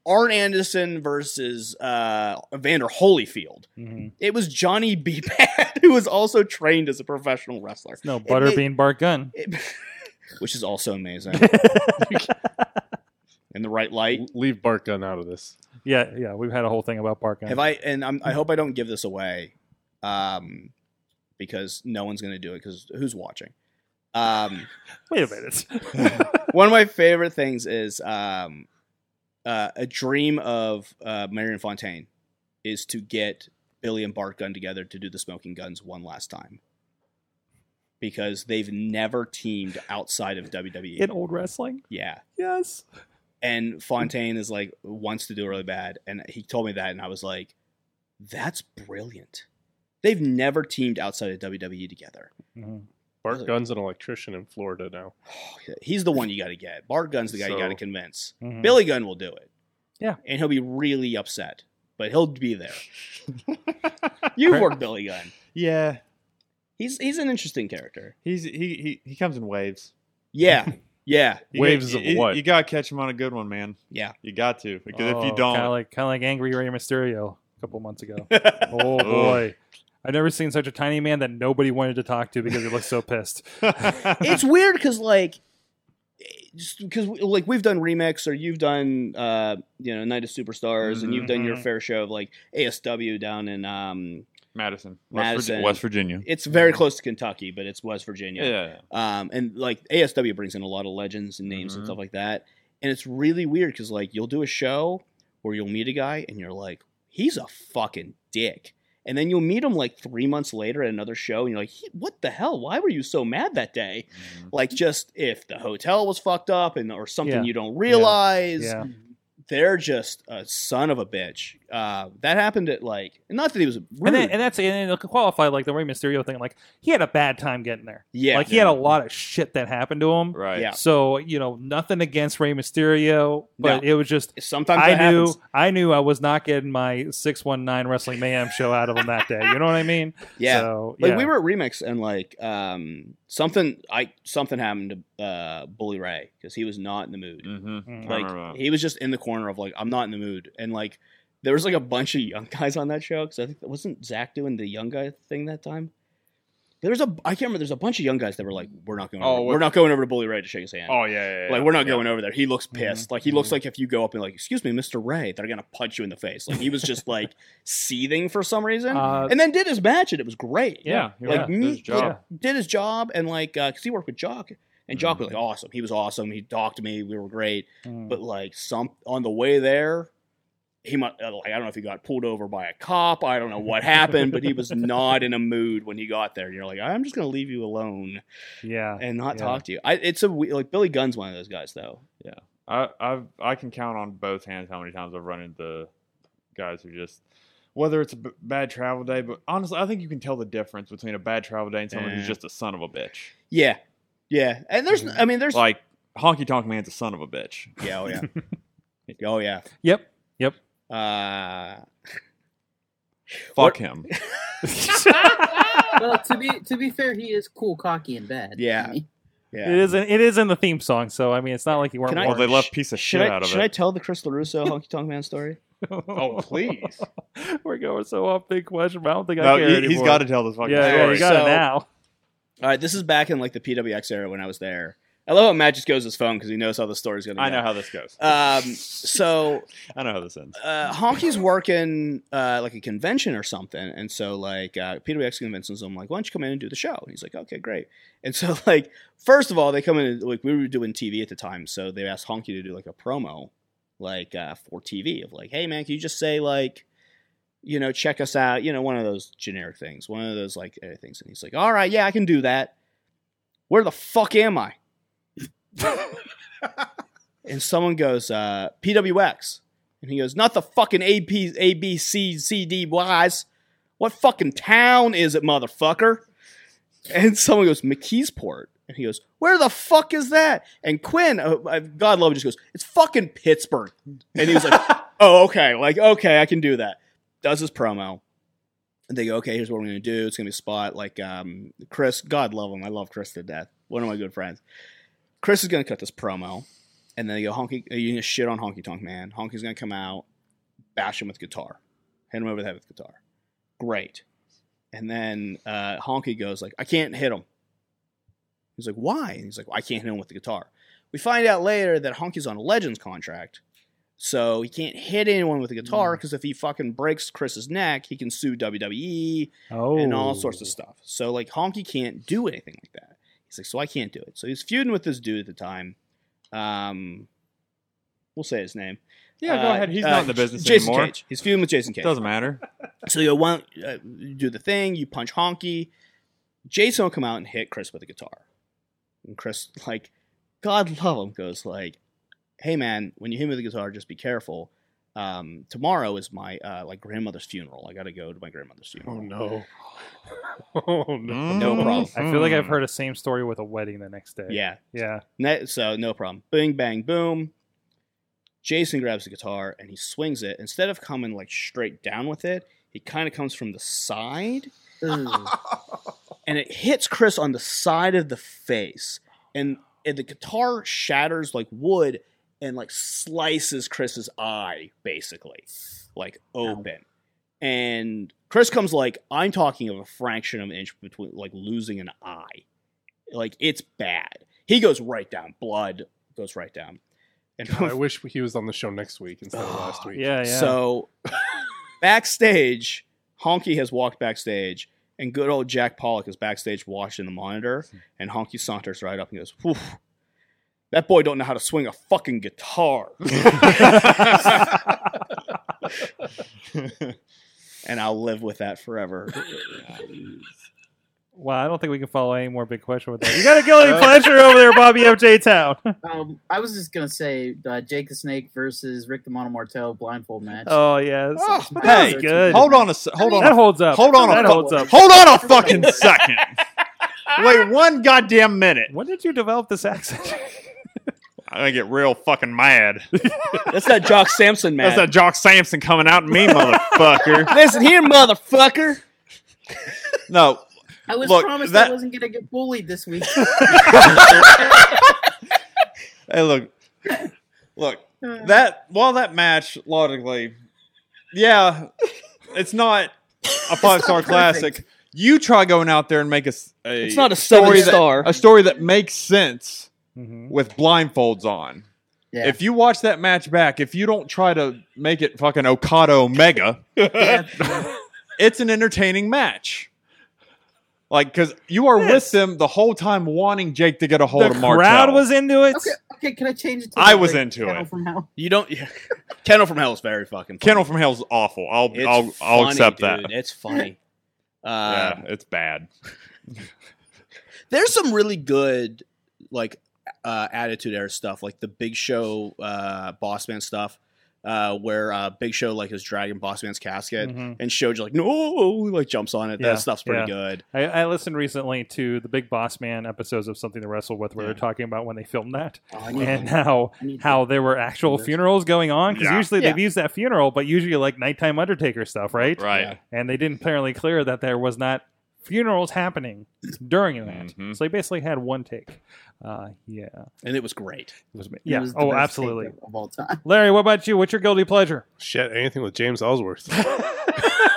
[SPEAKER 7] Arn Anderson versus uh, Evander Holyfield.
[SPEAKER 2] Mm-hmm.
[SPEAKER 7] It was Johnny B. Bad, who was also trained as a professional wrestler.
[SPEAKER 2] No
[SPEAKER 7] It made-
[SPEAKER 2] butterbean bark gun.
[SPEAKER 7] which is also amazing. In the right light,
[SPEAKER 3] leave Bart Gun out of this.
[SPEAKER 2] Yeah, yeah, we've had a whole thing about Bark.
[SPEAKER 7] Have I? And I'm, I hope I don't give this away, um, because no one's going to do it because who's watching? Um,
[SPEAKER 2] Wait a minute.
[SPEAKER 7] one of my favorite things is um, uh, a dream of uh, Marion Fontaine is to get Billy and Bart Gun together to do the Smoking Guns one last time because they've never teamed outside of E. WWE
[SPEAKER 2] in old wrestling?
[SPEAKER 7] Yeah.
[SPEAKER 2] Yes.
[SPEAKER 7] And Fontaine is like wants to do it really bad, and he told me that, and I was like, "That's brilliant." They've never teamed outside of WWE together.
[SPEAKER 2] Mm-hmm,
[SPEAKER 3] Bart Gunn's an electrician in Florida now.
[SPEAKER 7] He's the one you got to get. Bart Gunn's the guy you got to convince.
[SPEAKER 2] mm-hmm.
[SPEAKER 3] Mhm.
[SPEAKER 7] Billy Gunn will do it.
[SPEAKER 2] Hmm. Yeah.
[SPEAKER 7] And he'll be really upset, but he'll be there. You've worked Billy Gunn.
[SPEAKER 8] Yeah.
[SPEAKER 7] He's he's an interesting character.
[SPEAKER 8] He's he he, he comes in waves.
[SPEAKER 7] Yeah. Yeah.
[SPEAKER 8] You
[SPEAKER 3] Waves
[SPEAKER 8] got-
[SPEAKER 3] of
[SPEAKER 8] you-
[SPEAKER 3] what?
[SPEAKER 8] You gotta catch him on a good one, man.
[SPEAKER 7] Yeah.
[SPEAKER 8] You got to because if you
[SPEAKER 2] kind of
[SPEAKER 8] don't,
[SPEAKER 2] Oh, like kind of like Angry Ray Mysterio a couple months ago. oh boy, I've never seen such a tiny man that nobody wanted to talk to because he looked so pissed.
[SPEAKER 7] it's weird because like because like we've done remix or you've done uh you know night of superstars and you've done your
[SPEAKER 8] Mhm.
[SPEAKER 7] fair share of like asw down in um
[SPEAKER 8] Madison, West Virgi-
[SPEAKER 7] Madison.
[SPEAKER 8] West Virginia.
[SPEAKER 7] it's very close to kentucky but it's west virginia
[SPEAKER 8] Yeah.
[SPEAKER 7] um and like asw brings in a lot of legends and names and
[SPEAKER 8] Mhm.
[SPEAKER 7] stuff like that and it's really weird because like you'll do a show where you'll meet a guy and you're like he's a fucking dick and then you'll meet him like three months later at another show, and you're like, "He- "What the hell? Why were you so mad that day?"
[SPEAKER 8] Mm-hmm.
[SPEAKER 7] Like, just if the hotel was fucked up and or something
[SPEAKER 2] Yeah.
[SPEAKER 7] you don't
[SPEAKER 2] Yeah.
[SPEAKER 7] realize,
[SPEAKER 2] Yeah.
[SPEAKER 7] they're just a son of a bitch. Uh, that happened at like, not that he was rude.
[SPEAKER 2] And, then, and that's and it'll qualify like the Rey Mysterio thing. Like he had a bad time getting there.
[SPEAKER 7] Yeah.
[SPEAKER 2] like he had a lot of shit that happened to him.
[SPEAKER 8] Right.
[SPEAKER 7] Yeah.
[SPEAKER 2] So you know nothing against Rey Mysterio, but
[SPEAKER 7] No.
[SPEAKER 2] it was just
[SPEAKER 7] Sometimes
[SPEAKER 2] I
[SPEAKER 7] that
[SPEAKER 2] knew
[SPEAKER 7] happens.
[SPEAKER 2] I knew I was not getting my six one nine wrestling mayhem show out of him that day. You know what I mean?
[SPEAKER 7] yeah.
[SPEAKER 2] So,
[SPEAKER 7] like
[SPEAKER 2] yeah.
[SPEAKER 7] we were at Remix and like um, something I something happened to uh, Bully Ray because he was not in the mood.
[SPEAKER 2] Mm.
[SPEAKER 8] Mm-hmm. I remember
[SPEAKER 7] Like
[SPEAKER 8] that.
[SPEAKER 7] he was just in the corner of like I'm not in the mood, and like there was like a bunch of young guys on that show because I think wasn't Zach doing the young guy thing that time. There's a I can't remember. There's a bunch of young guys that were like, we're not going.
[SPEAKER 8] Oh,
[SPEAKER 7] over,
[SPEAKER 8] what-
[SPEAKER 7] we're not going over to Bully Ray to shake his hand.
[SPEAKER 8] Oh, yeah, yeah, yeah,
[SPEAKER 7] like we're not
[SPEAKER 8] yeah.
[SPEAKER 7] going over there. He looks
[SPEAKER 8] Mm-hmm.
[SPEAKER 7] pissed. Like he looks like if you go up and like, excuse me, Mister Ray, they're gonna punch you in the face. Like he was just like seething for some reason,
[SPEAKER 2] Uh,
[SPEAKER 7] and then did his match and it was great.
[SPEAKER 8] Yeah, yeah,
[SPEAKER 7] like
[SPEAKER 8] yeah,
[SPEAKER 7] me-
[SPEAKER 8] did his job.
[SPEAKER 7] like, did his job and like because he worked with Jock and Jock
[SPEAKER 8] Mm-hmm.
[SPEAKER 7] was like awesome. He was awesome. He talked to me. We were great.
[SPEAKER 2] mm,
[SPEAKER 8] Mm-hmm.
[SPEAKER 7] But like some on the way there, he might uh, like I don't know if he got pulled over by a cop. I don't know what happened, but he was not in a mood when he got there. You're like, I'm just gonna leave you alone
[SPEAKER 2] yeah
[SPEAKER 7] and not
[SPEAKER 2] yeah.
[SPEAKER 7] talk to you. I, it's a we- like Billy Gunn's one of those guys though.
[SPEAKER 8] Yeah, I I've, I can count on both hands how many times I've run into guys who just whether it's a b- bad travel day, but honestly, I think you can tell the difference between a bad travel day and someone
[SPEAKER 7] Yeah.
[SPEAKER 8] who's just a son of a bitch.
[SPEAKER 7] Yeah, yeah. And there's I mean there's
[SPEAKER 8] Mm-hmm. like honky tonk man's a son of a bitch.
[SPEAKER 7] yeah oh yeah oh yeah
[SPEAKER 2] Yep. Yep.
[SPEAKER 7] uh
[SPEAKER 8] Fuck him.
[SPEAKER 4] well, to be to be fair, he is cool, cocky, and bad.
[SPEAKER 7] Yeah.
[SPEAKER 2] It is in, it is in the theme song, so I mean it's not like you weren't.
[SPEAKER 7] Can I-
[SPEAKER 2] warned.
[SPEAKER 7] Well, they left
[SPEAKER 8] piece of
[SPEAKER 7] Should I should I tell the Chris Larusso honky tonk man story?
[SPEAKER 8] oh please!
[SPEAKER 2] We're going so off big question, but I don't think
[SPEAKER 8] No,
[SPEAKER 2] I care
[SPEAKER 8] he- he's
[SPEAKER 2] anymore.
[SPEAKER 8] gotta tell this fucking
[SPEAKER 2] yeah, Yeah,
[SPEAKER 8] story.
[SPEAKER 2] you got
[SPEAKER 7] So-
[SPEAKER 2] it now.
[SPEAKER 7] All right, this is back in like the PWX era when I was there. I love how Matt just goes his phone because he knows how the story's going to.
[SPEAKER 8] I know how this goes.
[SPEAKER 7] Um, so
[SPEAKER 8] I know how this ends.
[SPEAKER 7] uh, Honky's working uh, like a convention or something, and so like uh, PWX conventions, I'm like, why don't you come in and do the show? And he's like, okay, great. And so like, first of all, they come in and, like we were doing TV at the time, so they asked Honky to do like a promo, like uh, for TV of like, hey man, can you just say like, you know, check us out, you know, one of those generic things, one of those like uh, things, and he's like, all right, yeah, I can do that. Where the fuck am I? and someone goes uh, PWX, and he goes, "Not the fucking A B A B C C D Ys. What fucking town is it, motherfucker?" And someone goes, "McKeesport," and he goes, "Where the fuck is that?" And Quinn, oh, I- God love, him, just goes, "It's fucking Pittsburgh," and he was like, "Oh, okay, like okay, I can do that." Does his promo. And they go, okay, here's what we're gonna do. It's gonna be a spot like um, Chris. God love him. I love Chris to death. One of my good friends. Chris is gonna cut this promo, and then they go honky. You gonna shit on Honky Tonk Man. Honky's gonna come out, bash him with guitar, hit him over the head with guitar. Great. And then uh, Honky goes like, I can't hit him. He's like, why? And he's like, well, I can't hit him with the guitar. We find out later that Honky's on a Legends contract, So he can't hit anyone with a guitar because if he fucking breaks Chris's neck, he can sue E, WWE
[SPEAKER 2] Oh.
[SPEAKER 7] and
[SPEAKER 8] Oh.
[SPEAKER 7] all sorts of stuff. So like Honky can't do anything like that. He's like, so I can't do it. So he's feuding with this dude at the time. Um, we'll say his name.
[SPEAKER 8] Yeah, go
[SPEAKER 7] Uh,
[SPEAKER 8] ahead. He's
[SPEAKER 7] uh,
[SPEAKER 8] not in the business
[SPEAKER 7] Jason
[SPEAKER 8] anymore.
[SPEAKER 7] Cage. He's feuding with Jason Cage.
[SPEAKER 8] Doesn't matter.
[SPEAKER 7] So you want uh, you do the thing, you punch Honky. Jason will come out and hit Chris with a guitar, and Chris like, God love him, goes like, Hey man, when you hit me with a guitar, just be careful. Um, tomorrow is my uh, like grandmother's funeral. I got to go to my grandmother's funeral.
[SPEAKER 3] Oh no. Oh
[SPEAKER 8] Mm-hmm.
[SPEAKER 3] no.
[SPEAKER 7] No
[SPEAKER 2] Mm.
[SPEAKER 7] problem.
[SPEAKER 2] I feel like I've heard the same story with a wedding the next day.
[SPEAKER 7] Hmm. Yeah.
[SPEAKER 2] Yeah.
[SPEAKER 7] Ne- so no problem. Bing bang boom. Jason grabs the guitar and he swings it. Instead of coming like straight down with it, he kind of comes from the side. and it hits Chris on the side of the face. And, and the guitar shatters like wood and like slices Chris's eye, basically. Like open. And Chris comes like, I'm talking of a fraction of an inch between like losing an eye. Like it's bad. He goes right down. Blood goes right down. And
[SPEAKER 3] God, I wish he was on the show next week instead of last week.
[SPEAKER 7] So backstage, Honky has walked backstage, and good old Jack Pollock is backstage watching the monitor, and Honky saunters right up and goes, Whew, that boy don't know how to swing a fucking guitar. and I'll live with that forever.
[SPEAKER 2] Well, I don't think we can follow any more big question with that. You got a guilty pleasure over there, Bobby FJ Town.
[SPEAKER 4] Um, I was just gonna say uh, Jake the Snake versus Rick the Mono Martel blindfold match.
[SPEAKER 2] Oh yes.
[SPEAKER 4] Oh,
[SPEAKER 2] hey,
[SPEAKER 4] hey,
[SPEAKER 2] good.
[SPEAKER 4] hold on
[SPEAKER 8] a se- hold on
[SPEAKER 2] That
[SPEAKER 8] a-
[SPEAKER 2] holds up.
[SPEAKER 8] hold on a
[SPEAKER 2] That
[SPEAKER 8] fu-
[SPEAKER 2] holds up.
[SPEAKER 8] hold on a fucking second. Wait one goddamn minute.
[SPEAKER 2] When did you develop this accent?
[SPEAKER 8] I'm gonna get real fucking mad.
[SPEAKER 7] That's that Jock Sampson
[SPEAKER 8] That's
[SPEAKER 7] man.
[SPEAKER 8] that Jock Sampson coming out at me, motherfucker.
[SPEAKER 7] Listen here, motherfucker.
[SPEAKER 8] No,
[SPEAKER 4] I was
[SPEAKER 8] Look,
[SPEAKER 4] promised
[SPEAKER 8] that-
[SPEAKER 4] I wasn't gonna get bullied this week.
[SPEAKER 8] Hey, look, look. That while that match logically, yeah, it's not a five star classic. You try going out there and make a, s- a
[SPEAKER 7] It's not a seven
[SPEAKER 8] story that-
[SPEAKER 7] star.
[SPEAKER 8] a story that makes sense with blindfolds on.
[SPEAKER 4] Yeah.
[SPEAKER 8] If you watch that match back, if you don't try to make it fucking Okada Omega, it's an entertaining match. Like, because you are with them the whole time, wanting Jake to get a hold
[SPEAKER 2] The
[SPEAKER 8] of Martel.
[SPEAKER 2] crowd was into it.
[SPEAKER 4] okay, okay, can I change it? To
[SPEAKER 8] I
[SPEAKER 4] the
[SPEAKER 8] was
[SPEAKER 4] Rick
[SPEAKER 8] into
[SPEAKER 4] Kennel
[SPEAKER 8] it.
[SPEAKER 4] From hell?
[SPEAKER 7] You don't. Kennel from Hell is very fucking funny.
[SPEAKER 8] Kennel from Hell's awful. I'll
[SPEAKER 7] It's
[SPEAKER 8] I'll I'll
[SPEAKER 7] funny,
[SPEAKER 8] accept
[SPEAKER 7] dude.
[SPEAKER 8] that.
[SPEAKER 7] It's funny. Uh,
[SPEAKER 8] yeah, it's bad.
[SPEAKER 7] there's some really good like uh attitude era stuff like the big show uh boss man stuff uh where uh big show like is dragging boss man's casket
[SPEAKER 2] Mhm.
[SPEAKER 7] and showed you like no like jumps on it
[SPEAKER 2] Yeah,
[SPEAKER 7] that stuff's pretty
[SPEAKER 2] yeah.
[SPEAKER 7] good
[SPEAKER 2] I, I listened recently to the Big Boss Man episodes of Something to Wrestle With, where they're talking about when they filmed that
[SPEAKER 4] Oh, I
[SPEAKER 7] Mm-hmm.
[SPEAKER 4] need
[SPEAKER 2] and
[SPEAKER 4] to-
[SPEAKER 2] how
[SPEAKER 4] I need to-
[SPEAKER 2] how there were actual funerals going on because
[SPEAKER 8] Yeah.
[SPEAKER 2] usually
[SPEAKER 7] Yeah.
[SPEAKER 2] they've used that funeral, but usually like nighttime Undertaker stuff, right?
[SPEAKER 8] Right.
[SPEAKER 2] And they didn't apparently clear that there was not funerals happening during that,
[SPEAKER 8] Mhm.
[SPEAKER 2] so they basically had one take. Uh, yeah, it
[SPEAKER 7] and it was great
[SPEAKER 2] was,
[SPEAKER 4] It
[SPEAKER 2] yeah.
[SPEAKER 4] was the
[SPEAKER 2] oh,
[SPEAKER 4] best take
[SPEAKER 2] absolutely.
[SPEAKER 4] of- Of all time.
[SPEAKER 2] Larry, what about you? What's your guilty pleasure?
[SPEAKER 3] Shit, anything with James Ellsworth.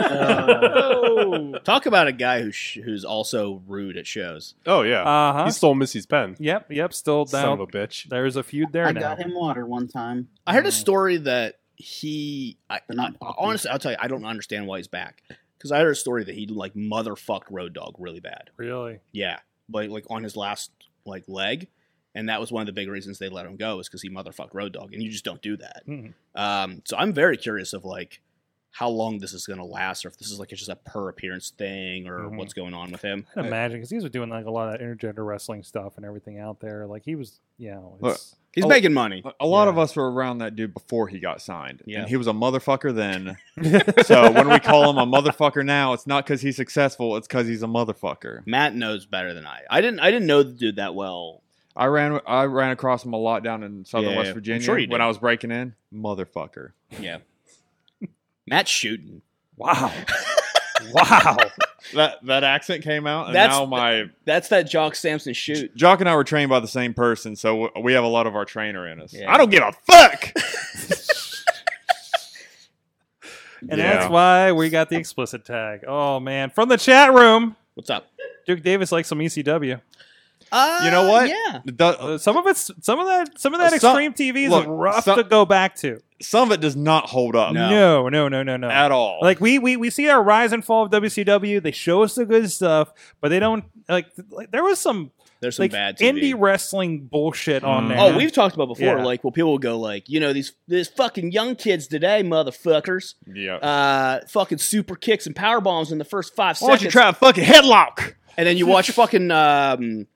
[SPEAKER 2] Uh, Oh.
[SPEAKER 7] talk about a guy who sh- who's also rude at shows
[SPEAKER 3] oh yeah.
[SPEAKER 2] Uh huh.
[SPEAKER 3] he stole Missy's pen.
[SPEAKER 2] Yep, yep. Still
[SPEAKER 3] Son of
[SPEAKER 2] down.
[SPEAKER 3] a bitch.
[SPEAKER 2] There's a feud there
[SPEAKER 4] I
[SPEAKER 2] now.
[SPEAKER 4] got him water one time. Uh,
[SPEAKER 7] i heard a story that he I,
[SPEAKER 4] They're not
[SPEAKER 7] I-
[SPEAKER 4] popular.
[SPEAKER 7] honestly i'll tell you i don't understand why he's back because i heard a story that he like motherfucked road dog really bad
[SPEAKER 2] Really?
[SPEAKER 7] Yeah, but like on his last like leg, and that was one of the big reasons they let him go is because he motherfucked Road Dog, and you just don't do that.
[SPEAKER 2] Mhm.
[SPEAKER 7] Um, so I'm very curious of like how long this is going to last, or if this is like just a per appearance thing, or
[SPEAKER 2] Mhm.
[SPEAKER 7] what's going on with him.
[SPEAKER 2] I'd imagine because he was doing like a lot of intergender wrestling stuff and everything out there. Like he was, you know,
[SPEAKER 8] Look,
[SPEAKER 2] it's,
[SPEAKER 7] He's
[SPEAKER 8] Oh.
[SPEAKER 7] making money.
[SPEAKER 8] A lot
[SPEAKER 2] Yeah.
[SPEAKER 8] of us were around that dude before he got signed,
[SPEAKER 7] Yeah.
[SPEAKER 8] and he was a motherfucker then. so when we call him a motherfucker now, it's not because he's successful; it's because he's a motherfucker.
[SPEAKER 7] Matt knows better than I. I didn't. I didn't know the dude that well.
[SPEAKER 8] I ran I ran across him a lot down in southern
[SPEAKER 7] Yeah,
[SPEAKER 8] West
[SPEAKER 7] I'm
[SPEAKER 8] Virginia
[SPEAKER 7] sure you
[SPEAKER 8] when
[SPEAKER 7] did.
[SPEAKER 8] I was breaking in. Motherfucker.
[SPEAKER 7] Yeah, Matt's shooting.
[SPEAKER 2] wow, wow.
[SPEAKER 8] That that accent came out, and
[SPEAKER 7] That's
[SPEAKER 8] now
[SPEAKER 7] the-
[SPEAKER 8] my
[SPEAKER 7] That's that Jock Sampson shoot.
[SPEAKER 8] Jock and I were trained by the same person, so w- we have a lot of our trainer in us.
[SPEAKER 7] Yeah.
[SPEAKER 8] I don't give a fuck.
[SPEAKER 2] And
[SPEAKER 8] Yeah.
[SPEAKER 2] that's why we got the explicit tag. Oh man, from the chat room,
[SPEAKER 7] What's up?
[SPEAKER 2] E Duke Davis likes some ECW. you know
[SPEAKER 7] what? yeah.
[SPEAKER 2] some of it's some of that some of that
[SPEAKER 8] Uh, Some-
[SPEAKER 2] extreme TV is
[SPEAKER 8] look,
[SPEAKER 2] rough
[SPEAKER 8] some-
[SPEAKER 2] to go back to.
[SPEAKER 8] Some of it does not hold up.
[SPEAKER 2] No, no, no, no, no.
[SPEAKER 8] At all.
[SPEAKER 2] Like we we we see our rise and fall of WCW. They show us the good stuff, but they don't like. like there was some
[SPEAKER 7] There's some
[SPEAKER 2] like,
[SPEAKER 7] bad TV.
[SPEAKER 2] indie wrestling bullshit on there.
[SPEAKER 7] Oh, we've talked about before.
[SPEAKER 2] Yeah.
[SPEAKER 7] Like, well, people will go like, you know, these these fucking young kids today, motherfuckers.
[SPEAKER 8] Yeah.
[SPEAKER 7] Uh, fucking super kicks and power bombs in the first five
[SPEAKER 8] Why don't you
[SPEAKER 7] seconds.
[SPEAKER 8] try a fucking headlock?
[SPEAKER 7] And then you watch fucking um,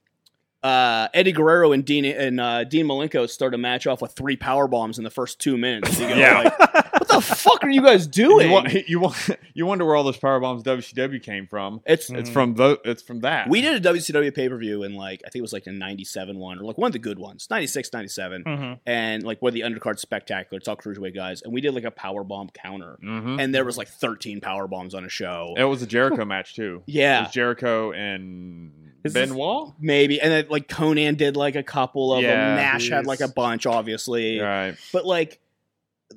[SPEAKER 7] uh, Eddie Guerrero and Dean and uh, Dean Malenko start a match off with three power bombs in the first two minutes. You go,
[SPEAKER 8] Yeah.
[SPEAKER 7] like, what the fuck are you guys doing?
[SPEAKER 8] You, wa- you, wa- you wonder where all those power bombs WCW came from.
[SPEAKER 7] It's
[SPEAKER 8] it's from the it's from that.
[SPEAKER 7] We did a WCW pay per view in like I think it was like a 97 one or like one of the good ones, 96, 97.
[SPEAKER 8] Mhm.
[SPEAKER 7] And like one of the undercard spectacular, it's all cruiserweight guys. And we did like a power bomb counter.
[SPEAKER 8] Mhm.
[SPEAKER 7] And there was like 13 power bombs on a show.
[SPEAKER 8] It was a Jericho match too.
[SPEAKER 7] Yeah.
[SPEAKER 8] It was Jericho and Benoit.
[SPEAKER 7] Maybe. And then like Conan did like a couple of
[SPEAKER 8] Yeah.
[SPEAKER 7] them. Nash had like a bunch, obviously.
[SPEAKER 8] Right.
[SPEAKER 7] But like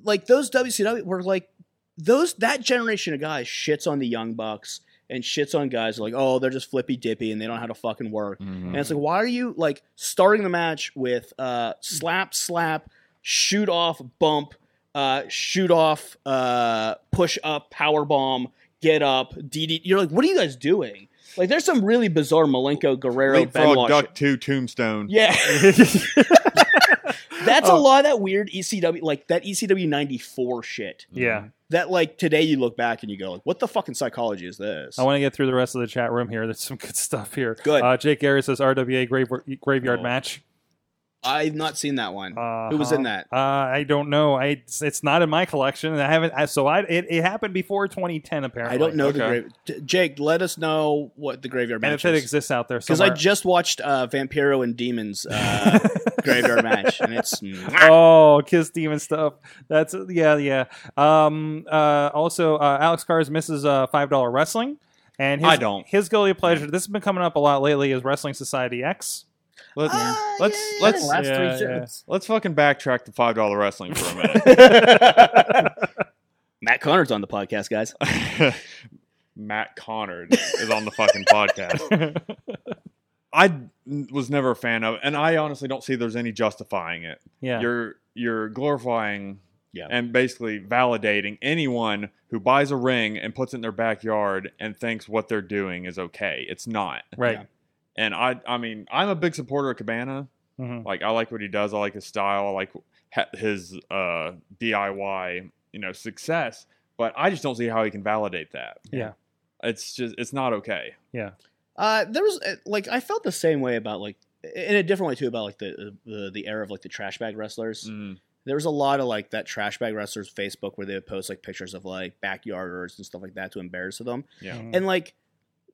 [SPEAKER 7] like those WCW were like those that generation of guys shits on the young bucks and shits on guys like oh they're just flippy dippy and they don't know how to fucking work
[SPEAKER 8] Mm-hmm.
[SPEAKER 7] and it's like why are you like starting the match with uh slap slap shoot off bump uh shoot off uh push up power bomb get up DD you're like what are you guys doing like there's some really bizarre Malenko Guerrero Benoit
[SPEAKER 8] Leapfrog
[SPEAKER 7] shit.
[SPEAKER 8] Duck Two Tombstone.
[SPEAKER 7] Yeah. That's
[SPEAKER 2] Oh.
[SPEAKER 7] a lot of that weird ECW, like that E ECW 94 shit.
[SPEAKER 2] Yeah.
[SPEAKER 7] That, like, today you look back and you go, like, what the fucking psychology is this?
[SPEAKER 2] I want to get through the rest of the chat room here. There's some good stuff here.
[SPEAKER 7] Good.
[SPEAKER 2] Uh, Jake Gary says RWA grave, graveyard
[SPEAKER 7] Oh.
[SPEAKER 2] match.
[SPEAKER 7] I've not seen that one. Who was in that?
[SPEAKER 2] Uh, I don't know. I it's, it's not in my collection, and I haven't. I, so I it, it happened before 2010. Apparently,
[SPEAKER 7] I don't know the grave. J- Jake, let us know what the graveyard
[SPEAKER 2] And
[SPEAKER 7] match
[SPEAKER 2] if it
[SPEAKER 7] is.
[SPEAKER 2] exists out there,
[SPEAKER 7] Because I
[SPEAKER 2] somewhere.
[SPEAKER 7] just watched uh, Vampiro and Demons uh, graveyard match, and it's
[SPEAKER 2] oh, kiss demon stuff. That's yeah, yeah. Um, uh, also, uh, Alex Cars misses uh, five dollar wrestling, and his,
[SPEAKER 8] I don't.
[SPEAKER 2] His guilty pleasure. This has been coming up a lot lately. Is Wrestling Society X?
[SPEAKER 7] Ah,
[SPEAKER 8] Let's Mm-hmm. let's
[SPEAKER 4] Ah,
[SPEAKER 2] yeah,
[SPEAKER 8] let's
[SPEAKER 2] yeah. Last three shows.
[SPEAKER 8] let's fucking backtrack to five dollar wrestling for a minute.
[SPEAKER 7] Matt Connor's on the podcast, guys.
[SPEAKER 8] Matt Connard is on the fucking podcast. I was never a fan of, it, and I honestly don't see there's any justifying it.
[SPEAKER 2] Yeah.
[SPEAKER 8] you're you're glorifying,
[SPEAKER 7] yeah.
[SPEAKER 8] and basically validating anyone who buys a ring and puts it in their backyard and thinks what they're doing is okay. It's not
[SPEAKER 2] Right. Yeah.
[SPEAKER 8] And I, I mean, I'm a big supporter of Cabana.
[SPEAKER 2] Mhm.
[SPEAKER 8] Like I like what he does. I like his style. I like ha- his uh, DIY, you know, success. But I just don't see how he can validate that.
[SPEAKER 2] Yeah.
[SPEAKER 8] It's just it's not okay.
[SPEAKER 2] Yeah.
[SPEAKER 7] Uh, there was uh, like I felt the same way about like in a different way too about like the uh, the, the era of like the trash bag wrestlers.
[SPEAKER 2] Mm.
[SPEAKER 8] Mm-hmm.
[SPEAKER 7] There was a lot of like that trash bag wrestlers Facebook where they would post like pictures of like backyarders and stuff like that to embarrass them.
[SPEAKER 8] Yeah.
[SPEAKER 2] Mm-hmm.
[SPEAKER 7] And like,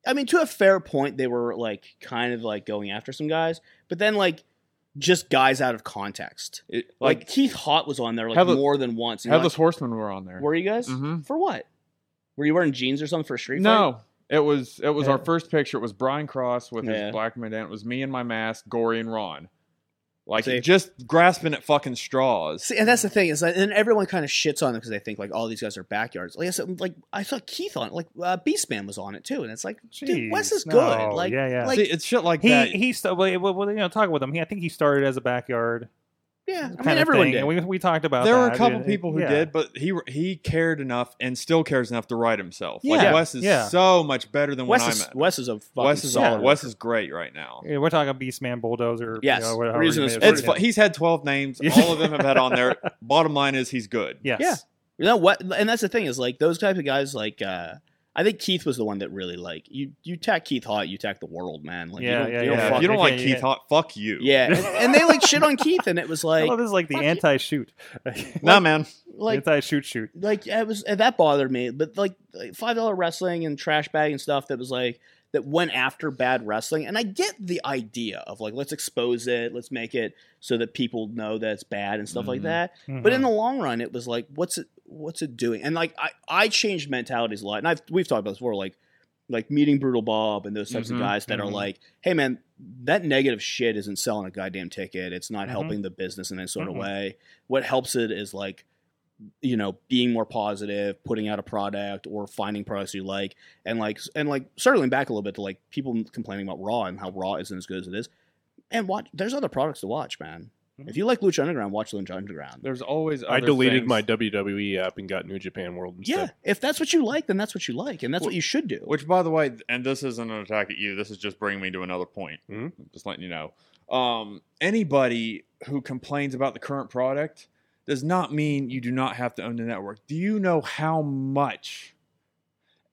[SPEAKER 7] I mean, to a fair point, they were like kind of like going after some guys, but then like just guys out of context. like,
[SPEAKER 8] like-
[SPEAKER 7] Keith Hot was on there like
[SPEAKER 8] Headless-
[SPEAKER 7] more than once. and you're
[SPEAKER 8] Headless
[SPEAKER 7] like,
[SPEAKER 8] Horsemen were on there.
[SPEAKER 7] were you guys
[SPEAKER 8] Mhm.
[SPEAKER 7] for what? Were you wearing jeans or something for a street fight?
[SPEAKER 8] No, it was it was our
[SPEAKER 7] Yeah.
[SPEAKER 8] first picture. It was Brian Cross with
[SPEAKER 7] Yeah.
[SPEAKER 8] his black bandana. It was me and my mask, Gory and Ron, like
[SPEAKER 7] See?
[SPEAKER 8] just grasping at fucking straws.
[SPEAKER 7] See, and that's the thing is, that, and everyone kind of shits on them because they think like all these guys are backyards. Like I said, like I saw Keith on, it, like uh, Beastman was on it too, and it's like, dude, Wes is
[SPEAKER 2] Jeez,
[SPEAKER 7] good.
[SPEAKER 2] no.
[SPEAKER 7] Like,
[SPEAKER 2] yeah, yeah.
[SPEAKER 7] like
[SPEAKER 8] shit like
[SPEAKER 2] he,
[SPEAKER 7] that.
[SPEAKER 2] He st- well, well, well, you know, talking with him. He, I think he started as a backyard.
[SPEAKER 7] Yeah, I mean,
[SPEAKER 2] kind of
[SPEAKER 7] everyone
[SPEAKER 2] thing,
[SPEAKER 7] did.
[SPEAKER 2] and We, we talked about.
[SPEAKER 8] there
[SPEAKER 2] that.
[SPEAKER 8] were a couple
[SPEAKER 2] It- it-
[SPEAKER 8] people who
[SPEAKER 2] yeah.
[SPEAKER 8] did, but he he cared enough and still cares enough to write himself.
[SPEAKER 2] Yeah.
[SPEAKER 8] Like Wes is
[SPEAKER 2] Yeah.
[SPEAKER 8] so much better than
[SPEAKER 7] Wes
[SPEAKER 8] when
[SPEAKER 7] is-
[SPEAKER 8] I met. him.
[SPEAKER 7] Wes is a fucking
[SPEAKER 8] Wes is
[SPEAKER 7] solid
[SPEAKER 8] all, Wes is great right now.
[SPEAKER 2] Yeah, we're talking Beastman Bulldozer.
[SPEAKER 8] Yes.
[SPEAKER 2] you know, whatever
[SPEAKER 8] Reason
[SPEAKER 2] you
[SPEAKER 8] is
[SPEAKER 2] may
[SPEAKER 8] for-
[SPEAKER 2] have
[SPEAKER 8] It's
[SPEAKER 2] said.
[SPEAKER 8] fu- he's had twelve names. All of them have had on there. Bottom line is he's good.
[SPEAKER 7] Yeah. You know what? And that's the thing is like those type of guys. Like uh, I think Keith was the one that really like you. You tack Keith Hot, you tack the world, man. Like,
[SPEAKER 2] Yeah,
[SPEAKER 7] you don't,
[SPEAKER 2] yeah,
[SPEAKER 7] you don't
[SPEAKER 2] yeah.
[SPEAKER 7] fuck-
[SPEAKER 8] If you don't like
[SPEAKER 2] Yeah,
[SPEAKER 8] Keith
[SPEAKER 2] yeah.
[SPEAKER 8] Hot, fuck you.
[SPEAKER 7] Yeah, and, and they like shit on Keith, and it was
[SPEAKER 2] I
[SPEAKER 7] like
[SPEAKER 2] love Oh, this is like the anti-shoot.
[SPEAKER 8] nah, man.
[SPEAKER 7] Like-
[SPEAKER 2] anti-shoot shoot.
[SPEAKER 7] like it was and that bothered me but like like, five dollar wrestling and trash bag and stuff that was like that went after bad wrestling and i get the idea of like let's expose it let's make it so that people know that it's bad and stuff like
[SPEAKER 10] Mhm.
[SPEAKER 2] Mm-hmm.
[SPEAKER 7] that
[SPEAKER 10] Mhm.
[SPEAKER 7] but in the long run it was like what's it what's it doing and like i i changed mentalities a lot and i've we've talked about this before like like meeting brutal bob and those types
[SPEAKER 10] Mhm.
[SPEAKER 7] of guys that are
[SPEAKER 10] Mhm.
[SPEAKER 7] like hey man that negative shit isn't selling a goddamn ticket it's not helping the business in any sort
[SPEAKER 10] Mhm.
[SPEAKER 7] of way what helps it is like you know being more positive putting out a product or finding products you like and like and like circling back a little bit to like people complaining about raw and how raw isn't as good as it is and watch. There's other products to watch, man. If you like Lucha Underground, watch Lucha Underground.
[SPEAKER 3] There's always I deleted my WWE app and got New Japan World
[SPEAKER 7] Yeah,
[SPEAKER 3] instead.
[SPEAKER 7] if that's what you like, then that's what you like, and that's what you should do.
[SPEAKER 9] Which, by the way, and this isn't an attack at you. This is just bringing me to another point. Just letting you know. Um, anybody who complains about the current product does not mean you do not have to own the network. Do you know how much?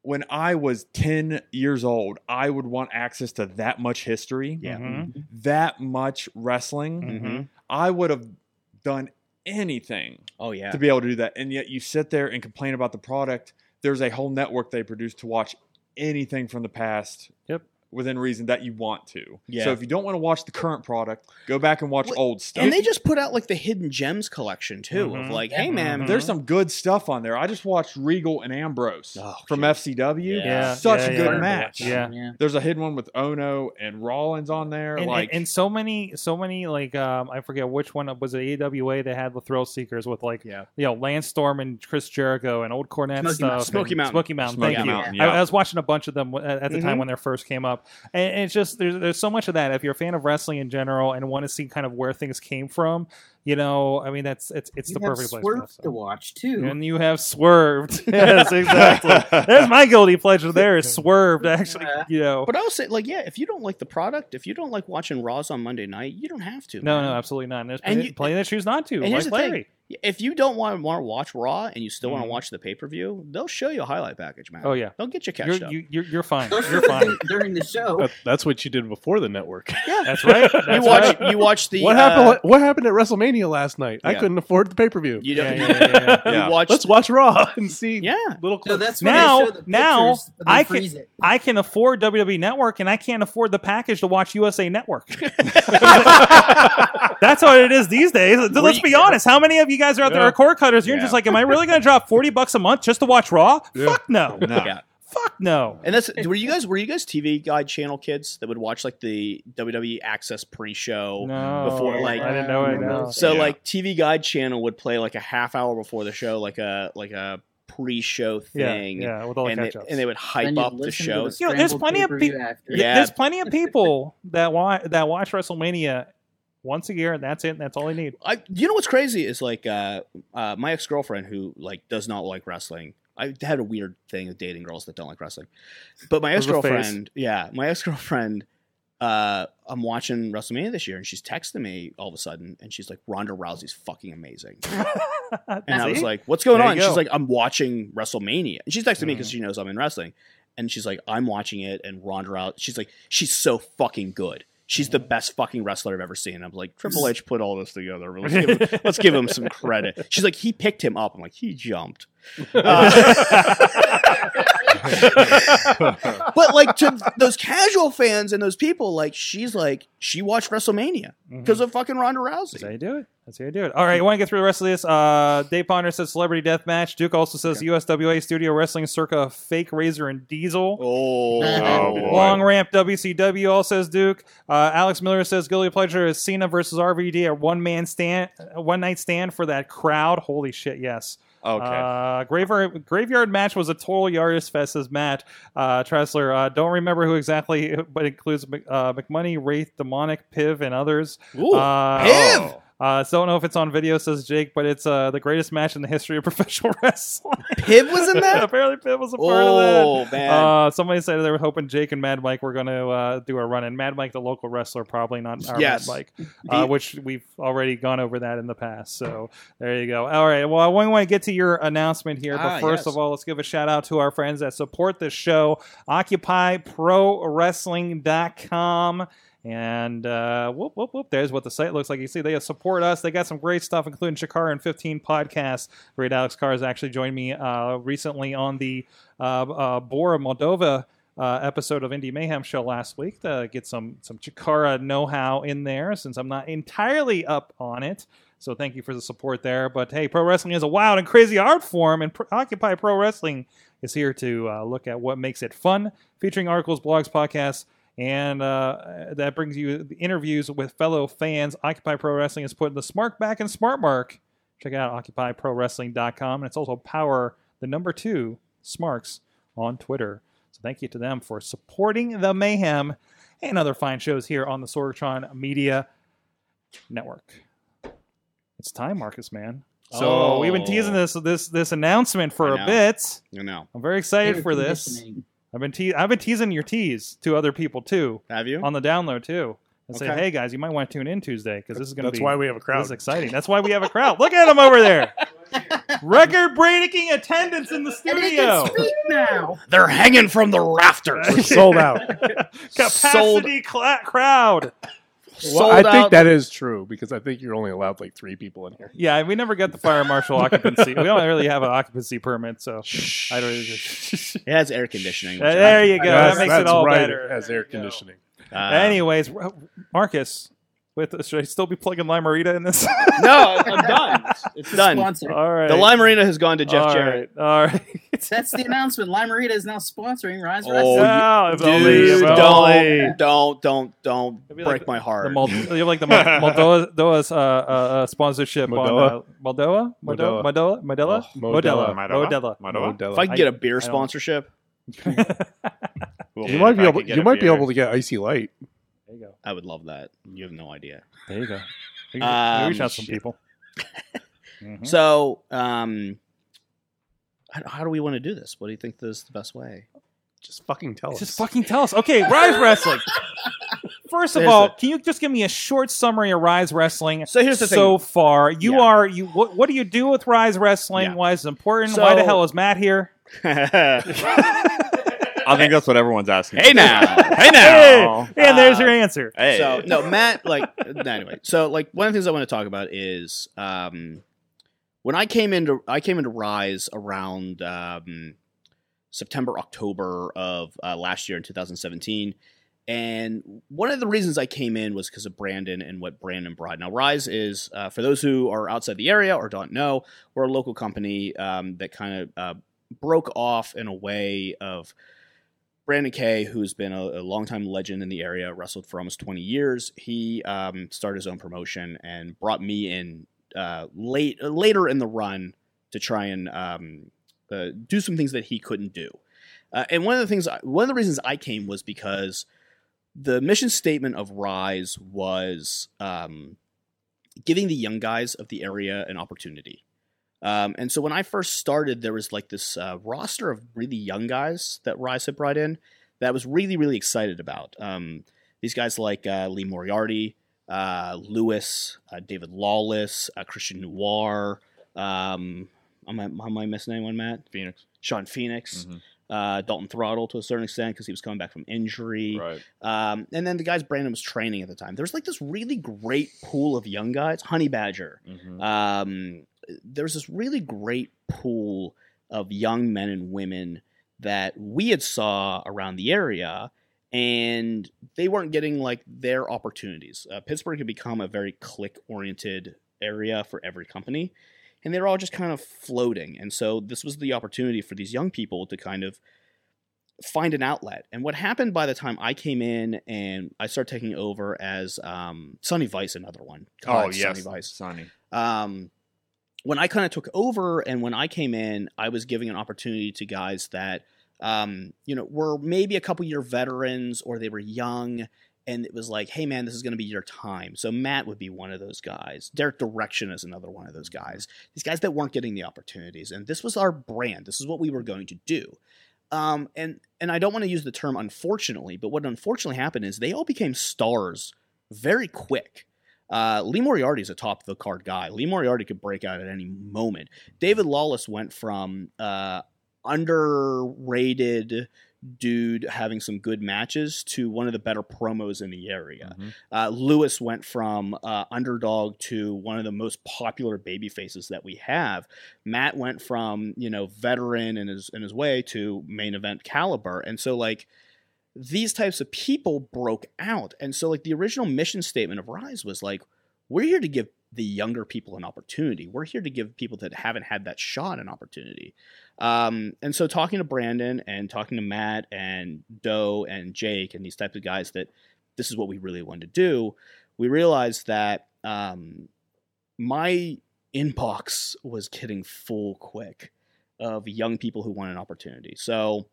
[SPEAKER 9] When I was 10 years old, I would want access to that much history,
[SPEAKER 7] Yeah.
[SPEAKER 2] Mm-hmm.
[SPEAKER 7] Mhm.
[SPEAKER 9] that much wrestling.
[SPEAKER 7] Mhm.
[SPEAKER 9] I would have done anything
[SPEAKER 7] Oh yeah,
[SPEAKER 9] to be able to do that. And yet you sit there and complain about the product. There's a whole network they produce to watch anything from the past.
[SPEAKER 2] Yep.
[SPEAKER 9] Within reason that you want to.
[SPEAKER 7] Yeah.
[SPEAKER 9] So if you don't want to watch the current product, go back and watch
[SPEAKER 7] Well,
[SPEAKER 9] old stuff.
[SPEAKER 7] And they just put out like the hidden gems collection too, of like, hey
[SPEAKER 6] Mm-hmm.
[SPEAKER 7] man,
[SPEAKER 9] There's some good stuff on there. I just watched Regal and Ambrose from FCW.
[SPEAKER 7] Yeah.
[SPEAKER 9] Such
[SPEAKER 2] Yeah,
[SPEAKER 9] a
[SPEAKER 2] yeah,
[SPEAKER 9] good
[SPEAKER 2] yeah.
[SPEAKER 9] match.
[SPEAKER 2] Yeah. Yeah.
[SPEAKER 9] There's a hidden one with Ono and Rollins on there.
[SPEAKER 2] And,
[SPEAKER 9] like
[SPEAKER 2] and, and so many, so many like um, I forget which one was it AWA that had the Thrill Seekers with like
[SPEAKER 7] Yeah.
[SPEAKER 2] you know Lance Storm and Chris Jericho and Old Cornette
[SPEAKER 7] Smoky
[SPEAKER 2] stuff,
[SPEAKER 7] Mountain. Smoky
[SPEAKER 2] and
[SPEAKER 7] Mountain.
[SPEAKER 2] Smoky Mountain.
[SPEAKER 7] Smoky
[SPEAKER 2] thank
[SPEAKER 7] Mountain,
[SPEAKER 2] you. I, I
[SPEAKER 7] yeah.
[SPEAKER 2] was watching a bunch of them w- at, at the time
[SPEAKER 7] Mhm.
[SPEAKER 2] when they first came up, and, and it's just there's there's so much of that. If you're a fan of wrestling in general and want to see kind of where things came from, you know, I mean that's it's it's
[SPEAKER 10] You
[SPEAKER 2] the
[SPEAKER 10] have
[SPEAKER 2] perfect place.
[SPEAKER 10] Swerve
[SPEAKER 2] for that stuff.
[SPEAKER 10] to watch too.
[SPEAKER 2] And you have swerved. yes, exactly. That's my guilty pleasure. There is swerved. Actually,
[SPEAKER 4] Uh,
[SPEAKER 2] you know.
[SPEAKER 7] But I will say, like, yeah, if you don't like the product, if you don't like watching Raws on Monday night, you don't have to.
[SPEAKER 2] No,
[SPEAKER 7] man.
[SPEAKER 2] no, absolutely not. And there's
[SPEAKER 7] And
[SPEAKER 2] plenty,
[SPEAKER 7] you-
[SPEAKER 2] plenty that choose not to.
[SPEAKER 7] And here's
[SPEAKER 2] like
[SPEAKER 7] the thing.
[SPEAKER 2] Larry.
[SPEAKER 7] If you don't want, want to watch Raw and you still want
[SPEAKER 2] Mhm.
[SPEAKER 7] to watch the pay per view, they'll show you a highlight package, man.
[SPEAKER 2] Oh yeah,
[SPEAKER 7] they'll get you catched
[SPEAKER 2] You're,
[SPEAKER 7] up.
[SPEAKER 2] you, you're, you're fine.
[SPEAKER 7] Those
[SPEAKER 2] You're
[SPEAKER 7] were the
[SPEAKER 2] fine.
[SPEAKER 10] during the show.
[SPEAKER 3] That's what you did before the network.
[SPEAKER 7] Yeah,
[SPEAKER 2] that's right. That's
[SPEAKER 7] you watch.
[SPEAKER 2] right.
[SPEAKER 7] You watch the.
[SPEAKER 3] what
[SPEAKER 7] uh,
[SPEAKER 3] happened? What, what happened at WrestleMania last night? I
[SPEAKER 7] Yeah.
[SPEAKER 3] couldn't afford the pay per view.
[SPEAKER 7] You don't.
[SPEAKER 2] Yeah, yeah, yeah, yeah.
[SPEAKER 7] you
[SPEAKER 3] Yeah.
[SPEAKER 7] watch.
[SPEAKER 3] Let's watch Raw and see.
[SPEAKER 7] Yeah.
[SPEAKER 3] little clips.
[SPEAKER 2] now, now
[SPEAKER 10] pictures, but they
[SPEAKER 2] I can
[SPEAKER 10] freeze it.
[SPEAKER 2] I can afford WWE Network, and I can't afford the package to watch USA Network. That's what it is these days. Let's be honest. How many of you guys are out there
[SPEAKER 3] Yeah.
[SPEAKER 2] are cord cutters? You're
[SPEAKER 7] Yeah.
[SPEAKER 2] just like, am I really going to drop forty bucks a month just to watch Raw?
[SPEAKER 3] Yeah.
[SPEAKER 2] Fuck no.
[SPEAKER 7] Yeah.
[SPEAKER 2] Fuck no.
[SPEAKER 7] And that's were you guys were you guys TV guide channel kids that would watch like the WWE Access pre-show
[SPEAKER 2] No.
[SPEAKER 7] before like
[SPEAKER 2] I didn't know it. No.
[SPEAKER 7] So like TV Guide Channel would play like a half hour before the show, like a like a pre-show
[SPEAKER 2] Yeah,
[SPEAKER 7] thing.
[SPEAKER 2] yeah, with all the
[SPEAKER 7] and, they,
[SPEAKER 2] catch-ups.
[SPEAKER 7] and they would hype
[SPEAKER 10] Then you'd
[SPEAKER 7] up the
[SPEAKER 10] listen to
[SPEAKER 7] show.
[SPEAKER 10] the
[SPEAKER 2] you know, there's
[SPEAKER 10] scrambled
[SPEAKER 2] plenty of
[SPEAKER 10] pay-per-view
[SPEAKER 2] people.
[SPEAKER 10] after.
[SPEAKER 7] Yeah.
[SPEAKER 2] There's plenty of people that watch that watch WrestleMania once a year, and that's it. And that's all they need.
[SPEAKER 7] I you know what's crazy is like uh, uh, my ex girlfriend who like does not like wrestling. I had a weird thing of dating girls that don't like wrestling, but my ex
[SPEAKER 2] Those are phase.
[SPEAKER 7] girlfriend, yeah, my ex girlfriend. Uh, I'm watching WrestleMania this year, and she's texting me all of a sudden, and she's like, "Ronda Rousey's fucking amazing." And I was
[SPEAKER 2] See?
[SPEAKER 7] like, "What's going
[SPEAKER 2] There
[SPEAKER 7] on?"
[SPEAKER 2] you
[SPEAKER 7] She's
[SPEAKER 2] go.
[SPEAKER 7] like, "I'm watching WrestleMania." And she's texting me because
[SPEAKER 2] Mhm.
[SPEAKER 7] she knows I'm in wrestling, and she's like, "I'm watching it." And Ronda Rousey, she's like, "She's so fucking good. She's
[SPEAKER 2] Mm.
[SPEAKER 7] the best fucking wrestler I've ever seen." I'm like, "Triple H put all this together. Let's give him, let's give him some credit." She's like, "He picked him up." I'm like, "He jumped." Uh, but like to those casual fans and those people, like she's like she watched WrestleMania because of fucking Ronda Rousey.
[SPEAKER 2] That's how you do it. Mm-hmm. That's how you do it. All right, want to get through the rest of this. Uh, Dave Ponder says celebrity death match. Duke also says USWA Studio Wrestling circa fake Razor and Diesel.
[SPEAKER 7] Oh,
[SPEAKER 9] Oh, boy.
[SPEAKER 2] Long ramp WCW, all says Duke. Uh, Alex Miller says guilty pleasure is Cena versus RVD, a one man stand, one night stand for that crowd. Holy shit, yes.
[SPEAKER 9] Okay.
[SPEAKER 2] Uh, graveyard graveyard match was a total Yardis fest, says Matt uh, Tressler. Uh, don't remember who exactly, but it includes Mc- uh, McMoney, Wraith, Demonic, Piv, and others.
[SPEAKER 7] Ooh,
[SPEAKER 2] uh,
[SPEAKER 7] Piv!
[SPEAKER 9] Oh.
[SPEAKER 2] Uh, so don't know if it's on video, says Jake, but it's uh, the greatest match in the history of professional wrestling.
[SPEAKER 7] Piv was in that.
[SPEAKER 2] Apparently, Piv was a part
[SPEAKER 7] oh
[SPEAKER 2] of that.
[SPEAKER 7] man.
[SPEAKER 2] Uh, somebody said they were hoping Jake and Mad Mike were going to uh, do a run, and Mad Mike, the local wrestler, probably not our
[SPEAKER 7] Yes.
[SPEAKER 2] Mad Mike, uh,
[SPEAKER 7] The-
[SPEAKER 2] which we've already gone over that in the past. So there you go. All right. Well, I want to get to your announcement here, but
[SPEAKER 7] Ah,
[SPEAKER 2] first
[SPEAKER 7] yes.
[SPEAKER 2] of all, let's give a shout out to our friends that support this show, OccupyProWrestling.com. And uh, whoop, whoop, whoop. There's what the site looks like. You see, they support us. They got some great stuff, including Shakara and 15 podcasts. Great Alex Cars actually joined me uh, recently on the uh, uh, Bora Moldova. Uh, episode of Indie Mayhem show last week to get some some Chikara know how in there since I'm not entirely up on it. So thank you for the support there. But hey, pro wrestling is a wild and crazy art form, and pro- Occupy Pro Wrestling is here to uh, look at what makes it fun, featuring articles, blogs, podcasts, and uh, that brings you the interviews with fellow fans. Occupy Pro Wrestling is putting the smart back in smart mark. Check it out, occupyprowrestling.com. And it's also power the number two smarks on Twitter. So thank you to them for supporting the mayhem. and other fine shows here on the Sorgatron Media Network. It's time, Marcus, man. So
[SPEAKER 7] Oh.
[SPEAKER 2] we've been teasing this this this announcement for
[SPEAKER 7] I
[SPEAKER 2] a
[SPEAKER 7] know.
[SPEAKER 2] bit.
[SPEAKER 7] I know.
[SPEAKER 2] I'm very excited
[SPEAKER 7] Air
[SPEAKER 2] for this. I've been te- I've been teasing your tease to other people too.
[SPEAKER 7] Have you
[SPEAKER 2] on the download too? And say,
[SPEAKER 7] Okay.
[SPEAKER 2] hey guys, you might want to tune in Tuesday because this is going to be.
[SPEAKER 3] That's why we have a crowd.
[SPEAKER 2] This is exciting. That's why we have a crowd. Look at him over there. Record breaking attendance in the studio.
[SPEAKER 4] now.
[SPEAKER 7] They're hanging from the rafters.
[SPEAKER 2] We're
[SPEAKER 12] sold out.
[SPEAKER 2] Capacity cla- crowd.
[SPEAKER 3] Well, I think that is true because I think you're only allowed like three people in here.
[SPEAKER 2] Yeah, we never got the fire marshal occupancy. We don't really have an occupancy permit, so I don't. Really
[SPEAKER 7] It has air conditioning.
[SPEAKER 2] Uh, there you go. that makes it all better.
[SPEAKER 3] Has air conditioning.
[SPEAKER 7] Uh,
[SPEAKER 2] Anyways, R- Marcus, wait, should I still be plugging Limerita in this?
[SPEAKER 7] no, I'm done. It's done.
[SPEAKER 4] Sponsor.
[SPEAKER 2] All right.
[SPEAKER 7] The Lime Arena has gone to Jeff
[SPEAKER 2] All
[SPEAKER 7] Jarrett.
[SPEAKER 2] right, All right.
[SPEAKER 4] That's the announcement. Limerita is now sponsoring Rise
[SPEAKER 7] Oh,
[SPEAKER 4] Wrestling.
[SPEAKER 2] No,
[SPEAKER 7] you-
[SPEAKER 2] if only, if
[SPEAKER 7] dude,
[SPEAKER 2] only.
[SPEAKER 7] don't, don't, don't, don't break my heart.
[SPEAKER 2] The Mold- you have like the Mo- Moldova's uh, uh, uh, sponsorship on uh,
[SPEAKER 7] Moldova?
[SPEAKER 2] Moldova, Moldova, Moldova, Modella,
[SPEAKER 7] Oh,
[SPEAKER 2] Modella, Modella,
[SPEAKER 7] Modella. Modella. If I can get a beer sponsorship,
[SPEAKER 3] you might be able. You might be able to get icy light.
[SPEAKER 2] There you go.
[SPEAKER 7] I would love that. You have no idea.
[SPEAKER 2] There you go. We can- we
[SPEAKER 7] Um,
[SPEAKER 2] reach out to some people. Mhm.
[SPEAKER 7] So, um, how, how do we want to do this? What do you think is the best way?
[SPEAKER 3] Just fucking tell
[SPEAKER 2] Just fucking tell us. Okay, Rise Wrestling. First of
[SPEAKER 7] Here's
[SPEAKER 2] all,
[SPEAKER 7] the-
[SPEAKER 2] can you just give me a short summary of Rise Wrestling so,
[SPEAKER 7] here's the thing.
[SPEAKER 2] far? You are you. What, what do you do with Rise Wrestling? Why is it important?
[SPEAKER 7] So-
[SPEAKER 2] Why the hell is Matt here?
[SPEAKER 9] I think that's what everyone's asking.
[SPEAKER 7] Hey now, hey
[SPEAKER 2] now.
[SPEAKER 7] now,
[SPEAKER 2] Hey, and there's your answer. Hey.
[SPEAKER 7] So no, Matt. Like anyway. So like one of the things I want to talk about is um, when I came into I came into Rise around um, September October of uh, last year in 2017, and one of the reasons I came in was because of Brandon and what Brandon brought. Now Rise is uh, for those who are outside the area or don't know, we're a local company um, that kind of uh, broke off in a way of Brandon Kay, who's been a, a longtime legend in the area, wrestled for almost 20 years. He um, started his own promotion and brought me in uh, late uh, later in the run to try and um, uh, do some things that he couldn't do. Uh, and one of the things, I, one of the reasons I came was because the mission statement of Rise was um, giving the young guys of the area an opportunity. Um, and so when I first started, there was like this uh, roster of really young guys that Rise had brought in that I was really, really excited about. Um, these guys like uh, Lee Moriarty, uh, Lewis, uh, David Lawless, uh, Christian Noir. Um, am, I, am I missing anyone, Matt?
[SPEAKER 9] Phoenix.
[SPEAKER 7] Sean Phoenix. Uh, Dalton Throttle to a certain extent because he was coming back from injury.
[SPEAKER 9] Right.
[SPEAKER 7] Um, and then the guys Brandon was training at the time. There's like this really great pool of young guys. Honey Badger.
[SPEAKER 9] Oh, Mm-hmm.
[SPEAKER 7] Um, there's this really great pool of young men and women that we had saw around the area and they weren't getting like their opportunities uh, pittsburgh had become a very click oriented area for every company and they were all just kind of floating and so this was the opportunity for these young people to kind of find an outlet. And what happened by the time I came in and I started taking over as um, Sonny Vice, another one.
[SPEAKER 9] Oh, yes,
[SPEAKER 7] Sonny. Um, when I kind of took over and when I came in, I was giving an opportunity to guys that um, you know were maybe a couple year veterans or they were young. And it was like, hey man, this is going to be your time. So Matt would be one of those guys. Derek Direction is another one of those guys. These guys that weren't getting the opportunities, and this was our brand. This is what we were going to do um, and and I don't want to use the term unfortunately, but what unfortunately happened is they all became stars very quick. Uh, Lee Moriarty is a top of the card guy. Lee Moriarty could break out at any moment. David Lawless went from uh, underrated dude having some good matches to one of the better promos in the area. Uh, Lewis went from uh, underdog to one of the most popular baby faces that we have. Matt went from you know veteran in his in his way to main event caliber, and so like these types of people broke out, and so like the original mission statement of Rise was like we're here to give the younger people an opportunity. We're here to give people that haven't had that shot an opportunity. Um, and so talking to Brandon and talking to Matt and Doe and Jake and these types of guys that this is what we really wanted to do, we realized that um, my inbox was getting full quick of young people who want an opportunity. So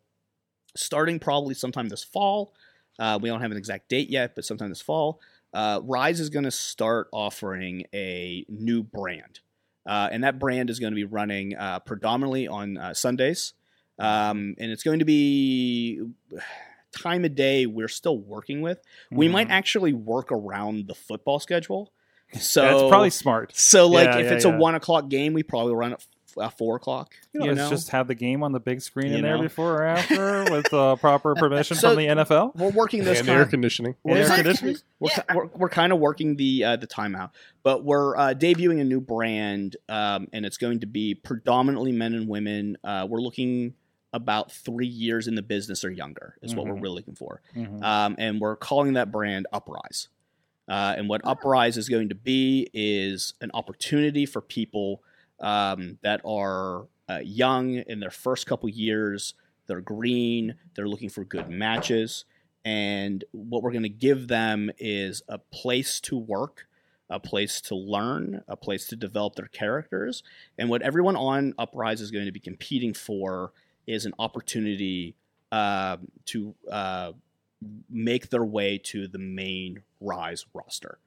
[SPEAKER 7] starting probably sometime this fall, Uh, we don't have an exact date yet, but sometime this fall, uh, Rise is going to start offering a new brand, uh, and that brand is going to be running uh, predominantly on uh, Sundays, um, and it's going to be time of day we're still working with. We might actually work around the football schedule. So
[SPEAKER 2] Mm-hmm. That's probably smart.
[SPEAKER 7] So like
[SPEAKER 2] Yeah,
[SPEAKER 7] if
[SPEAKER 2] yeah,
[SPEAKER 7] it's
[SPEAKER 2] yeah.
[SPEAKER 7] a one o'clock game, we probably run at f- uh, four o'clock.
[SPEAKER 2] You know,
[SPEAKER 7] you
[SPEAKER 2] let's
[SPEAKER 7] know?
[SPEAKER 2] just have the game on the big screen
[SPEAKER 7] You
[SPEAKER 2] in there
[SPEAKER 7] know?
[SPEAKER 2] before or after with uh, proper permission
[SPEAKER 7] So
[SPEAKER 2] from the NFL.
[SPEAKER 7] We're working this
[SPEAKER 3] And
[SPEAKER 7] con-
[SPEAKER 3] air conditioning.
[SPEAKER 7] We're,
[SPEAKER 2] And air
[SPEAKER 7] we're-
[SPEAKER 2] conditioning.
[SPEAKER 7] We're, we're, we're kind of working the uh, the timeout, but we're uh, debuting a new brand, um, and it's going to be predominantly men and women. Uh, we're looking about three years in the business or younger is what we're
[SPEAKER 2] Mhm.
[SPEAKER 7] really looking for,
[SPEAKER 2] Mhm.
[SPEAKER 7] um, and we're calling that brand Uprise. Uh, and what Uprise is going to be is an opportunity for people um, that are uh, young in their first couple years. They're green. They're looking for good matches. And what we're going to give them is a place to work, a place to learn, a place to develop their characters. And what everyone on Uprise is going to be competing for is an opportunity um to uh, make their way to the main Rise roster.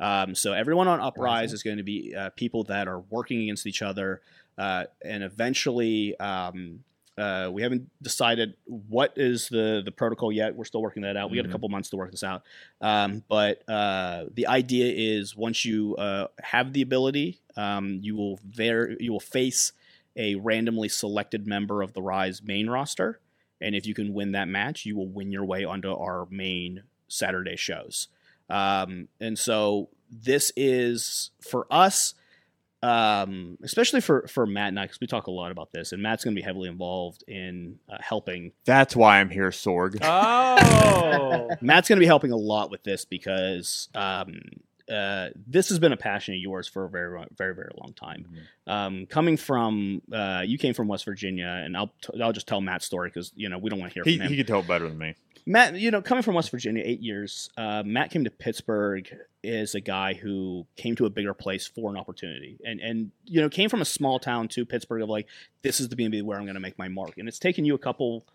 [SPEAKER 7] Um, so everyone on Uprise is going to be uh, people that are working against each other, uh, and eventually, um, uh, we haven't decided what is the the protocol yet. We're still working that out. We got a
[SPEAKER 9] Mhm.
[SPEAKER 7] couple months to work this out. Um, but uh, the idea is once you uh, have the ability, um, you will there you will face a randomly selected member of the Rise main roster, and if you can win that match, you will win your way onto our main Saturday shows. Um, and so this is for us, um, especially for for Matt and I, because we talk a lot about this, and Matt's going to be heavily involved in uh, helping.
[SPEAKER 9] That's why I'm here, Sorg.
[SPEAKER 2] Oh,
[SPEAKER 7] Matt's going to be helping a lot with this because um, uh, this has been a passion of yours for a very, very, very long time.
[SPEAKER 9] Mm-hmm.
[SPEAKER 7] Um, coming from, uh, you came from West Virginia, and I'll t- I'll just tell Matt's story because you know we don't want to hear
[SPEAKER 9] he
[SPEAKER 7] from him.
[SPEAKER 9] he could tell better than me.
[SPEAKER 7] Matt, you know, coming from West Virginia, eight years, uh, Matt came to Pittsburgh as a guy who came to a bigger place for an opportunity, and and you know came from a small town to Pittsburgh of like this is the B where I'm going to make my mark, and it's taken you a couple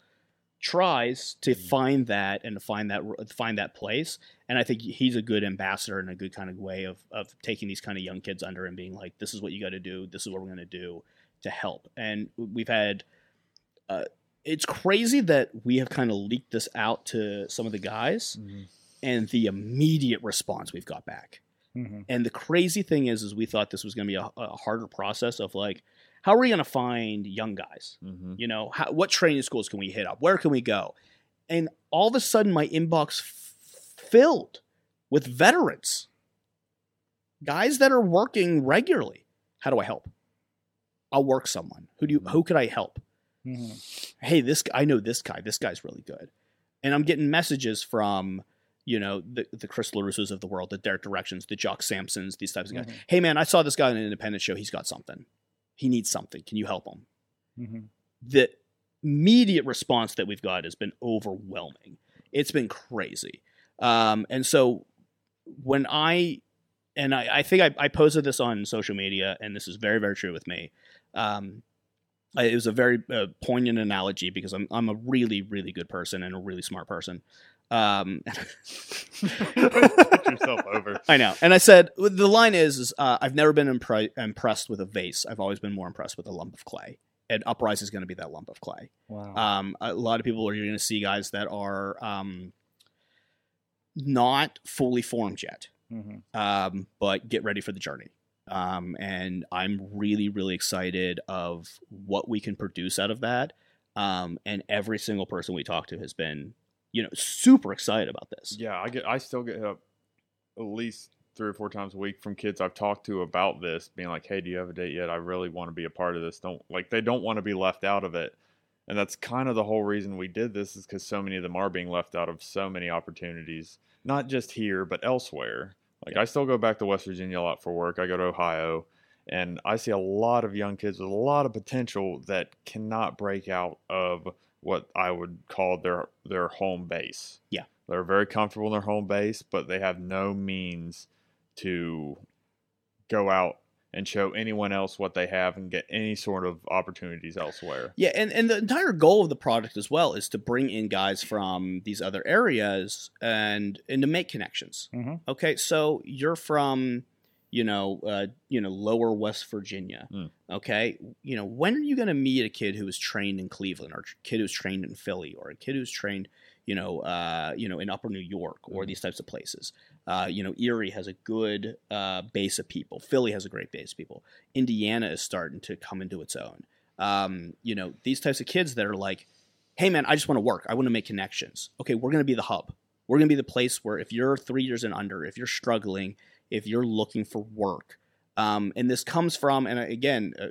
[SPEAKER 7] tries to find that and to find that find that place, and I think he's a good ambassador and a good kind of way of of taking these kind of young kids under and being like this is what you got to do, this is what we're going to do to help, and we've had uh, it's crazy that we have kind of leaked this out to some of the guys and the immediate response we've got back. And the crazy thing is, is we thought this was going to be a, a harder process of like, how are we going to find young guys? You know, how, what training schools can we hit up? Where can we go? And all of a sudden, my inbox f- filled with veterans, guys that are working regularly. How do I help? I'll work someone. Who do you? Who could I help? hey this guy i know this guy this guy's really good and i'm getting messages from you know the, the chris larussos of the world the derek directions the jock sampsons these types of guys
[SPEAKER 2] Mhm.
[SPEAKER 7] hey man i saw this guy on an independent show he's got something he needs something can you help him Mm-hmm. the immediate response that we've got has been overwhelming it's been crazy um, and so when i and i, I think I, I posted this on social media and this is very very true with me um, I- it was a very uh, poignant analogy because I'm I'm a really really good person and a really smart person. Um,
[SPEAKER 9] Put yourself over.
[SPEAKER 7] I know, and I said the line is, is uh, I've never been impre- impressed with a vase. I've always been more impressed with a lump of clay. And uprise is going to be that lump of clay.
[SPEAKER 2] Wow.
[SPEAKER 7] Um, a lot of people are going to see guys that are um, not fully formed yet um, but get ready for the journey. Um, and I'm really, really excited of what we can produce out of that. Um, and every single person we talk to has been, you know, super excited about this.
[SPEAKER 9] Yeah, I get. I still get hit up at least three or four times a week from kids I've talked to about this, being like, "Hey, do you have a date yet? I really want to be a part of this. Don't like they don't want to be left out of it." And that's kind of the whole reason we did this is because so many of them are being left out of so many opportunities, not just here but elsewhere. Like I still go back to West Virginia a lot for work. I go to Ohio, and I see a lot of young kids with a lot of potential that cannot break out of what I would call their their home base.
[SPEAKER 7] Yeah.
[SPEAKER 9] They're very comfortable in their home base, but they have no means to go out and show anyone else what they have and get any sort of opportunities elsewhere.
[SPEAKER 7] Yeah, and, and the entire goal of the product as well is to bring in guys from these other areas and and to make connections.
[SPEAKER 2] Mhm.
[SPEAKER 7] Okay, so you're from, you know, uh, you know, lower West Virginia. Okay, you know, when are you going to meet a kid who was trained in Cleveland or a kid who's trained in Philly or a kid who's trained, you know, uh, you know, in Upper New York or these types of places? Uh, you know, Erie has a good uh, base of people. Philly has a great base of people. Indiana is starting to come into its own um, you know, these types of kids that are like, hey, man, I just want to work. I want to make connections. Okay, we're going to be the hub. We're going to be the place where if you're three years and under, if you're struggling, if you're looking for work, um, and this comes from, and uh, again, uh,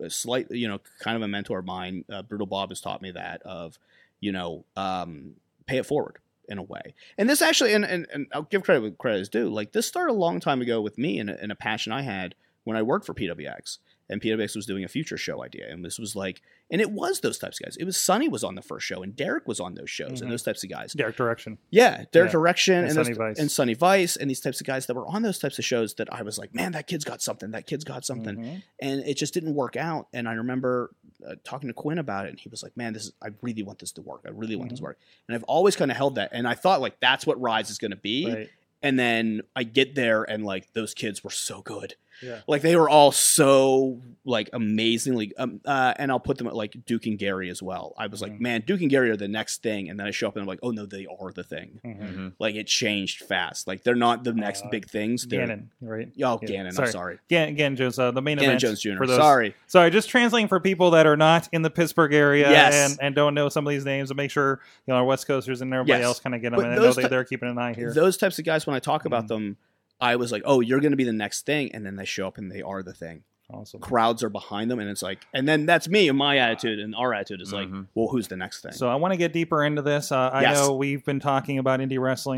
[SPEAKER 7] a, a slight, you know, kind of a mentor of mine, uh, Brutal Bob has taught me that of, you know, um, pay it forward in a way. And this actually, and, and, and I'll give credit where credit is due. Like this started a long time ago with me and a, and a passion I had when I worked for PWX. And PWX was doing a future show idea. And this was like, and it was those types of guys. It was Sonny was on the first show and Derek was on those shows
[SPEAKER 2] Mhm.
[SPEAKER 7] and those types of guys.
[SPEAKER 2] Derek Direction.
[SPEAKER 7] Yeah, Derek
[SPEAKER 2] Yeah.
[SPEAKER 7] Direction
[SPEAKER 2] And
[SPEAKER 7] and, those-
[SPEAKER 2] Sonny Vice.
[SPEAKER 7] and Sonny Vice and these types of guys that were on those types of shows that I was like, man, that kid's got something. That kid's got something.
[SPEAKER 2] Mm-hmm.
[SPEAKER 7] And it just didn't work out. And I remember uh, talking to Quinn about it, and he was like, man, this is, I really want this to work. I really want this
[SPEAKER 2] Mm-hmm.
[SPEAKER 7] to work. And I've always kind of held that. And I thought, like, that's what Rise is going to be.
[SPEAKER 2] Right.
[SPEAKER 7] And then I get there, and like, those kids were so good.
[SPEAKER 2] Yeah.
[SPEAKER 7] Like they were all so like amazingly, um, uh, and I'll put them at like Duke and Gary as well. I was like,
[SPEAKER 2] Mm-hmm.
[SPEAKER 7] man, Duke and Gary are the next thing, and then I show up and I'm like, oh no, they are the thing.
[SPEAKER 9] Mm-hmm.
[SPEAKER 2] Mhm.
[SPEAKER 7] Like it changed fast. Like they're not the
[SPEAKER 2] Uh,
[SPEAKER 7] next big things. They're,
[SPEAKER 2] Gannon, right?
[SPEAKER 7] Oh, Gannon. I'm sorry.
[SPEAKER 2] Gannon, Gannon Jones, uh, the main
[SPEAKER 7] Gannon
[SPEAKER 2] event.
[SPEAKER 7] Jones Jr.,
[SPEAKER 2] For those,
[SPEAKER 7] sorry.
[SPEAKER 2] Sorry, just translating for people that are not in the Pittsburgh area
[SPEAKER 7] Yes.
[SPEAKER 2] and, and don't know some of these names to make sure you know our West Coasters and everybody
[SPEAKER 7] Yes.
[SPEAKER 2] else kind of get them.
[SPEAKER 7] But
[SPEAKER 2] and I know
[SPEAKER 7] those
[SPEAKER 2] they,
[SPEAKER 7] ti-
[SPEAKER 2] they're keeping an eye here. Mm.
[SPEAKER 7] Those types of guys, when I talk about them, I was like, oh, you're going to be the next thing, and then they show up and they are the thing.
[SPEAKER 2] Awesome.
[SPEAKER 7] Crowds are behind them, and it's like, and then that's me and my attitude, and our attitude is like, well, who's the next thing?
[SPEAKER 2] Ah. Mm-hmm. So I want to get deeper into this. Uh, I
[SPEAKER 7] Yes.
[SPEAKER 2] know we've been talking about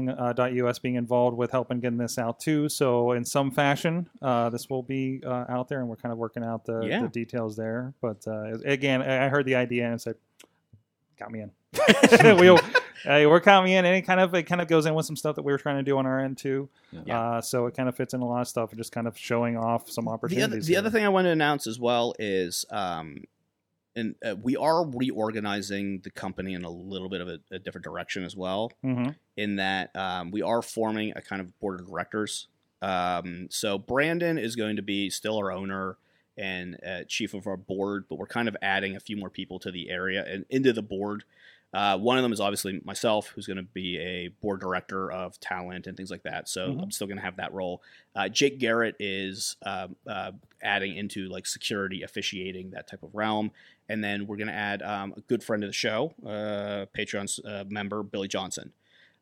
[SPEAKER 2] IndieWrestling.us being involved with helping getting this out too. So in some fashion, uh, this will be uh, out there, and we're kind of working out the,
[SPEAKER 7] Yeah.
[SPEAKER 2] the details there. But uh, again, I I heard the idea and it's like, count me in. we, uh, we're counting me in, and it kind of it kind of goes in with some stuff that we were trying to do on our end too. Uh, so it kind of fits in a lot of stuff, and just kind of showing off some
[SPEAKER 7] the
[SPEAKER 2] opportunities.
[SPEAKER 7] other, the
[SPEAKER 2] here.
[SPEAKER 7] other thing I want to announce as well is, um, and uh, we are reorganizing the company in a little bit of a, a different direction as well.
[SPEAKER 2] Mhm.
[SPEAKER 7] In that um, we are forming a kind of board of directors. Um, so Brandon is going to be still our owner and uh, chief of our board, but we're kind of adding a few more people to the area and into the board. Uh, one of them is obviously myself, who's going to be a board director of talent and things like that. So
[SPEAKER 2] Mhm.
[SPEAKER 7] I'm still going to have that role. Uh, Jake Garrett is um uh, adding into like security, officiating, that type of realm. And then we're going to add um, a good friend of the show, uh, Patreon's uh, member, Billy Johnson.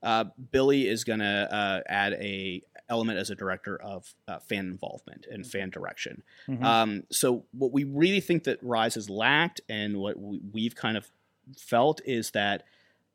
[SPEAKER 7] Uh, Billy is going to uh, add a element as a director of uh, fan involvement and fan direction.
[SPEAKER 1] Mhm.
[SPEAKER 2] Mm-hmm.
[SPEAKER 7] Um, so what we really think that Rise has lacked, and what we, we've kind of felt is that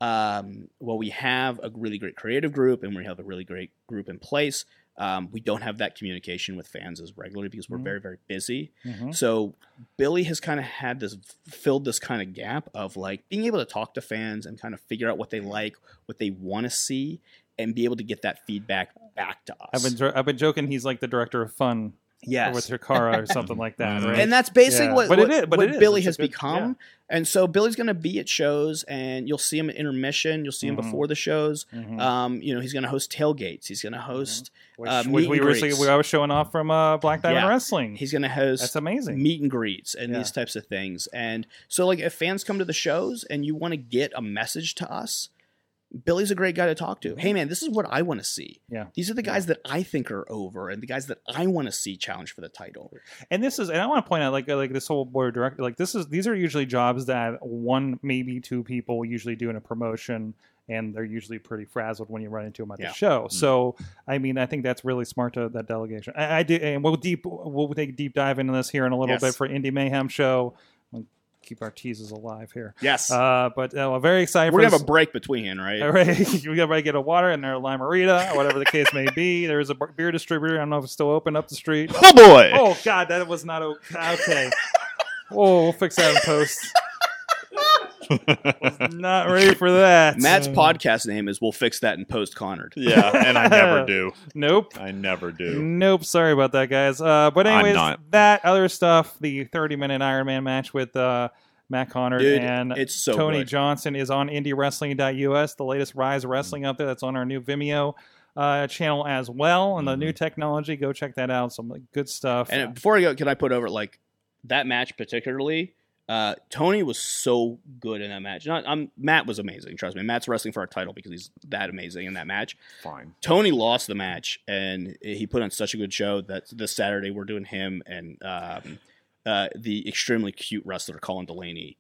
[SPEAKER 7] um, while we have a really great creative group and we have a really great group in place, um, we don't have that communication with fans as regularly because we're
[SPEAKER 2] Mhm.
[SPEAKER 7] very very busy.
[SPEAKER 2] Mhm.
[SPEAKER 7] So Billy has kind of had this filled this kind of gap of like being able to talk to fans and kind of figure out what they like, what they want to see, and be able to get that feedback back to us.
[SPEAKER 2] I've been jo- I've been joking. He's like the director of fun.
[SPEAKER 7] Yes. Mm-hmm.
[SPEAKER 2] with Hikara or something like that. Right?
[SPEAKER 7] And that's basically
[SPEAKER 2] Yeah.
[SPEAKER 7] what,
[SPEAKER 2] But
[SPEAKER 7] what,
[SPEAKER 2] it is. But
[SPEAKER 7] what
[SPEAKER 2] it is.
[SPEAKER 7] Billy
[SPEAKER 2] It's a
[SPEAKER 7] has
[SPEAKER 2] good-
[SPEAKER 7] become. And so Billy's going to be at shows, and you'll see him at intermission. You'll see him
[SPEAKER 2] Mhm.
[SPEAKER 7] before the shows.
[SPEAKER 2] Mhm.
[SPEAKER 7] Um, you know, he's going to host tailgates. He's going to host
[SPEAKER 2] Mm-hmm. Which,
[SPEAKER 7] uh,
[SPEAKER 2] which
[SPEAKER 7] meet
[SPEAKER 2] we
[SPEAKER 7] and
[SPEAKER 2] were
[SPEAKER 7] greets.
[SPEAKER 2] we, I was showing off from uh, Black Diamond
[SPEAKER 7] Yeah.
[SPEAKER 2] Wrestling.
[SPEAKER 7] He's going to host
[SPEAKER 2] That's amazing.
[SPEAKER 7] meet and greets and
[SPEAKER 2] Yeah.
[SPEAKER 7] these types of things. And so, like, if fans come to the shows and you want to get a message to us, Billy's a great guy to talk to. Hey, man, this is what I want to see.
[SPEAKER 2] Yeah.
[SPEAKER 7] These are the guys that I think are over and the guys that I want to see challenge for the title.
[SPEAKER 2] And this is, and I want to point out, like, like this whole board of director, like this is, these are usually jobs that one, maybe two people usually do in a promotion, and they're usually pretty frazzled when you run into them at
[SPEAKER 7] Yeah. Mm.
[SPEAKER 2] the show. So, I mean, I think that's really smart to that delegation. I, I do, and we'll deep, we'll take a deep dive into this here in a little
[SPEAKER 7] Yes.
[SPEAKER 2] bit for Indie Mayhem show. We'll keep our teases alive here.
[SPEAKER 7] Yes.
[SPEAKER 2] uh, but uh, I'm very excited.
[SPEAKER 7] We're
[SPEAKER 2] for
[SPEAKER 7] going to
[SPEAKER 2] this.
[SPEAKER 7] have a break between, right?
[SPEAKER 2] All right, we gotta get a water and their limerita, whatever the case may be. There is a bar- beer distributor. I don't know if it's still open up the street.
[SPEAKER 1] Oh, boy.
[SPEAKER 2] Oh god, that was not okay. okay. Whoa, we'll fix that in post. Not ready for that.
[SPEAKER 7] Matt's podcast name is "We'll Fix That in Post Connard."
[SPEAKER 2] Yeah, and I never
[SPEAKER 8] do.
[SPEAKER 2] Nope.
[SPEAKER 8] I never do.
[SPEAKER 2] Nope. Sorry about that, guys. Uh, but
[SPEAKER 8] I'm
[SPEAKER 2] anyways,
[SPEAKER 8] not.
[SPEAKER 2] that other stuff, the 30 minute Iron Man match with uh, Matt Connor
[SPEAKER 7] Dude,
[SPEAKER 2] and
[SPEAKER 7] it's so
[SPEAKER 2] Tony
[SPEAKER 7] good.
[SPEAKER 2] Johnson is on IndieWrestling.us, the latest Rise
[SPEAKER 7] Mm.
[SPEAKER 2] Wrestling up there. That's on our new Vimeo uh, channel as well, and the new technology. Go check that out. Some good stuff.
[SPEAKER 7] Mm-hmm. And before I go, can I put over like that match particularly? Uh, Tony was so good in that match. Not, I'm, Matt was amazing. Trust me, Matt's wrestling for our title because he's that amazing in that match.
[SPEAKER 8] Fine.
[SPEAKER 7] Tony lost the match, and he put on such a good show that this Saturday we're doing him and um, uh, the extremely cute wrestler Colin Delaney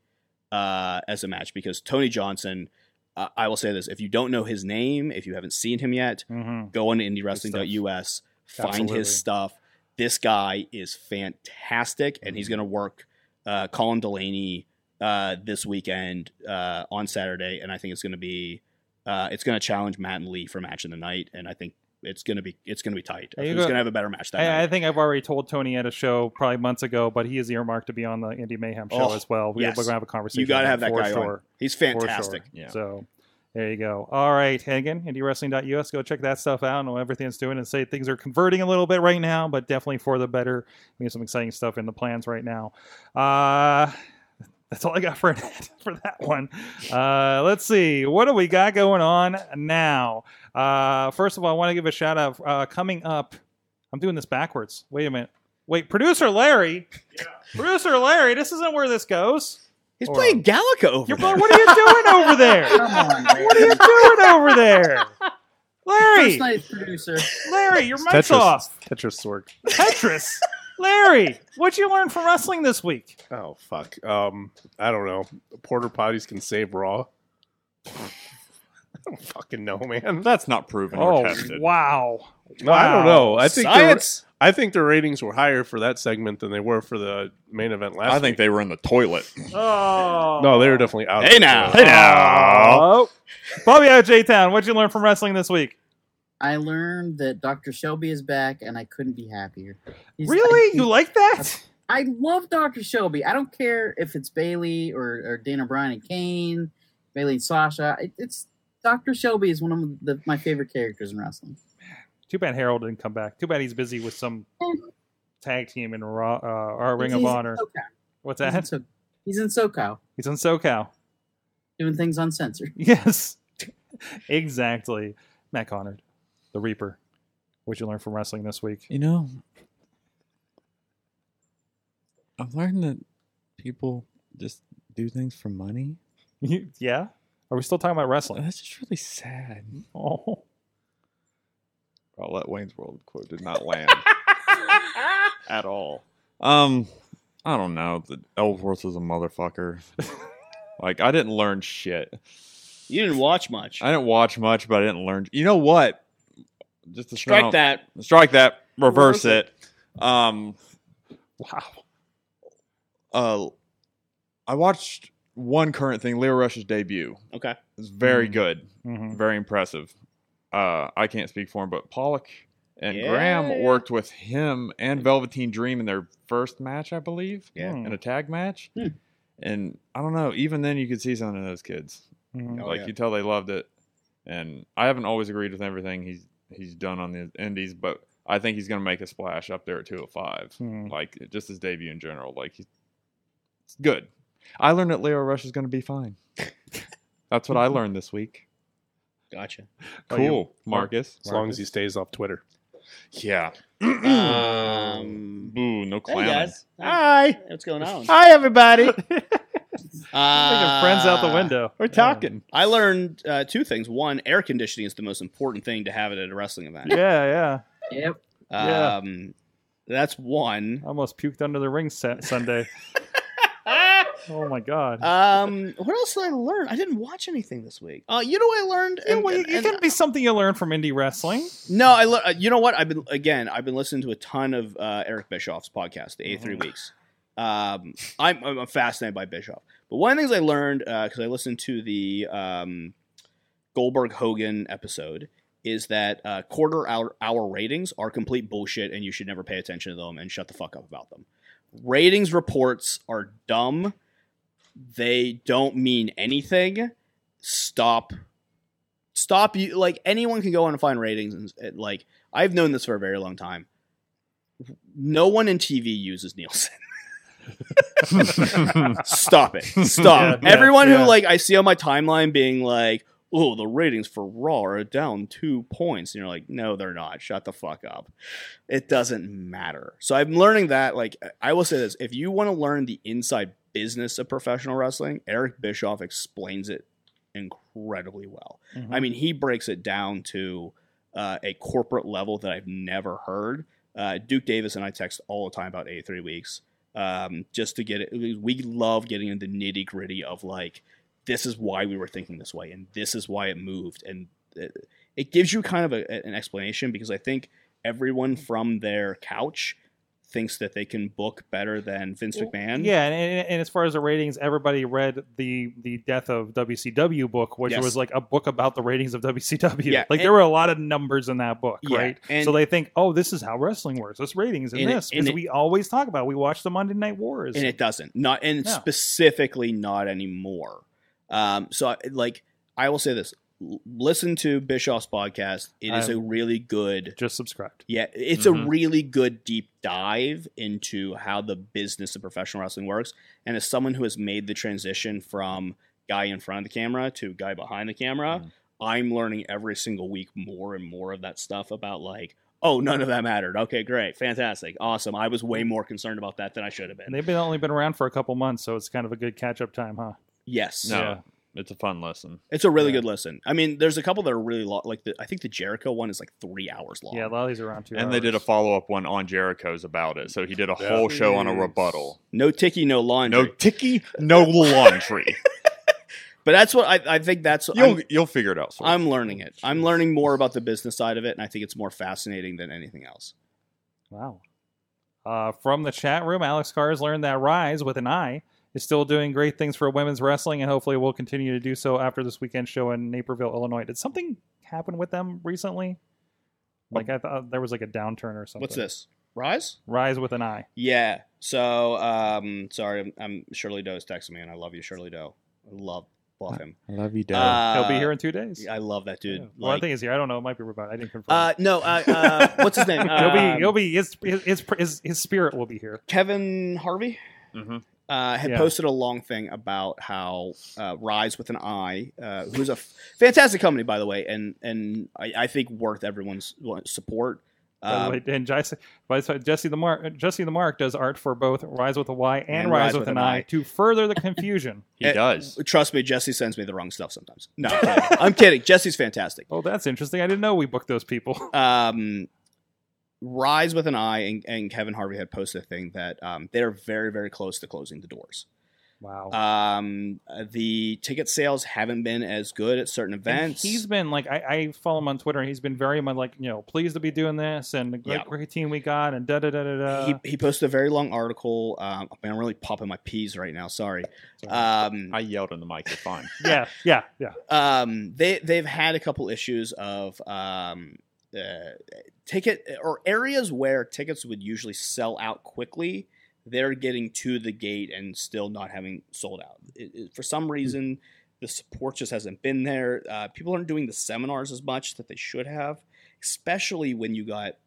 [SPEAKER 7] uh, as a match because Tony Johnson. Uh, I will say this: if you don't know his name, if you haven't seen him yet,
[SPEAKER 2] Mhm.
[SPEAKER 7] go on to indiewrestling.us, find
[SPEAKER 2] Absolutely.
[SPEAKER 7] his stuff. This guy is fantastic, and
[SPEAKER 2] Mhm.
[SPEAKER 7] he's going to work uh, Colin Delaney uh, this weekend uh, on Saturday, and I think it's going to be uh, it's going to challenge Matt and Lee for match of the night, and I think it's going to be it's going to be tight. I
[SPEAKER 2] There you
[SPEAKER 7] think he's
[SPEAKER 2] go.
[SPEAKER 7] going to have a better match that
[SPEAKER 2] I,
[SPEAKER 7] night.
[SPEAKER 2] I think I've already told Tony at a show probably months ago, but he is earmarked to be on the Indie Mayhem show
[SPEAKER 7] Oh,
[SPEAKER 2] as well. We,
[SPEAKER 7] yes.
[SPEAKER 2] We're gonna have a conversation.
[SPEAKER 7] You gotta
[SPEAKER 2] about
[SPEAKER 7] have that
[SPEAKER 2] for
[SPEAKER 7] guy on.
[SPEAKER 2] sure.
[SPEAKER 7] He's
[SPEAKER 2] For sure.
[SPEAKER 7] fantastic. Yeah.
[SPEAKER 2] So there you go. All right, and again, IndieWrestling.us. Go check that stuff out. I know everything's doing and say things are converting a little bit right now, but definitely for the better. We have some exciting stuff in the plans right now. Uh, that's all I got for for that one. Uh, let's see what do we got going on now. Uh, first of all, I want to give a shout out uh, coming up. I'm doing this backwards. Wait a minute. Wait, producer Larry. Producer Larry, this isn't where this goes.
[SPEAKER 7] He's playing Galica over
[SPEAKER 2] You're playing- What are you doing over there? what are you doing over there? Larry,
[SPEAKER 13] First night's producer.
[SPEAKER 2] Larry, your mic's
[SPEAKER 3] Tetris.
[SPEAKER 2] off.
[SPEAKER 3] Tetris Sorg.
[SPEAKER 2] Tetris. Larry, what'd you learn from wrestling this week?
[SPEAKER 3] Oh fuck. Um, I don't know. Porter potties can save Raw. I don't fucking know, man.
[SPEAKER 8] That's not proven
[SPEAKER 2] Oh, wow.
[SPEAKER 3] No, I don't know. I think
[SPEAKER 2] Science.
[SPEAKER 3] The, I think the ratings were higher for that segment than they were for the main event last.
[SPEAKER 8] I think they were in the toilet.
[SPEAKER 2] Oh.
[SPEAKER 3] No, they were definitely out. of
[SPEAKER 8] Hey
[SPEAKER 3] the
[SPEAKER 8] now.
[SPEAKER 3] toilet.
[SPEAKER 8] Hey now.
[SPEAKER 2] Oh. Bobby out J Town, what'd you learn from wrestling this week?
[SPEAKER 4] I learned that Dr. Shelby is back, and I couldn't be happier. He's-
[SPEAKER 2] Really? You like that?
[SPEAKER 4] I love Dr. Shelby. I don't care if it's Bailey or, or Dana Bryan and Kane, Bailey and Sasha. It, it's Dr. Shelby is one of the, my favorite characters in wrestling.
[SPEAKER 2] Too bad Harold didn't come back. Too bad he's busy with some tag team in Raw, uh, or Ring of
[SPEAKER 4] He's in
[SPEAKER 2] Honor.
[SPEAKER 4] SoCal.
[SPEAKER 2] What's
[SPEAKER 4] He's in
[SPEAKER 2] that?
[SPEAKER 4] So- He's in SoCal
[SPEAKER 2] He's in SoCal.
[SPEAKER 4] doing things uncensored.
[SPEAKER 2] Yes, exactly. Matt Connard, the Reaper. What'd you learn from wrestling this week?
[SPEAKER 8] You know, I've learned that people just do things for money.
[SPEAKER 2] yeah. Are we still talking about wrestling?
[SPEAKER 8] That's just really sad.
[SPEAKER 2] Oh.
[SPEAKER 8] I'll let Wayne's World quote did not land at all. Um, I don't know. The Ellsworth is a motherfucker. like I didn't learn shit.
[SPEAKER 7] You didn't watch much.
[SPEAKER 8] I didn't watch much, but I didn't learn. You know what? Just to
[SPEAKER 7] Strike
[SPEAKER 8] sound-
[SPEAKER 7] that.
[SPEAKER 8] Strike that. Reverse
[SPEAKER 7] Reverse
[SPEAKER 8] it. Um.
[SPEAKER 2] Wow.
[SPEAKER 8] Uh, I watched one current thing. Leo Rush's debut.
[SPEAKER 7] Okay.
[SPEAKER 8] It's very
[SPEAKER 7] Mm.
[SPEAKER 2] Mhm.
[SPEAKER 8] good.
[SPEAKER 2] Mhm.
[SPEAKER 8] Very impressive. Uh, I can't speak for him, but Pollock and
[SPEAKER 7] Yeah.
[SPEAKER 8] Graham worked with him and Velveteen Dream in their first match, I believe.
[SPEAKER 7] Yeah.
[SPEAKER 2] Mm-hmm.
[SPEAKER 7] Hmm.
[SPEAKER 8] In a tag match. And I don't know, even then you could see something in those kids.
[SPEAKER 2] Mhm.
[SPEAKER 7] Oh,
[SPEAKER 8] Like
[SPEAKER 7] yeah.
[SPEAKER 8] you tell they loved it. And I haven't always agreed with everything he's he's done on the indies, but I think he's gonna make a splash up there at two oh five.
[SPEAKER 7] Hmm.
[SPEAKER 2] Mhm.
[SPEAKER 8] Like just his debut in general. Like he's it's good. I learned that Leo Rush is gonna be fine. That's what I learned this week.
[SPEAKER 7] Gotcha.
[SPEAKER 3] Are you-
[SPEAKER 8] Cool, Oh, Marcus.
[SPEAKER 3] As long as he stays off Twitter.
[SPEAKER 8] Yeah.
[SPEAKER 2] Hmm.
[SPEAKER 7] Um,
[SPEAKER 8] Boo, no
[SPEAKER 7] hey
[SPEAKER 8] clowning.
[SPEAKER 7] guys,
[SPEAKER 8] Hi.
[SPEAKER 7] what's going on?
[SPEAKER 8] Hi, everybody.
[SPEAKER 7] Uh,
[SPEAKER 2] Thinking friends out the window.
[SPEAKER 8] We're talking.
[SPEAKER 7] Ah. I learned uh, two things. One, air conditioning is the most important thing to have at a wrestling event.
[SPEAKER 2] Yeah, yeah.
[SPEAKER 4] Yep.
[SPEAKER 2] Yeah.
[SPEAKER 7] Um, that's one.
[SPEAKER 2] Almost puked under the ring set Sunday. oh my god.
[SPEAKER 7] Um, what else did I learn? I didn't watch anything this week. Uh, you know what I learned?
[SPEAKER 2] yeah,
[SPEAKER 7] And-
[SPEAKER 2] well, you-
[SPEAKER 7] and-
[SPEAKER 2] it can be something you learn from indie wrestling.
[SPEAKER 7] No, I. Le- uh, you know what? I've been again. I've been listening to a ton of uh, Eric Bischoff's podcast, the A Three Weeks. Um, I'm, I'm fascinated by Bischoff. But one of the things I learned because I listened to the um, Goldberg Hogan episode is that uh, quarter hour, hour ratings are complete bullshit, and you should never pay attention to them and shut the fuck up about them. Ratings reports are dumb they don't mean anything, stop. Stop you like anyone can go on and find ratings and and, like I've known this for a very long time. No one in TV uses Nielsen. Stop it. Stop.
[SPEAKER 1] Yeah, yeah,
[SPEAKER 7] Everyone
[SPEAKER 1] yeah.
[SPEAKER 7] who like I see on my timeline being like, "Oh, the ratings for Raw are down 2 points." And you're like, "No, they're not. Shut the fuck up." It doesn't matter. So I'm learning that like I will say this, if you want to learn the inside business of professional wrestling, Eric Bischoff explains it incredibly well.
[SPEAKER 2] Mm-hmm.
[SPEAKER 1] Mhm.
[SPEAKER 7] I mean, he breaks it down to uh, a corporate level that I've never heard. Uh, Duke Davis and I text all the time about A3 weeks um, just to get it. We love getting into nitty gritty of like, this is why we were thinking this way and this is why it moved. And it, it gives you kind of a, an explanation because I think everyone from their couch thinks that they can book better than Vince McMahon.
[SPEAKER 2] Yeah, and, and, and as far as the ratings, everybody read the the death of WCW book, which
[SPEAKER 7] Yes.
[SPEAKER 2] was like a book about the ratings of WCW.
[SPEAKER 7] Yeah,
[SPEAKER 2] like there
[SPEAKER 7] and-
[SPEAKER 2] were a lot of numbers in that book,
[SPEAKER 7] Yeah,
[SPEAKER 2] right?
[SPEAKER 7] and-
[SPEAKER 2] so they think, oh, this is how wrestling works. It's ratings and,
[SPEAKER 7] And it-
[SPEAKER 2] this
[SPEAKER 7] and
[SPEAKER 2] because
[SPEAKER 7] it-
[SPEAKER 2] we always talk about. it. We watch the Monday Night Wars.
[SPEAKER 7] and it doesn't not and
[SPEAKER 2] No.
[SPEAKER 7] specifically not anymore um so I, like i will say this L- listen to bischoff's podcast It is a
[SPEAKER 2] I'm
[SPEAKER 7] really good
[SPEAKER 2] just subscribed
[SPEAKER 7] yeah it's
[SPEAKER 2] Mhm.
[SPEAKER 7] a really good deep dive into how the business of professional wrestling works and as someone who has made the transition from guy in front of the camera to guy behind the camera
[SPEAKER 2] Mm.
[SPEAKER 7] i'm learning every single week more and more of that stuff about like oh none of that mattered okay great fantastic awesome i was way more concerned about that than i should have been
[SPEAKER 2] And they've been only been around for a couple months, so it's kind of a good catch up time, huh?
[SPEAKER 7] Yes.
[SPEAKER 2] No,
[SPEAKER 9] it's a fun lesson.
[SPEAKER 7] It's a really good listen. I mean, there's a couple that are really long. Like the, I think the Jericho one is like three hours long.
[SPEAKER 2] Yeah, a lot of these are around two.
[SPEAKER 9] And they did a follow up one on Jericho's about it. So he did a
[SPEAKER 7] Yeah.
[SPEAKER 9] whole show on a
[SPEAKER 7] Nice.
[SPEAKER 9] rebuttal.
[SPEAKER 7] No ticky, no laundry.
[SPEAKER 9] No ticky, no laundry.
[SPEAKER 7] but that's what I, I think. That's
[SPEAKER 9] You'll-
[SPEAKER 7] you'll figure it out. I'm learning it. I'm learning more about the business side of it, and I think it's more fascinating than anything else.
[SPEAKER 2] Wow. Uh, from the chat room, Alex Carr has learned that Rise with an I is still doing great things for women's wrestling, and hopefully will continue to do so after this weekend show in Naperville, Illinois. Did something happen with them recently? Like I thought there was like a downturn or something.
[SPEAKER 7] Um, What's this? Rise?
[SPEAKER 2] Rise with an I.
[SPEAKER 7] Yeah. So, um, sorry, I'm, I'm Shirley Doe's texting me, and I love you, Shirley Doe. I love, love him.
[SPEAKER 9] I love you,
[SPEAKER 7] Uh,
[SPEAKER 2] He'll be here in two days.
[SPEAKER 7] I love that dude.
[SPEAKER 2] well, I
[SPEAKER 7] Like-
[SPEAKER 2] think he's here. I don't know. It might be revived. I didn't confirm.
[SPEAKER 7] Uh, no, uh, uh, what's his name?
[SPEAKER 2] he'll be.
[SPEAKER 7] Um,
[SPEAKER 2] He'll be. His his, his his his spirit will be here.
[SPEAKER 7] Kevin Harvey. uh, had
[SPEAKER 2] Yeah.
[SPEAKER 7] posted a long thing about how uh, Rise with an I, uh, who's a f- fantastic company by the way, and and I, I think worth everyone's well, support.
[SPEAKER 2] By the
[SPEAKER 7] Um,
[SPEAKER 2] way, and Jesse, by the way, Jesse the Mark, Jesse the Mark does art for both Rise with a Y and, Rise, with, an, I to further the confusion.
[SPEAKER 7] eh, Trust me, Jesse sends me the wrong stuff sometimes. No, I'm kidding. I'm kidding. Jesse's fantastic.
[SPEAKER 2] Oh, that's interesting. I didn't know we booked those people.
[SPEAKER 7] Um, Rise with an I and, and Kevin Harvey had posted a thing that um, they're very very close to closing the doors.
[SPEAKER 2] Wow.
[SPEAKER 7] Um, uh, the ticket sales haven't been as good at certain
[SPEAKER 2] And
[SPEAKER 7] events.
[SPEAKER 2] He's been like I, I follow him on Twitter, and he's been very much like you know pleased to be doing this and great,
[SPEAKER 7] Yeah.
[SPEAKER 2] great team we got and da da da da da.
[SPEAKER 7] he, he posted a very long article. Um, man, I'm really popping my peas right now. Sorry. Um,
[SPEAKER 9] I yelled in the mic. You're fine.
[SPEAKER 2] yeah, yeah, yeah.
[SPEAKER 7] Um, they they've had a couple issues of um, uh, ticket or areas where tickets would usually sell out quickly. They're getting to the gate and still not having sold out. It- it- for some reason, the support just hasn't been there. Uh, people aren't doing the seminars as much that they should have, especially when you got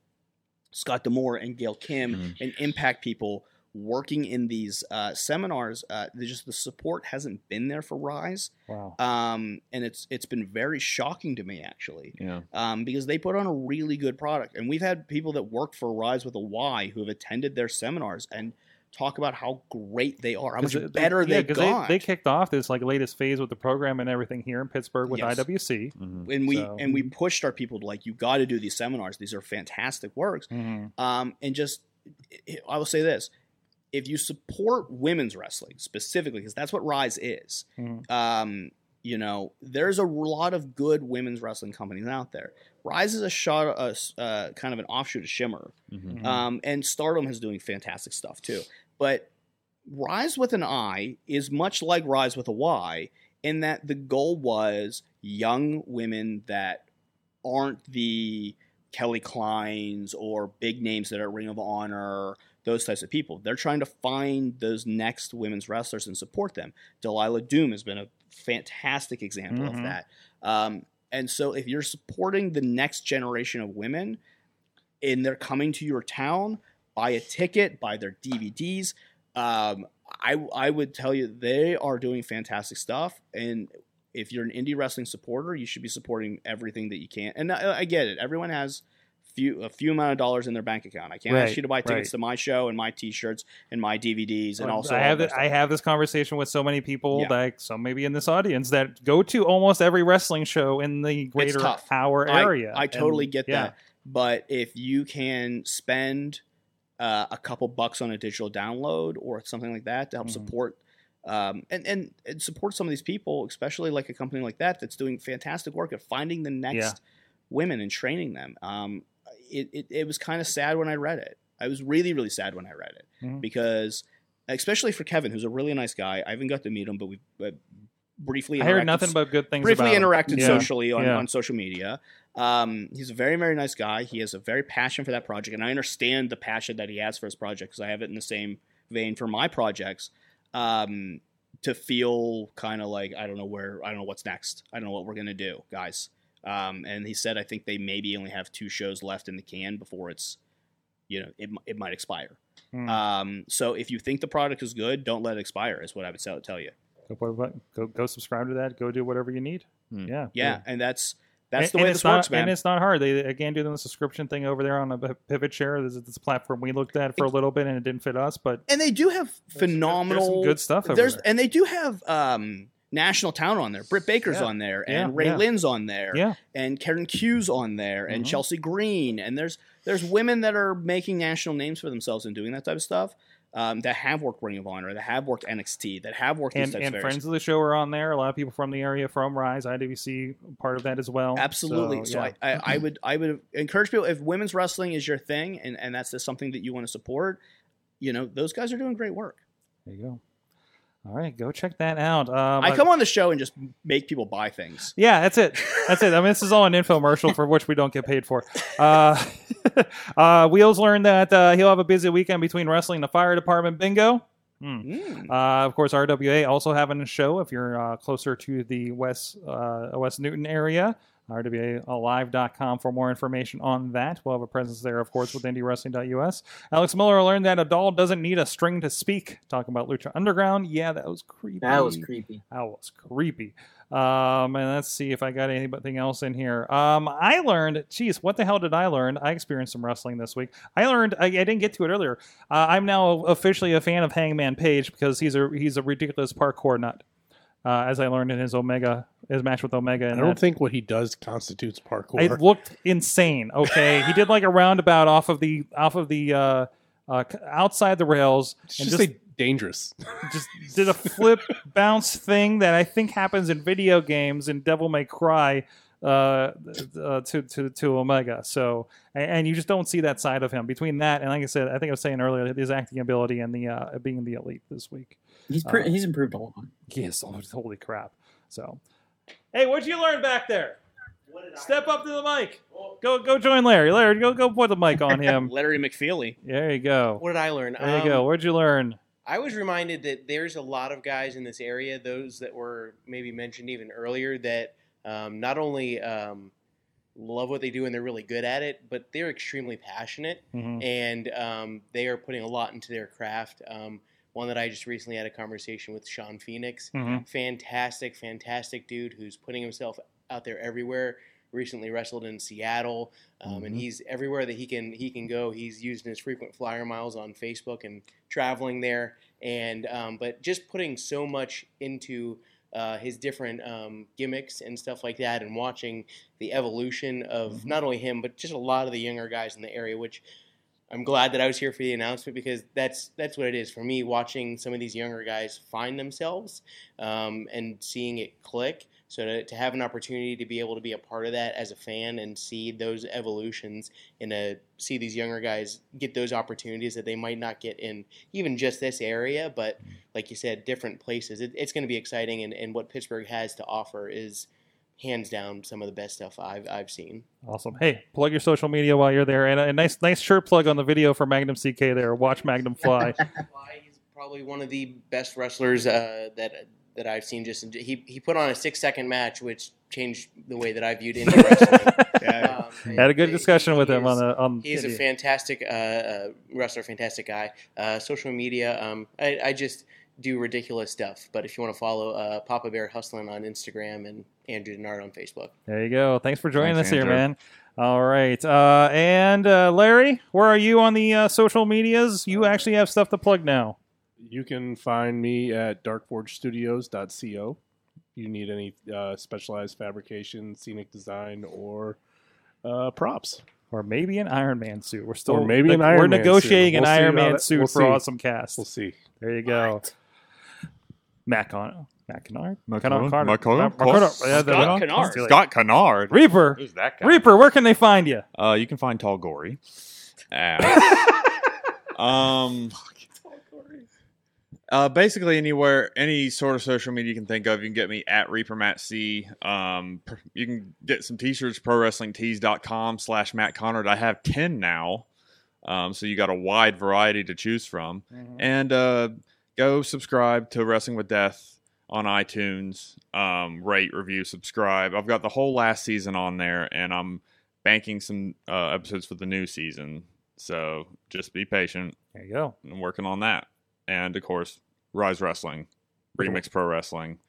[SPEAKER 7] Scott Demore and Gail Kim and Impact people working in these uh, seminars. Uh, there's just the support hasn't been there for Rise.
[SPEAKER 2] Wow.
[SPEAKER 7] Um, and it's it's been very shocking to me actually.
[SPEAKER 9] Yeah.
[SPEAKER 7] Um, because they put on a really good product, and we've had people that work for Rise with a Y who have attended their seminars and talk about how great they are, how much
[SPEAKER 2] 'Cause it-
[SPEAKER 7] better
[SPEAKER 2] yeah,
[SPEAKER 7] they, have
[SPEAKER 2] 'cause
[SPEAKER 7] got.
[SPEAKER 2] They, kicked off this like latest phase with the program and everything here in Pittsburgh with
[SPEAKER 7] Yes.
[SPEAKER 2] IWC.
[SPEAKER 9] mm-hmm,
[SPEAKER 7] and we
[SPEAKER 2] So- Mm-hmm.
[SPEAKER 7] and we pushed our people to like you got to do these seminars these are fantastic works
[SPEAKER 2] Mhm.
[SPEAKER 7] um, and just eh, i will say this if you support women's wrestling specifically because that's what rise is
[SPEAKER 1] Mhm.
[SPEAKER 7] um, you know there's a lot of good women's wrestling companies out there rise is a shot a s- uh, kind of an offshoot of shimmer
[SPEAKER 8] Hmm.
[SPEAKER 9] mm-hmm.
[SPEAKER 1] Mhm.
[SPEAKER 7] um, and stardom is doing fantastic stuff too but Rise with an I is much like Rise with a Y in that the goal was young women that aren't the Kelly Kleins or big names that are Ring of Honor those types of people. They're trying to find those next women's wrestlers and support them. Delilah Doom has been a fantastic example
[SPEAKER 14] Mhm.
[SPEAKER 7] of that. Um, and so if you're supporting the next generation of women and they're coming to your town, buy a ticket, buy their DVDs. Um, I, I would tell you they are doing fantastic stuff. And if you're an indie wrestling supporter, you should be supporting everything that you can. And I, I get it. Everyone has few a few amount of dollars in their bank account. I can't
[SPEAKER 2] Right,
[SPEAKER 7] ask you to buy tickets
[SPEAKER 2] right.
[SPEAKER 7] to my show and my T-shirts and my DVDs and also
[SPEAKER 2] I have
[SPEAKER 7] all that
[SPEAKER 2] th- I
[SPEAKER 7] stuff.
[SPEAKER 2] have this conversation with so many people,
[SPEAKER 7] Yeah.
[SPEAKER 2] like some maybe in this audience, that go to almost every wrestling show in the
[SPEAKER 7] It's
[SPEAKER 2] greater
[SPEAKER 7] tough.
[SPEAKER 2] Power
[SPEAKER 7] I-
[SPEAKER 2] area.
[SPEAKER 7] I, totally
[SPEAKER 2] And,
[SPEAKER 7] get
[SPEAKER 2] yeah.
[SPEAKER 7] that. But if you can spend uh, a couple bucks on a digital download or something like that to help
[SPEAKER 2] Mm-hmm.
[SPEAKER 7] support um, and, and and support some of these people, especially like a company like that that's doing fantastic work at finding the next
[SPEAKER 2] Yeah.
[SPEAKER 7] women and training them. Um, it, it, it was kind of sad when I read it. I was really, really sad when I read it
[SPEAKER 2] Mhm.
[SPEAKER 7] because, especially for Kevin, who's a really nice guy. I haven't got to meet him, but we've uh, briefly.
[SPEAKER 2] I heard
[SPEAKER 7] interacted-
[SPEAKER 2] nothing but good things
[SPEAKER 7] Briefly
[SPEAKER 2] about him.
[SPEAKER 7] interacted
[SPEAKER 2] Yeah.
[SPEAKER 7] socially on,
[SPEAKER 2] Yeah.
[SPEAKER 7] on social media. Um, he's a very, very nice guy. He has a very passion for that project, and I understand the passion that he has for his project because I have it in the same vein for my projects. Um, to feel kind of like I don't know where I don't know what's next. I don't know what we're gonna do, guys. Um, and he said I think they maybe only have two shows left in the can before it's you know it mi- it might expire.
[SPEAKER 2] Hmm.
[SPEAKER 7] Um, so if you think the product is good, don't let it expire. Is what I would tell tell you.
[SPEAKER 2] Go, put a button- go go subscribe to that. Go do whatever you need. Yeah,
[SPEAKER 7] Hmm. Yeah, and that's that's
[SPEAKER 2] And-
[SPEAKER 7] the
[SPEAKER 2] and
[SPEAKER 7] way
[SPEAKER 2] it's
[SPEAKER 7] this
[SPEAKER 2] not,
[SPEAKER 7] works, man.
[SPEAKER 2] And it's not hard. They again do the subscription thing over there on a p- pivot share. This is this platform we looked at for a little bit and it didn't fit us, but
[SPEAKER 7] and they do have
[SPEAKER 2] some
[SPEAKER 7] phenomenal
[SPEAKER 2] good stuff over
[SPEAKER 7] there's
[SPEAKER 2] there.
[SPEAKER 7] and they do have um national town on there britt baker's
[SPEAKER 2] Yeah.
[SPEAKER 7] on there
[SPEAKER 2] Yeah,
[SPEAKER 7] and ray
[SPEAKER 2] yeah.
[SPEAKER 7] lynn's on there
[SPEAKER 2] Yeah. Mm-hmm.
[SPEAKER 7] and karen hughes on there and chelsea green and there's there's women that are making national names for themselves and doing that type of stuff um, that have worked ring of honor that have worked nxt that have worked these
[SPEAKER 2] and,
[SPEAKER 7] types
[SPEAKER 2] and
[SPEAKER 7] of areas.
[SPEAKER 2] friends of the show are on there. A lot of people from the area from Rise, IWC, part of that as well.
[SPEAKER 7] Absolutely. So,
[SPEAKER 2] yeah.
[SPEAKER 7] I, I, I would I would encourage people if women's wrestling is your thing and, and that's just something that you want to support, you know, those guys are doing great work.
[SPEAKER 2] There you go. All right, go check that out. Um,
[SPEAKER 7] I come on the show and just make people buy things.
[SPEAKER 2] Yeah, that's it. That's it. I mean, this is all an infomercial for which we don't get paid for. Uh, uh, Wheels learned that uh, he'll have a busy weekend between wrestling and the fire department bingo.
[SPEAKER 7] Mm.
[SPEAKER 2] Uh, of course, RWA also having a show if you're uh, closer to the West uh, West Newton area. RWAlive.com for more information on that. We'll have a presence there, of course, with IndieWrestling.us. Alex Miller learned that a doll doesn't need a string to speak. Talking about Lucha Underground. Yeah, that was creepy.
[SPEAKER 4] That was creepy.
[SPEAKER 2] That was creepy. Um, and let's see if I got anything else in here. Um, I learned, geez, what the hell did I learn? I experienced some wrestling this week. I learned, I, I didn't get to it earlier. Uh, I'm now officially a fan of Hangman Page because he's a he's a ridiculous parkour nut, uh, as I learned in his Omega his match with Omega.
[SPEAKER 3] I
[SPEAKER 2] And
[SPEAKER 3] don't think what he does constitutes parkour.
[SPEAKER 2] it looked insane. Okay, he did like a roundabout off of the off of the uh, uh, c- outside the rails and
[SPEAKER 3] just
[SPEAKER 2] just
[SPEAKER 3] say dangerous.
[SPEAKER 2] just did a flip bounce thing that I think happens in video games in Devil May Cry uh, uh, to to to Omega. So and, and you just don't see that side of him. Between that and like I said, I think I was saying earlier his acting ability and the uh, being the elite this week.
[SPEAKER 4] He's pre-
[SPEAKER 2] Uh,
[SPEAKER 4] he's improved a lot.
[SPEAKER 2] Yes, oh, holy crap. So Hey, what'd you learn back there? Step up to the mic. Go go join Larry. Larry, go go put the mic on him.
[SPEAKER 7] Larry McFeely.
[SPEAKER 2] There you go.
[SPEAKER 6] What did I learn?
[SPEAKER 2] There you go.
[SPEAKER 6] Um,
[SPEAKER 2] What'd you learn?
[SPEAKER 6] I was reminded that there's a lot of guys in this area, those that were maybe mentioned even earlier, that um, not only um, love what they do and they're really good at it, but they're extremely passionate
[SPEAKER 2] Mm-hmm. Mm.
[SPEAKER 8] Mhm.
[SPEAKER 6] and um, they are putting a lot into their craft. Um, one that I just recently had a conversation with Sean Phoenix.
[SPEAKER 8] Mhm.
[SPEAKER 6] Fantastic, fantastic dude who's putting himself out there everywhere. Recently wrestled in Seattle, um, and
[SPEAKER 8] Mhm.
[SPEAKER 6] he's everywhere that he can he can go. He's using his frequent flyer miles on Facebook and traveling there, and um, but just putting so much into uh, his different um, gimmicks and stuff like that, and watching the evolution of not only him but just a lot of the younger guys in the area, which I'm glad that I was here for the announcement because that's that's what it is for me. Watching some of these younger guys find themselves um, and seeing it click. So to, to have an opportunity to be able to be a part of that as a fan and see those evolutions and uh, see these younger guys get those opportunities that they might not get in even just this area, but like you said, different places. It, it's going to be exciting, and, and what Pittsburgh has to offer is
[SPEAKER 15] hands down some of the best stuff I've I've seen.
[SPEAKER 2] Awesome. Hey, plug your social media while you're there, and a, a nice, nice shirt plug on the video for Magnum CK. There, watch Magnum fly.
[SPEAKER 15] Probably one of the best wrestlers uh, that that I've seen. Just in- he he put on a six second match, which changed the way that I viewed indie wrestling.
[SPEAKER 2] Yeah.
[SPEAKER 15] Um,
[SPEAKER 2] Had a good
[SPEAKER 15] he-
[SPEAKER 2] discussion with
[SPEAKER 15] he
[SPEAKER 2] him
[SPEAKER 15] is-
[SPEAKER 2] on the- on
[SPEAKER 15] He's a
[SPEAKER 2] Indie.
[SPEAKER 15] fantastic uh, uh, wrestler, fantastic guy. Uh, social media, um, I, I just do ridiculous stuff. But if you want to follow uh, Papa Bear Hustlin on Instagram and Andrew Denard on Facebook.
[SPEAKER 2] there you go. Thanks for joining
[SPEAKER 15] Thanks,
[SPEAKER 2] us here,
[SPEAKER 15] Andrew.
[SPEAKER 2] man. All right, uh, and uh, Larry, where are you on the uh, social medias? You actually have stuff to plug now.
[SPEAKER 3] You can find me at darkforgestudios.co. You need any uh, specialized fabrication, scenic design, or uh, props.
[SPEAKER 2] Or maybe an Iron Man suit. We're still
[SPEAKER 3] or maybe an
[SPEAKER 2] we're
[SPEAKER 3] Iron Man
[SPEAKER 2] negotiating
[SPEAKER 3] suit.
[SPEAKER 2] an
[SPEAKER 3] We'll see
[SPEAKER 2] Iron
[SPEAKER 3] how
[SPEAKER 2] Man
[SPEAKER 3] that-
[SPEAKER 2] suit
[SPEAKER 3] we'll
[SPEAKER 2] for
[SPEAKER 3] see.
[SPEAKER 2] Awesome Cast.
[SPEAKER 3] We'll see.
[SPEAKER 2] There you go. Matt Con Matt Kennard?
[SPEAKER 8] Matt
[SPEAKER 2] Kennard-
[SPEAKER 8] Kennard?
[SPEAKER 2] Carter-
[SPEAKER 8] Matt Kennard?
[SPEAKER 2] Matt Kennard.
[SPEAKER 8] Scott
[SPEAKER 2] Yeah, the-
[SPEAKER 8] Kennard. Scott Kennard.
[SPEAKER 2] Reaper.
[SPEAKER 8] Who's that guy?
[SPEAKER 2] Reaper, where can they find you?
[SPEAKER 8] Uh, you can find Tall Gory. at- um, uh, basically anywhere, any sort of social media you can think of, you can get me at Reaper Matt C. Um, pr- you can get some t-shirts, pro wrestling tees.com slash Matt Connard. I have 10 now. Um, so you got a wide variety to choose from and, uh, go subscribe to wrestling with death on iTunes, um, rate, review, subscribe. I've got the whole last season on there and I'm banking some, uh, episodes for the new season. So just be patient.
[SPEAKER 2] There you go.
[SPEAKER 8] I'm working on that. And of course, Rise Wrestling, Remix Pro Wrestling.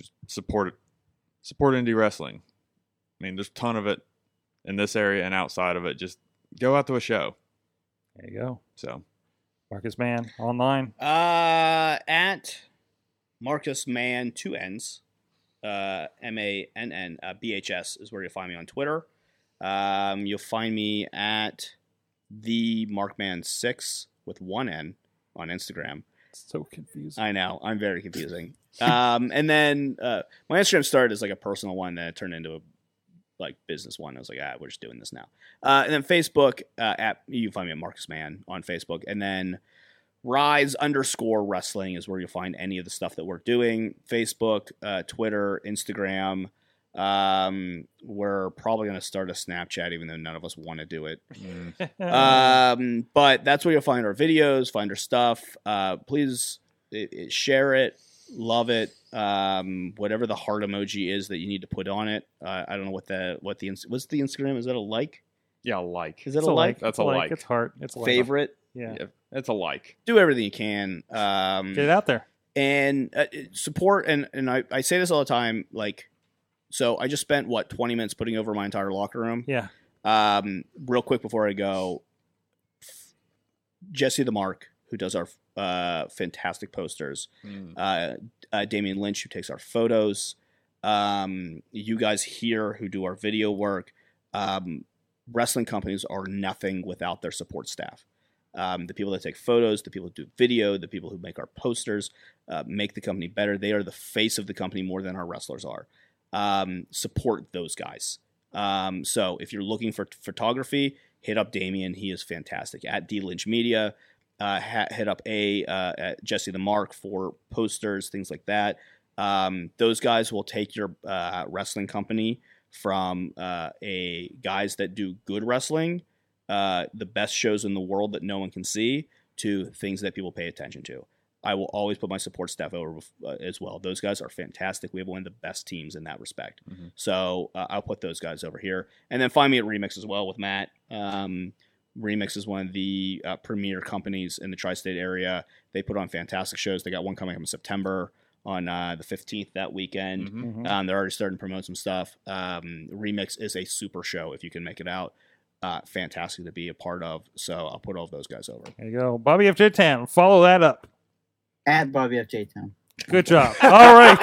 [SPEAKER 8] Just support it. Support indie wrestling. I mean, there's a ton of it in this area and outside of it. Just go out to a show.
[SPEAKER 2] There you go.
[SPEAKER 8] So
[SPEAKER 2] Marcus Man online.
[SPEAKER 7] Uh, at Marcus Man two N's, uh, M A N N uh, B H S is where you'll find me on Twitter. Um, you'll find me at the Markman six with one N on Instagram.
[SPEAKER 2] So confusing.
[SPEAKER 7] I know. I'm very confusing. um, and then uh, my Instagram started as like a personal one that turned into a like business one. I was like, ah, we're just doing this now. Uh, and then Facebook uh, at you can find me at Marcus Man on Facebook, and then Rise underscore Wrestling is where you'll find any of the stuff that we're doing. Facebook, uh, Twitter, Instagram. Um, we're probably gonna start a Snapchat, even though none of us want to do it. um, but that's where you'll find our videos, find our stuff. Uh, please i i- share it, love it. Um, whatever the heart emoji is that you need to put on it. Uh, I don't know what the what the ins- what's the Instagram is that a like?
[SPEAKER 8] Yeah, like.
[SPEAKER 7] Is that
[SPEAKER 8] It's
[SPEAKER 7] a
[SPEAKER 8] a
[SPEAKER 7] like?
[SPEAKER 8] like. That's a like. It's heart. It's a like.
[SPEAKER 7] favorite.
[SPEAKER 2] Yeah.
[SPEAKER 8] That's a like.
[SPEAKER 7] Do everything you can. Um,
[SPEAKER 2] Get it out there.
[SPEAKER 7] and uh, support. And and I, I say this all the time. Like, so I just spent what twenty minutes putting over my entire locker room.
[SPEAKER 2] Yeah.
[SPEAKER 7] Um, real quick before I go, Jesse the Mark, who does our uh, fantastic posters,
[SPEAKER 8] Mm.
[SPEAKER 7] uh, uh, Damian Lynch, who takes our photos, um, you guys here who do our video work. Um, wrestling companies are nothing without their support staff. Um, the people that take photos, the people who do video, the people who make our posters, uh, make the company better. They are the face of the company more than our wrestlers are. Um, support those guys. Um, so if you're looking for photography, hit up Damien. He is fantastic at D Lynch Media. Uh, ha- hit up a uh, at Jesse the Mark for posters, things like that. Um, those guys will take your uh, wrestling company from uh, a guys that do good wrestling, uh, the best shows in the world that no one can see, to things that people pay attention to. I will always put my support staff over bef- uh, as well. Those guys are fantastic. We have one of the best teams in that respect. So uh, I'll put those guys over here. And then find me at Remix as well with Matt. Um, Remix is one of the uh, premier companies in the tri state area. They put on fantastic shows. They got one coming up in September on uh, the 15th that weekend.
[SPEAKER 8] Mhm. Mhm.
[SPEAKER 7] Um, they're already starting to promote some stuff. Um, Remix is a super show if you can make it out. Uh, fantastic to be a part of. So I'll put all of those guys over.
[SPEAKER 2] There you go. Bobby FJ Town. Follow that up.
[SPEAKER 10] At Bobby FJ Town.
[SPEAKER 2] Good job. All right.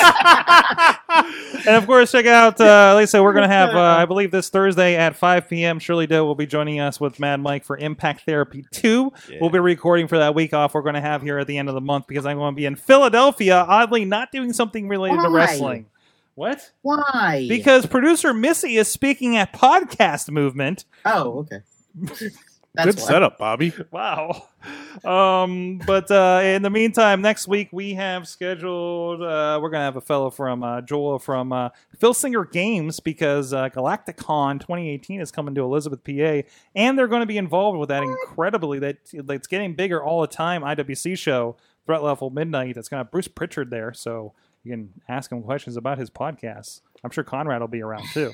[SPEAKER 2] and of course, check out, uh, Lisa, we're going to have, uh, I believe, this Thursday at 5 p.m. Shirley Doe will be joining us with Mad Mike for Impact Therapy 2. We'll be recording for that week off we're going to have here at the end of the month because I'm going to be in Philadelphia, oddly, not doing something related to
[SPEAKER 10] Why?
[SPEAKER 2] wrestling. What?
[SPEAKER 10] Why?
[SPEAKER 2] Because producer Missy is speaking at Podcast Movement.
[SPEAKER 10] Oh, okay.
[SPEAKER 2] That's
[SPEAKER 3] Good
[SPEAKER 2] why.
[SPEAKER 3] setup, Bobby.
[SPEAKER 2] Wow. Um, but uh, in the meantime, next week we have scheduled. Uh, we're gonna have a fellow from uh, Joel from uh, Phil Singer Games because uh, Galacticon 2018 is coming to Elizabeth, PA, and they're going to be involved with that incredibly that that's getting bigger all the time. IWC show Threat Level Midnight. That's gonna have Bruce Pritchard there, so you can ask him questions about his podcasts. I'm sure Conrad will be around too.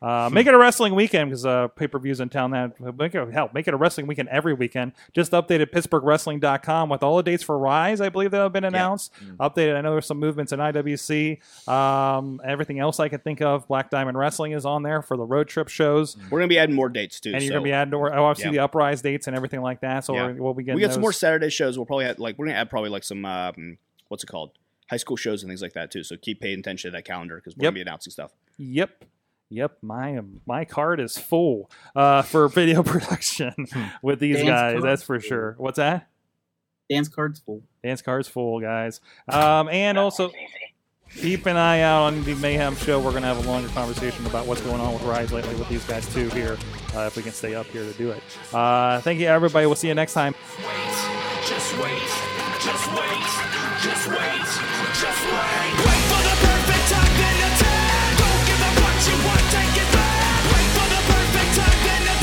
[SPEAKER 2] Uh,
[SPEAKER 7] Hmm.
[SPEAKER 2] make it a wrestling weekend because uh, pay per views in town. That make it, hell, make it a wrestling weekend every weekend. Just updated PittsburghWrestling.com with all the dates for Rise. I believe that have been announced.
[SPEAKER 7] Hmm.
[SPEAKER 2] Updated. I know there's some movements in IWC. Um, everything else I could think of. Black Diamond Wrestling is on there for the road trip shows.
[SPEAKER 7] We're gonna be adding more dates too.
[SPEAKER 2] And you're
[SPEAKER 7] so-
[SPEAKER 2] gonna be adding more. Oh, obviously
[SPEAKER 7] Yeah.
[SPEAKER 2] the uprise dates and everything like that. So
[SPEAKER 7] Yeah.
[SPEAKER 2] we're, we'll be getting.
[SPEAKER 7] we got some
[SPEAKER 2] those.
[SPEAKER 7] more Saturday shows. We'll probably have like we're gonna add probably like some um, what's it called high school shows and things like that too. So keep paying attention to that calendar because we're
[SPEAKER 2] Yep.
[SPEAKER 7] gonna be announcing stuff.
[SPEAKER 2] Yep. Yep, my my card is full uh, for video production
[SPEAKER 7] Hmm.
[SPEAKER 2] with these
[SPEAKER 4] Dan's
[SPEAKER 2] guys.
[SPEAKER 4] card
[SPEAKER 2] That's for sure. What's that?
[SPEAKER 4] Dance card's full.
[SPEAKER 2] Dance card's full, guys. Um, and also keep an eye out on the Mayhem show. We're gonna have a longer conversation about what's going on with Rise lately with these guys too here. Uh, if we can stay up here to do it. Uh, thank you, everybody. We'll see you next time.
[SPEAKER 1] Just wait, just wait, just wait, just wait. Wait for the perfect time, then attack. Don't give up what you want, take it back. Wait for the perfect time, then attack.